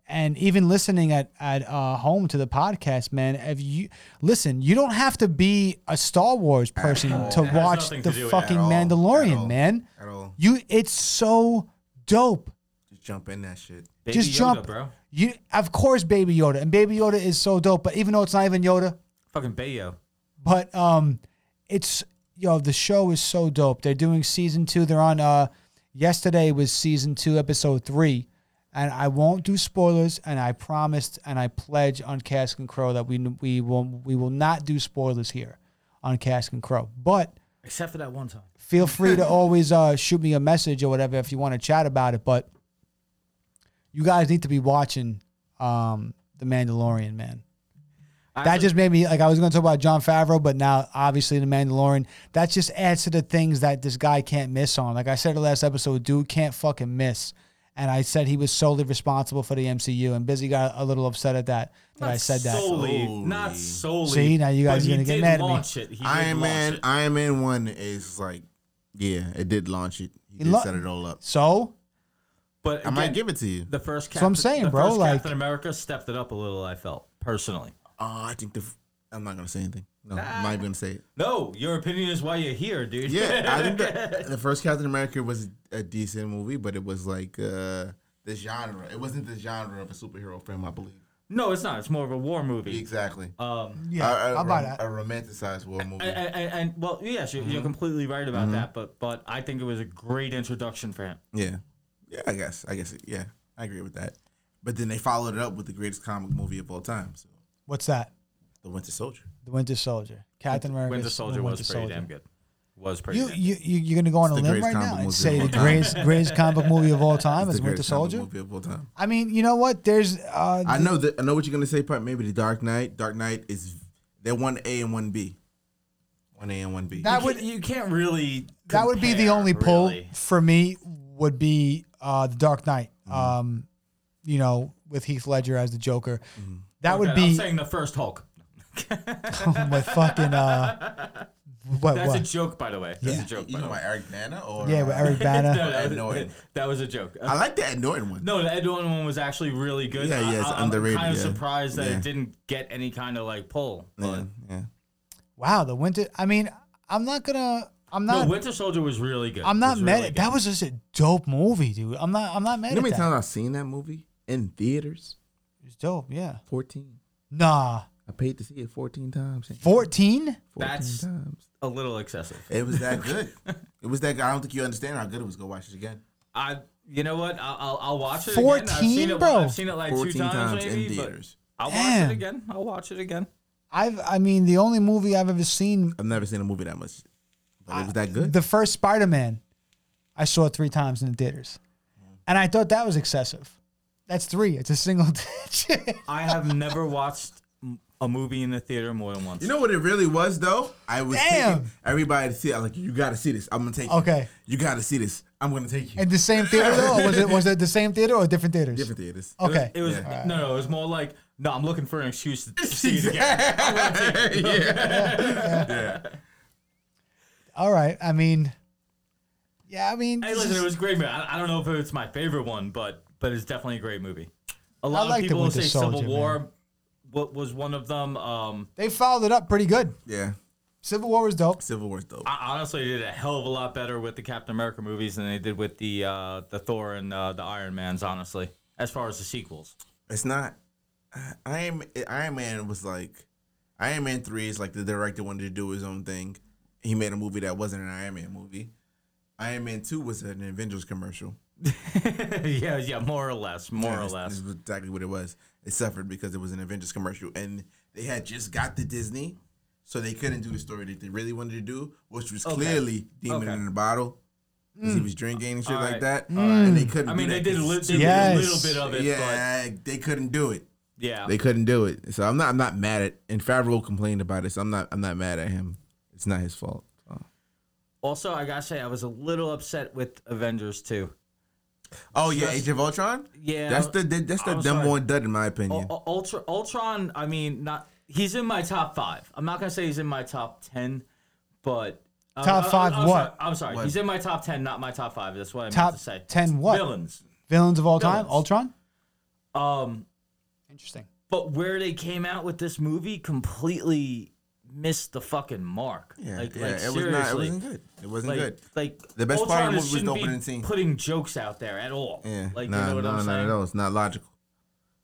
Speaker 1: and even listening at at uh, home to the podcast, man. If you listen, you don't have to be a Star Wars person to
Speaker 5: has
Speaker 1: watch
Speaker 5: nothing
Speaker 1: the
Speaker 5: to do with it at
Speaker 1: fucking
Speaker 4: all, at
Speaker 1: Mandalorian,
Speaker 4: all,
Speaker 1: man.
Speaker 4: At all.
Speaker 1: You, it's so dope.
Speaker 4: Just jump in that shit.
Speaker 5: Baby
Speaker 1: Just
Speaker 5: Yoda,
Speaker 1: jump,
Speaker 5: bro.
Speaker 1: You, of course, Baby Yoda, and Baby Yoda is so dope. But even though it's not even Yoda,
Speaker 5: Fucking Bayo.
Speaker 1: but um, it's yo the show is so dope. They're doing season two. They're on. Uh, yesterday was season two, episode three, and I won't do spoilers. And I promised and I pledge on Cask and Crow that we we will we will not do spoilers here on Cask and Crow. But
Speaker 5: Except for that one time.
Speaker 1: feel free to always uh, shoot me a message or whatever if you want to chat about it. But you guys need to be watching um, the Mandalorian, man.
Speaker 5: I
Speaker 1: That
Speaker 5: actually-
Speaker 1: just made me like I was going to talk about John Favreau, but now obviously the Mandalorian. That just adds to the things that this guy can't miss on. Like I said the last episode, dude can't fucking miss. And I said he was solely responsible for the MCU, and Busy got a little upset at that that I said that.
Speaker 5: Solely, not solely.
Speaker 1: See, now you guys
Speaker 5: but
Speaker 1: are gonna
Speaker 5: he
Speaker 1: get
Speaker 5: did
Speaker 1: mad at me.
Speaker 5: launch It. He did
Speaker 4: Iron
Speaker 5: launch
Speaker 4: Man,
Speaker 5: it.
Speaker 4: Iron Man One is like, yeah, it did launch it. He did
Speaker 1: lo-
Speaker 4: set it all up.
Speaker 1: So
Speaker 5: But
Speaker 4: I might
Speaker 5: again,
Speaker 4: give it to you.
Speaker 5: the first. Captain,
Speaker 1: what I'm saying,
Speaker 5: the
Speaker 1: bro,
Speaker 5: First
Speaker 1: like-
Speaker 5: Captain America stepped it up a little. I felt personally.
Speaker 4: Oh, I think the. f- I'm not gonna say anything. No, I'm not even gonna say it.
Speaker 5: No, your opinion is why you're here, dude.
Speaker 4: Yeah, [laughs] I think the, the first Captain America was a decent movie, but it was like uh, the genre. It wasn't the genre of a superhero film, I believe.
Speaker 5: [laughs] no, it's not. It's more of a war movie.
Speaker 4: Exactly.
Speaker 5: Um,
Speaker 1: yeah,
Speaker 4: a, a,
Speaker 1: how about
Speaker 4: rom-
Speaker 1: that?
Speaker 4: Uh, a romanticized war movie.
Speaker 5: and, and, and- well, yes, you're,
Speaker 1: Mm-hmm.
Speaker 5: you're completely right about that. But but I think it was a great introduction for him.
Speaker 4: yeah, yeah. I guess. I guess. Yeah, I agree with that. But then they followed it up with the greatest comic movie of all time, so
Speaker 1: what's that?
Speaker 4: The Winter Soldier.
Speaker 1: The Winter Soldier, Captain America.
Speaker 5: Winter Soldier was pretty damn good. Was pretty.
Speaker 1: You
Speaker 5: damn good.
Speaker 1: you you you're gonna go on a
Speaker 4: the
Speaker 1: limb
Speaker 4: greatest
Speaker 1: right
Speaker 4: comic
Speaker 1: now and
Speaker 4: movie
Speaker 1: say
Speaker 4: of
Speaker 1: the
Speaker 4: all time.
Speaker 1: greatest greatest comic book movie of all time
Speaker 4: [laughs] It's
Speaker 1: is
Speaker 4: the
Speaker 1: Winter
Speaker 4: greatest comic
Speaker 1: Soldier?
Speaker 4: movie of all time.
Speaker 1: I mean, you know what? There's uh,
Speaker 4: I know that. I know what you're gonna say. Part maybe the Dark Knight. Dark Knight is they're one A and one B. One A and one B.
Speaker 1: that
Speaker 5: You
Speaker 1: would
Speaker 5: can't- you can't really.
Speaker 1: that would be the
Speaker 5: compare,
Speaker 1: only pull
Speaker 5: really.
Speaker 1: for me would be uh, the Dark Knight.
Speaker 5: Mm-hmm.
Speaker 1: Um, you know, with Heath Ledger as the Joker,
Speaker 5: Mm-hmm.
Speaker 1: that would
Speaker 5: I'm
Speaker 1: be
Speaker 5: saying the first Hulk.
Speaker 1: [laughs] my fucking uh,
Speaker 5: [laughs]
Speaker 1: what
Speaker 5: That's a
Speaker 1: what?
Speaker 5: joke, by the way. That's a joke.
Speaker 4: you
Speaker 5: By the
Speaker 4: know
Speaker 5: way.
Speaker 4: my Eric Bana or
Speaker 1: Yeah, with
Speaker 5: [laughs]
Speaker 1: Eric
Speaker 5: No,
Speaker 1: Bana.
Speaker 5: that, was-
Speaker 4: Annoying.
Speaker 5: that was a joke. Uh,
Speaker 4: I like the annoying one.
Speaker 5: No, the Ed Norton one was actually really good.
Speaker 4: Yeah, yeah, it's
Speaker 5: I, am
Speaker 4: underrated,
Speaker 5: kind of
Speaker 4: yeah.
Speaker 5: surprised that
Speaker 4: Yeah.
Speaker 5: it didn't get any kind of like pull.
Speaker 4: yeah,
Speaker 5: But
Speaker 4: yeah.
Speaker 1: Wow, the Winter. I mean, I'm not gonna. I'm
Speaker 5: no,
Speaker 1: not.
Speaker 5: Winter Soldier was really good.
Speaker 1: I'm
Speaker 5: It
Speaker 1: not
Speaker 5: was
Speaker 1: mad.
Speaker 5: really
Speaker 1: at,
Speaker 5: good.
Speaker 1: that was just a dope movie, dude. I'm not. I'm not mad
Speaker 4: You know how
Speaker 1: at
Speaker 4: many
Speaker 1: that.
Speaker 4: times I've seen that movie in theaters?
Speaker 1: It was dope. Yeah.
Speaker 4: Fourteen.
Speaker 1: Nah.
Speaker 4: I paid to see it fourteen times. Shane.
Speaker 1: Fourteen.
Speaker 4: Fourteen
Speaker 5: That's-
Speaker 4: times.
Speaker 5: a little excessive.
Speaker 4: It was that
Speaker 5: [laughs]
Speaker 4: good. it was that. good. I don't think you understand how good it was. Go watch it again.
Speaker 5: I, you know what? I'll, I'll, I'll watch it. again. I've
Speaker 1: 14,
Speaker 5: seen it,
Speaker 1: bro.
Speaker 5: I've seen it like two
Speaker 4: Fourteen
Speaker 5: times,
Speaker 4: times
Speaker 5: maybe,
Speaker 4: in
Speaker 5: but
Speaker 4: theaters.
Speaker 5: I'll watch
Speaker 1: Damn.
Speaker 5: it again. I'll watch it again.
Speaker 1: I've. I mean, the only movie I've ever seen
Speaker 4: I've never seen a movie that much, but it was that good.
Speaker 1: the first Spider Man, I saw three times in the theaters, and I thought that was excessive. That's three. It's a single [laughs] digit.
Speaker 5: I have never watched m- a movie in the theater more than once.
Speaker 4: You know what it really was though? I was
Speaker 1: Damn.
Speaker 4: taking everybody to see it. I was like, you gotta see this. I'm gonna take you.
Speaker 1: Okay.
Speaker 4: You gotta see this. I'm gonna take you.
Speaker 1: In the same theater though, or was it was it the same theater or different theaters?
Speaker 4: Different theaters.
Speaker 1: Okay.
Speaker 5: It was
Speaker 4: Yeah.
Speaker 5: no, no. It was more like no. I'm looking for an excuse to see it again.
Speaker 1: All right. I mean, yeah. I mean,
Speaker 5: Hey,
Speaker 1: this
Speaker 5: listen,
Speaker 1: is-
Speaker 5: it was a great movie. I, I don't know if it's my favorite one, but but it's definitely a great movie. A lot
Speaker 1: like
Speaker 5: of
Speaker 1: the
Speaker 5: people
Speaker 1: Winter
Speaker 5: say
Speaker 1: Soldier,
Speaker 5: Civil War what was one of them. Um,
Speaker 1: they followed it up pretty good.
Speaker 4: Yeah.
Speaker 1: Civil War was dope.
Speaker 4: Civil War's dope.
Speaker 5: I honestly did a hell of a lot better with the Captain America movies than they did with the uh, the Thor and uh, the Iron Man's. Honestly, as far as the sequels, [laughs]
Speaker 4: It's not Iron Iron Man was like Iron Man three is like the director wanted to do his own thing. He made a movie that wasn't an Iron Man movie. Iron Man two was an Avengers commercial.
Speaker 5: yeah, yeah, more or less, more or
Speaker 4: That's-
Speaker 5: less.
Speaker 4: This is exactly what it was. It suffered because it was an Avengers commercial, and they had just got to Disney, so they couldn't do the story that they really wanted to do, which was clearly Demon
Speaker 5: Okay.
Speaker 4: in the Bottle. 'cause He was drinking and shit
Speaker 5: All
Speaker 4: like
Speaker 5: right.
Speaker 4: that,
Speaker 5: All
Speaker 4: and they couldn't.
Speaker 5: I
Speaker 4: do
Speaker 5: mean,
Speaker 4: that
Speaker 5: they did, a
Speaker 4: 'cause
Speaker 5: li-
Speaker 4: it's
Speaker 5: they
Speaker 4: too-
Speaker 5: did
Speaker 1: Yes.
Speaker 5: a little bit of it,
Speaker 4: Yeah, they couldn't do it.
Speaker 5: but yeah,
Speaker 4: They couldn't do it. So I'm not. I'm not mad at. And Favreau complained about it. So I'm not. I'm not mad at him. It's not his fault. Uh,
Speaker 5: Also, I gotta say, I was a little upset with Avengers 2.
Speaker 4: Oh yeah, Age of Ultron.
Speaker 5: Yeah.
Speaker 4: that's the that's the
Speaker 5: I'm
Speaker 4: number
Speaker 5: sorry. Oh,
Speaker 4: one dud in my opinion.
Speaker 5: U- Ultra, Ultron, I mean, not he's in my top five. I'm not gonna say he's in my top ten, but uh,
Speaker 1: Top
Speaker 5: uh,
Speaker 1: five
Speaker 5: I'm
Speaker 1: what?
Speaker 5: Sorry, I'm sorry,
Speaker 4: What?
Speaker 5: he's in my top ten, not my top five. That's what I
Speaker 1: Top
Speaker 5: meant to say.
Speaker 1: 10 what?
Speaker 5: villains?
Speaker 1: Villains of all time,
Speaker 5: Villains.
Speaker 1: Ultron.
Speaker 5: Um,
Speaker 1: Interesting.
Speaker 5: but where they came out with this movie completely missed the fucking mark.
Speaker 4: yeah,
Speaker 5: like,
Speaker 4: yeah, it
Speaker 5: like,
Speaker 4: was
Speaker 5: seriously.
Speaker 4: not. It wasn't good. It wasn't
Speaker 5: Like,
Speaker 4: good.
Speaker 5: like
Speaker 4: The best part of the
Speaker 5: Ultron
Speaker 4: movie was the
Speaker 5: shouldn't be
Speaker 4: opening scene.
Speaker 5: Putting jokes out there at all.
Speaker 4: Yeah,
Speaker 5: like
Speaker 4: nah,
Speaker 5: you know what
Speaker 4: no,
Speaker 5: I'm
Speaker 4: no,
Speaker 5: saying.
Speaker 4: no, it's not
Speaker 5: [laughs]
Speaker 4: logical.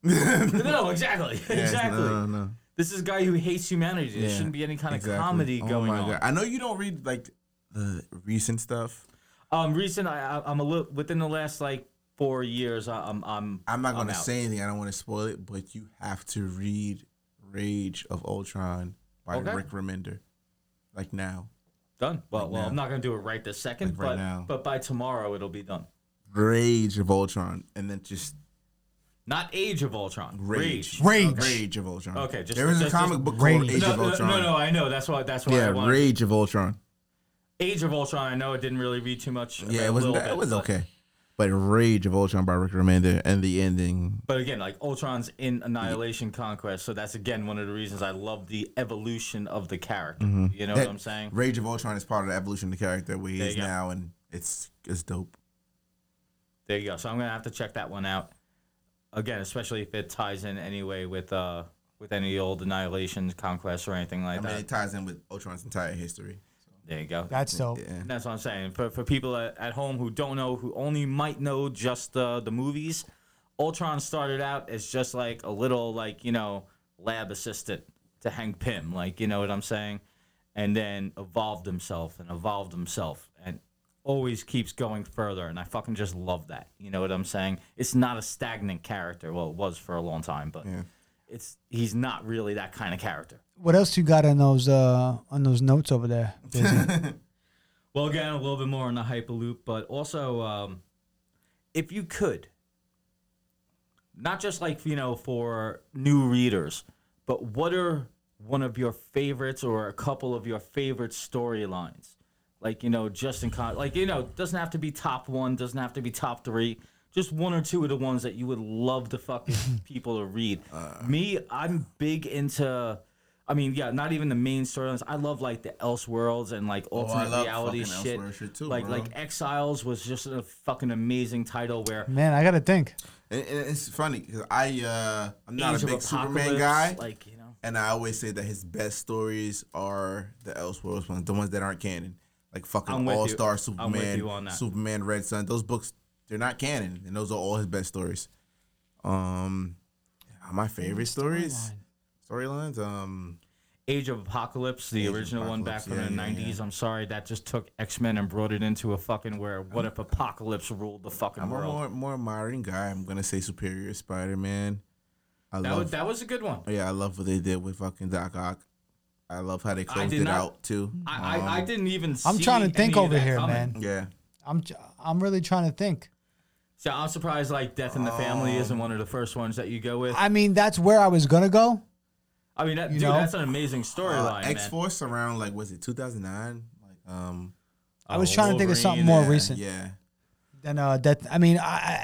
Speaker 5: No, exactly,
Speaker 4: Yeah, it's-
Speaker 5: exactly.
Speaker 4: No, no, no.
Speaker 5: This is a guy who hates humanity. There
Speaker 4: Yeah,
Speaker 5: shouldn't be any kind
Speaker 4: exactly.
Speaker 5: of comedy
Speaker 4: Oh
Speaker 5: going
Speaker 4: my
Speaker 5: on.
Speaker 4: God. I know you don't read like the recent stuff.
Speaker 5: Um, recent, I, I- I'm a little within the last like four years. I, I'm, I'm,
Speaker 4: I'm not gonna
Speaker 5: out.
Speaker 4: say anything. I don't want to spoil it, but you have to read Rage of Ultron by
Speaker 5: Okay.
Speaker 4: Rick Remender, like now.
Speaker 5: done. Well, well,
Speaker 4: now.
Speaker 5: I'm not gonna do it right this second,
Speaker 4: Like right
Speaker 5: but
Speaker 4: now.
Speaker 5: but by tomorrow it'll be done.
Speaker 4: Rage of Ultron, and then just
Speaker 5: Not Age of Ultron.
Speaker 4: Rage,
Speaker 1: Rage.
Speaker 4: Rage of Ultron.
Speaker 5: Okay, just-
Speaker 4: there was a
Speaker 5: just-
Speaker 4: comic
Speaker 5: just-
Speaker 4: book
Speaker 1: Rage.
Speaker 4: called Age
Speaker 5: No,
Speaker 4: of
Speaker 5: no,
Speaker 4: Ultron.
Speaker 5: no, no, I know. That's why. That's why. I
Speaker 4: Yeah,
Speaker 5: wanted.
Speaker 4: Rage of Ultron.
Speaker 5: Age of Ultron. I know it didn't really read too much.
Speaker 4: Yeah,
Speaker 5: a
Speaker 4: it wasn't.
Speaker 5: little
Speaker 4: Bad. It
Speaker 5: bit,
Speaker 4: was
Speaker 5: but-
Speaker 4: okay, but Rage of Ultron by Rick Remender, and the ending.
Speaker 5: But again, like Ultron's in Annihilation Conquest, so that's again one of the reasons I love the evolution of the character. You know
Speaker 4: That-
Speaker 5: what I'm saying?
Speaker 4: Rage of Ultron is part of the evolution of the character where he
Speaker 5: There
Speaker 4: is
Speaker 5: you go.
Speaker 4: now, and it's it's dope.
Speaker 5: There you go. So I'm gonna have to check that one out again, especially if it ties in anyway with uh with any old annihilation conquests or anything like
Speaker 4: I mean,
Speaker 5: that.
Speaker 4: it ties in with Ultron's entire history.
Speaker 5: there you go.
Speaker 1: That's dope.
Speaker 4: Yeah.
Speaker 5: And that's what I'm saying for for people at, at home who don't know, who only might know just the the movies. Ultron started out as just like a little like you know lab assistant to Hank Pym, like you know what I'm saying, and then evolved himself and evolved himself and always keeps going further. And I fucking just love that. You know what I'm saying? It's not a stagnant character. Well, it was for a long time, but it's he's not really that kind of character.
Speaker 1: What else you got on those uh on those notes over there?
Speaker 5: [laughs]
Speaker 1: Busy.
Speaker 5: Well, again, a little bit more on the Hyperloop, but also, um, if you could, not just like, you know, for new readers, but what are one of your favorites or a couple of your favorite storylines? Like, you know, Justin Con, like, you know, doesn't have to be top one, doesn't have to be top three. Just one or two of the ones that you would love the fucking
Speaker 4: [laughs]
Speaker 5: people to read.
Speaker 4: Uh.
Speaker 5: Me, I'm big into. I mean, yeah, not even the main storylines. I love like the Elseworlds and like alternate
Speaker 4: Oh, love
Speaker 5: reality
Speaker 4: fucking
Speaker 5: shit.
Speaker 4: Elseworlds shit, too,
Speaker 5: like
Speaker 4: bro.
Speaker 5: like Exiles was just a fucking amazing title where
Speaker 1: Man, I gotta think.
Speaker 4: And, and it's funny because I uh, I'm not
Speaker 5: Age
Speaker 4: a
Speaker 5: of
Speaker 4: big Superman
Speaker 5: Apocalypse,
Speaker 4: guy,
Speaker 5: Like you know,
Speaker 4: and I always say that his best stories are the Elseworlds ones, the ones that aren't canon, like
Speaker 5: I'm
Speaker 4: fucking
Speaker 5: with you.
Speaker 4: All Star
Speaker 5: I'm with
Speaker 4: Superman,
Speaker 5: you on that.
Speaker 4: Superman Red Sun. Those books they're not canon, and those are all his best stories. Um, my favorite stories, storylines. Um,
Speaker 5: Age of Apocalypse, the
Speaker 4: of
Speaker 5: original one back
Speaker 4: Apocalypse,
Speaker 5: from
Speaker 4: yeah,
Speaker 5: the
Speaker 4: yeah, yeah.
Speaker 5: '90s. I'm sorry, that just took X Men and brought it into a fucking where. What if Apocalypse ruled the fucking
Speaker 4: I'm a
Speaker 5: world?
Speaker 4: more more modern guy. I'm gonna say Superior Spider Man. I
Speaker 5: that was
Speaker 4: love
Speaker 5: that was a good one.
Speaker 4: yeah, I love what they did with fucking Doc Ock. I love how they closed
Speaker 5: did
Speaker 4: it
Speaker 5: not-
Speaker 4: out too. Um,
Speaker 5: I, I, I didn't even.
Speaker 1: I'm
Speaker 5: see
Speaker 1: trying to think
Speaker 5: any of
Speaker 1: over
Speaker 5: that
Speaker 1: here,
Speaker 5: coming.
Speaker 1: man.
Speaker 4: Yeah.
Speaker 1: I'm j- I'm really trying to think.
Speaker 5: So I'm surprised like Death in the Family
Speaker 4: Um,
Speaker 5: isn't one of the first ones that you go with. I,
Speaker 1: I mean, that's where I was gonna go.
Speaker 5: mean, that, dude,
Speaker 1: know?
Speaker 5: that's an
Speaker 4: uh,
Speaker 5: amazing storyline, man.
Speaker 4: X Force around like was it 2009? Like um
Speaker 1: I was
Speaker 5: Oh,
Speaker 1: trying to think of something
Speaker 5: Wolverine,
Speaker 1: more
Speaker 4: yeah,
Speaker 1: recent
Speaker 4: Yeah.
Speaker 1: than uh that. I mean, I,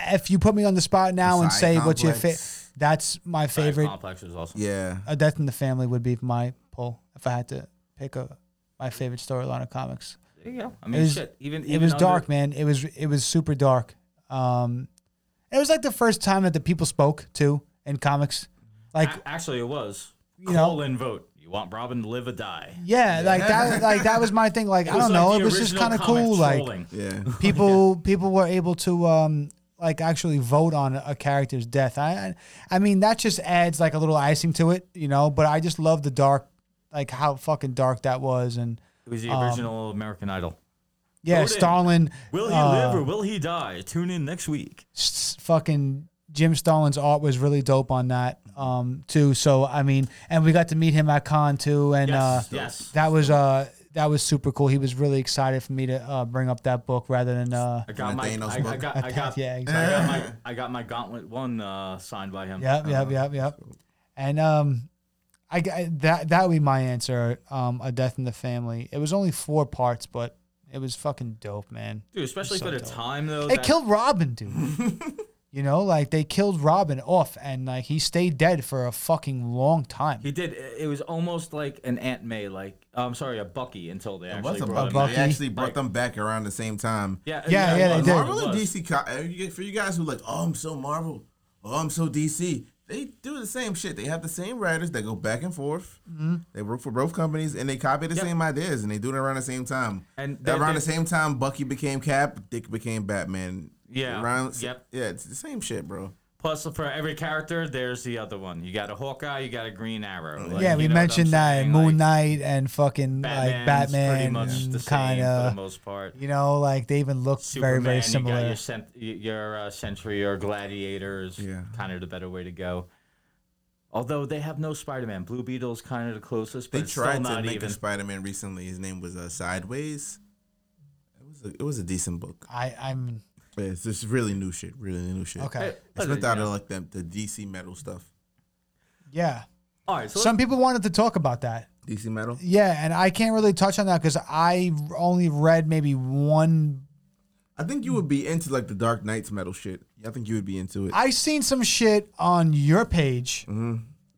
Speaker 1: I- if you put me on the spot now and
Speaker 4: Side
Speaker 1: say what's your favorite,
Speaker 4: Complex.
Speaker 1: that's my
Speaker 5: Giant
Speaker 1: favorite.
Speaker 5: Complex was awesome.
Speaker 4: Yeah.
Speaker 1: A Death in the Family would be my pull if I had to pick a my favorite storyline of comics.
Speaker 5: There you go. I mean,
Speaker 1: was-
Speaker 5: shit. Even
Speaker 1: it
Speaker 5: even
Speaker 1: was
Speaker 5: under-
Speaker 1: dark, man. It was it was super dark. Um, it was like the first time that the people spoke too in comics. Like
Speaker 5: A- actually, it was.
Speaker 1: You know?
Speaker 5: Call in vote. You want Robin to live or die?
Speaker 1: yeah, like that like that was my thing.
Speaker 5: [laughs]
Speaker 1: Like I
Speaker 5: was
Speaker 1: don't
Speaker 5: like
Speaker 1: know,
Speaker 5: the
Speaker 1: it was just
Speaker 5: original
Speaker 1: kind of
Speaker 5: comic
Speaker 1: cool. Like
Speaker 5: trolling.
Speaker 4: [laughs] Yeah.
Speaker 1: people people were able to um like actually vote on a character's death. I I I mean that just adds like a little icing to it, you know. But I just love the dark, like how fucking dark that was, and
Speaker 5: it was the original American Idol.
Speaker 1: yeah,
Speaker 5: Vote in.
Speaker 1: Stalin.
Speaker 5: Will he
Speaker 1: um, uh,
Speaker 5: live or will he die? Tune in next week.
Speaker 1: s- fucking Jim Stalin's art was really dope on that um, too. So I mean, and we got to meet him at con too, and
Speaker 5: Yes,
Speaker 1: uh,
Speaker 5: yes.
Speaker 1: that was uh, that was super cool. He was really excited for me to uh, bring up that book rather than uh,
Speaker 5: I got
Speaker 4: And
Speaker 5: my, I,
Speaker 4: Thanos
Speaker 5: I
Speaker 4: book.
Speaker 5: got, I
Speaker 1: [laughs]
Speaker 5: got,
Speaker 1: yeah,
Speaker 5: I
Speaker 1: exactly.
Speaker 5: got my, I got my gauntlet one uh, signed by him.
Speaker 1: yep, yep, yep, yep. And um, I, I- that that would be my answer. Um, a death in the family. It was only four parts, but it was fucking dope, man.
Speaker 5: Dude, especially
Speaker 1: so
Speaker 5: for the
Speaker 1: dope.
Speaker 5: time though.
Speaker 1: They
Speaker 5: that-
Speaker 1: killed Robin, dude.
Speaker 5: [laughs]
Speaker 1: you know, like they killed Robin off, and like he stayed dead for a fucking long time.
Speaker 5: He did. It it was almost like an Aunt May, like uh, I'm sorry, a Bucky until they
Speaker 4: It
Speaker 5: actually
Speaker 4: was a Bucky.
Speaker 5: brought him back.
Speaker 1: Bucky.
Speaker 4: They actually brought
Speaker 5: Like-
Speaker 4: them back around the same time.
Speaker 5: Yeah,
Speaker 1: Yeah, yeah, they
Speaker 5: it
Speaker 1: did.
Speaker 5: was.
Speaker 4: Marvel
Speaker 5: It
Speaker 4: and
Speaker 5: was.
Speaker 4: DC, co- uh, you- for you guys who like, oh, I'm so Marvel, oh, I'm so DC, they do the same shit. They have the same writers that go back and forth. They work for both companies and they copy the
Speaker 5: Yep.
Speaker 4: same ideas and they do it around the same time.
Speaker 5: And
Speaker 4: That
Speaker 5: they-
Speaker 4: around
Speaker 5: they-
Speaker 4: the same time, Bucky became Cap, Dick became Batman.
Speaker 5: Yeah.
Speaker 4: Around,
Speaker 5: Yep.
Speaker 4: Yeah, it's the same shit, bro.
Speaker 5: Plus, for every character, there's the other one. You got a Hawkeye, you got a Green Arrow. Like,
Speaker 1: yeah,
Speaker 5: you
Speaker 1: we
Speaker 5: know what I'm
Speaker 1: mentioned that
Speaker 5: saying?
Speaker 1: Moon
Speaker 5: Like,
Speaker 1: Knight and fucking like
Speaker 5: Batman's pretty
Speaker 1: Batman,
Speaker 5: much the same
Speaker 1: kind
Speaker 5: for the
Speaker 1: of.
Speaker 5: most part.
Speaker 1: You know, like they even look very,
Speaker 5: Superman,
Speaker 1: very
Speaker 5: You got
Speaker 1: similar.
Speaker 5: your, cent- y- your uh, Sentry or Gladiator is
Speaker 4: Yeah.
Speaker 5: kind of the better way to go. Although they have no Spider-Man, Blue Beetle's kind of the closest. But
Speaker 4: They
Speaker 5: it's
Speaker 4: tried
Speaker 5: still
Speaker 4: to
Speaker 5: not
Speaker 4: make
Speaker 5: even.
Speaker 4: a Spider-Man recently. His name was uh, Sideways. It was a, it was a decent book.
Speaker 1: I, I'm
Speaker 4: But it's just really new shit. Really new shit.
Speaker 1: okay.
Speaker 5: Hey,
Speaker 4: It's
Speaker 5: listen,
Speaker 4: meant out
Speaker 5: you know.
Speaker 4: of like the, the DC metal stuff.
Speaker 1: Yeah.
Speaker 5: All right, so
Speaker 1: Some people wanted to talk about that.
Speaker 4: DC metal.
Speaker 1: Yeah, and I can't really touch on that because I only read maybe one.
Speaker 4: I think you would be into like the Dark Knights metal shit. I think you would be into it.
Speaker 1: I seen some shit on your page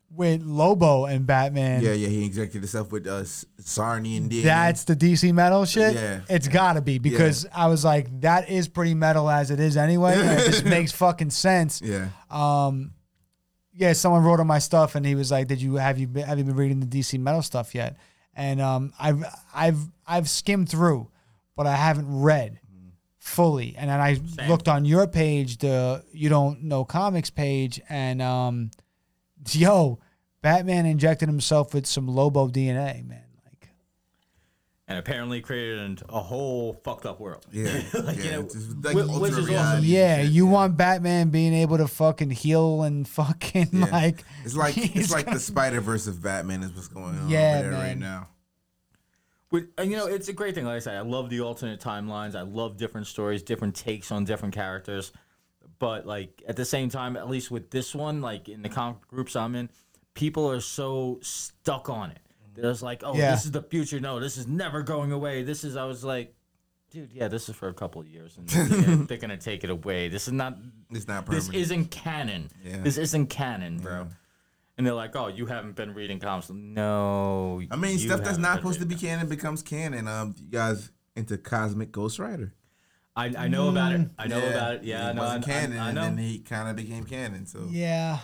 Speaker 1: with Lobo and Batman.
Speaker 4: Mm-hmm. yeah, yeah. He injected himself with uh, S- Sarni and DNA.
Speaker 1: That's the DC metal shit.
Speaker 4: Yeah.
Speaker 1: It's gotta be because I was like, that is pretty metal as it is anyway. and it
Speaker 4: [laughs]
Speaker 1: just makes fucking sense.
Speaker 4: yeah.
Speaker 1: yeah, someone wrote on my stuff and he was like, "Did you have you been, have you been reading the DC metal stuff yet?" And um, I've I've I've skimmed through, but I haven't read fully. And then I looked on your page, the you don't know comics page, and um, yo, Batman injected himself with some Lobo DNA, man. Like,
Speaker 5: and apparently created an- a whole fucked up world.
Speaker 1: [laughs]
Speaker 4: yeah,
Speaker 5: Like,
Speaker 4: yeah.
Speaker 5: you know,
Speaker 4: it's just, like,
Speaker 5: whi-
Speaker 4: alternate
Speaker 5: which is awesome.
Speaker 4: reality and
Speaker 1: yeah,
Speaker 4: shit,
Speaker 1: you want Batman being able to fucking heal and fucking
Speaker 4: Yeah.
Speaker 1: [laughs] like
Speaker 4: [laughs] It's like
Speaker 1: he's
Speaker 4: it's like
Speaker 1: gonna-
Speaker 4: the Spider Verse of Batman is what's going on
Speaker 1: Yeah,
Speaker 4: over there right
Speaker 1: man.
Speaker 4: now.
Speaker 5: With, and you know, it's a great thing. Like I said, I love the alternate timelines. I love different stories, different takes on different characters. But like at the same time, at least with this one, like in the comic groups I'm in, people are so stuck on it. There's like, oh,
Speaker 1: Yeah.
Speaker 5: this is the future. No, this is never going away. This is. I was like, dude, yeah, this is for a couple of years, and they're gonna-
Speaker 4: [laughs]
Speaker 5: they're gonna take it away. This is not.
Speaker 4: It's not
Speaker 5: This
Speaker 4: permanent.
Speaker 5: isn't canon.
Speaker 4: Yeah.
Speaker 5: This isn't canon, bro. And they're like, oh, you haven't been reading comics. No.
Speaker 4: I mean,
Speaker 5: you
Speaker 4: stuff that's
Speaker 5: haven't
Speaker 4: not
Speaker 5: been
Speaker 4: supposed to
Speaker 5: reading
Speaker 4: be canon becomes canon. Um, you guys into Cosmic Ghost Rider?
Speaker 5: I, I know about it. I know about it.
Speaker 4: Mm,
Speaker 5: Yeah,
Speaker 4: it
Speaker 5: I know. I,
Speaker 4: wasn't canon,
Speaker 5: I, I
Speaker 4: and
Speaker 5: know.
Speaker 4: then he kind of became canon. So
Speaker 1: [laughs] yeah.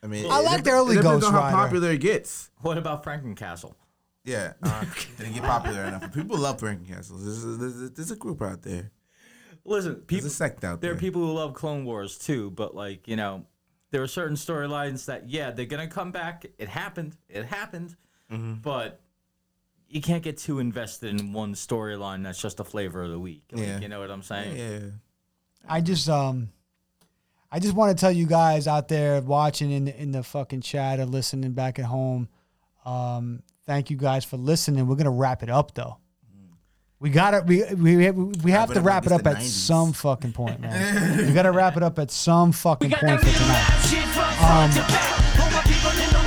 Speaker 4: I mean,
Speaker 1: I
Speaker 4: it-
Speaker 1: like
Speaker 4: it-
Speaker 1: the early
Speaker 4: it depends
Speaker 1: Ghost
Speaker 4: on
Speaker 1: Rider.
Speaker 4: how popular it gets.
Speaker 5: what about Frankencastle?
Speaker 1: [laughs]
Speaker 4: Yeah, uh, didn't get popular enough. People love prank castles. There's, there's, there's a group out there.
Speaker 5: Listen,
Speaker 4: There's
Speaker 5: people.
Speaker 4: a sect out
Speaker 5: There
Speaker 4: there.
Speaker 5: are people who love Clone Wars too, but like you know, there are certain storylines that yeah, they're gonna come back. It happened. It happened.
Speaker 4: Mm-hmm.
Speaker 5: But you can't get too invested in one storyline that's just the flavor of the week. Like,
Speaker 4: Yeah.
Speaker 5: You know what I'm saying?
Speaker 4: yeah,
Speaker 1: I just um I just want to tell you guys out there watching in the, in the fucking chat or listening back at home. Um thank you guys for listening. We're going to wrap it up though. We got to we we we have
Speaker 4: it
Speaker 1: to Mm.
Speaker 4: up
Speaker 1: wrap
Speaker 4: like
Speaker 1: it
Speaker 4: it's
Speaker 1: up
Speaker 4: the
Speaker 1: at
Speaker 4: 90s.
Speaker 1: some fucking point, [laughs] man. we got to wrap it up at some fucking point for tonight.
Speaker 2: Um,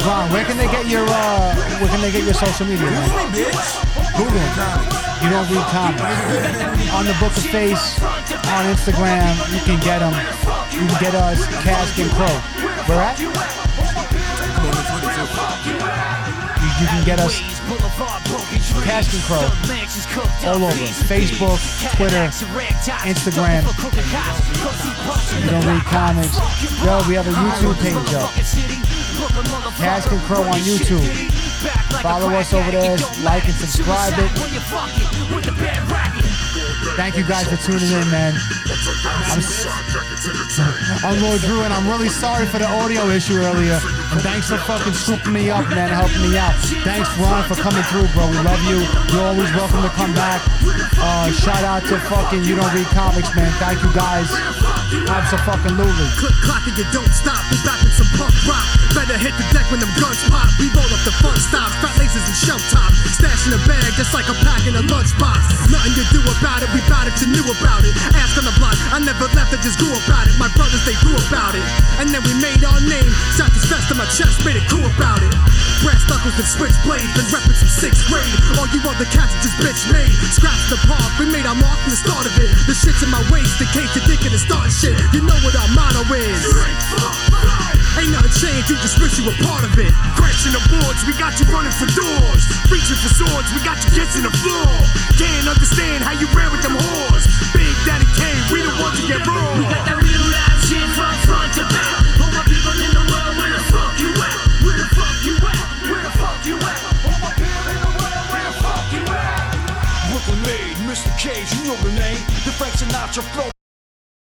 Speaker 1: Ron, where can they get your uh where can they get your social media? Man? Google it. You don't read comics. on the Book of Face, on Instagram, you can get them. You can get us, Cask and Crow. We're at? You, you can get us
Speaker 2: Cash and Crow. All over. Facebook, Twitter, Instagram. You don't read comics. Yo, we have a YouTube page up. Cash and Crow on YouTube. Follow us over there, like and subscribe it.
Speaker 1: Thank you guys for tuning in, man. I'm, s- I'm Lord Drew, and I'm really sorry for the audio issue earlier. And thanks for fucking scooping me up, man, helping me out. Thanks, Ron, for coming through, bro. We love you. You're always welcome to come back. Uh, shout out to fucking You Don't Read Comics, man. Thank you guys. Absolutely.
Speaker 6: Click clock and you don't stop. We rapping some punk rock. Better hit the deck when them guns pop. We roll up the fun stop. Fat laces and shell top. Stash in a bag just like a pack in a lunchbox. Nothing you do about it. We bout it. You knew about it. Ask on the block. I never left. I just grew about it. My brothers they grew about it. And then we made our name. Shot this vest on my chest. Made it cool about it. Brass knuckles and switchblades. Been reppin' since sixth grade. All you other cats are just bitch made. Scraps the park. We made our mark from the start of it. The shit's in my waist. In case you're thinking it's start shit. You know what our motto is. Ain't nothing changed, you just wish you were part of it. Crashing the boards, we got you running for doors. Reaching for swords, we got you kissing the floor. Can't understand how you ran with them whores. Big Daddy Kane, we the ones who get raw.
Speaker 2: We got that real life shit from front to back. All my people in the world, where the fuck you at? Where the fuck you at? Where the fuck you at? All my people in the world, where the fuck you at?
Speaker 3: Brooklyn made, Mr. Cage, you know the name. The Frank Sinatra flow.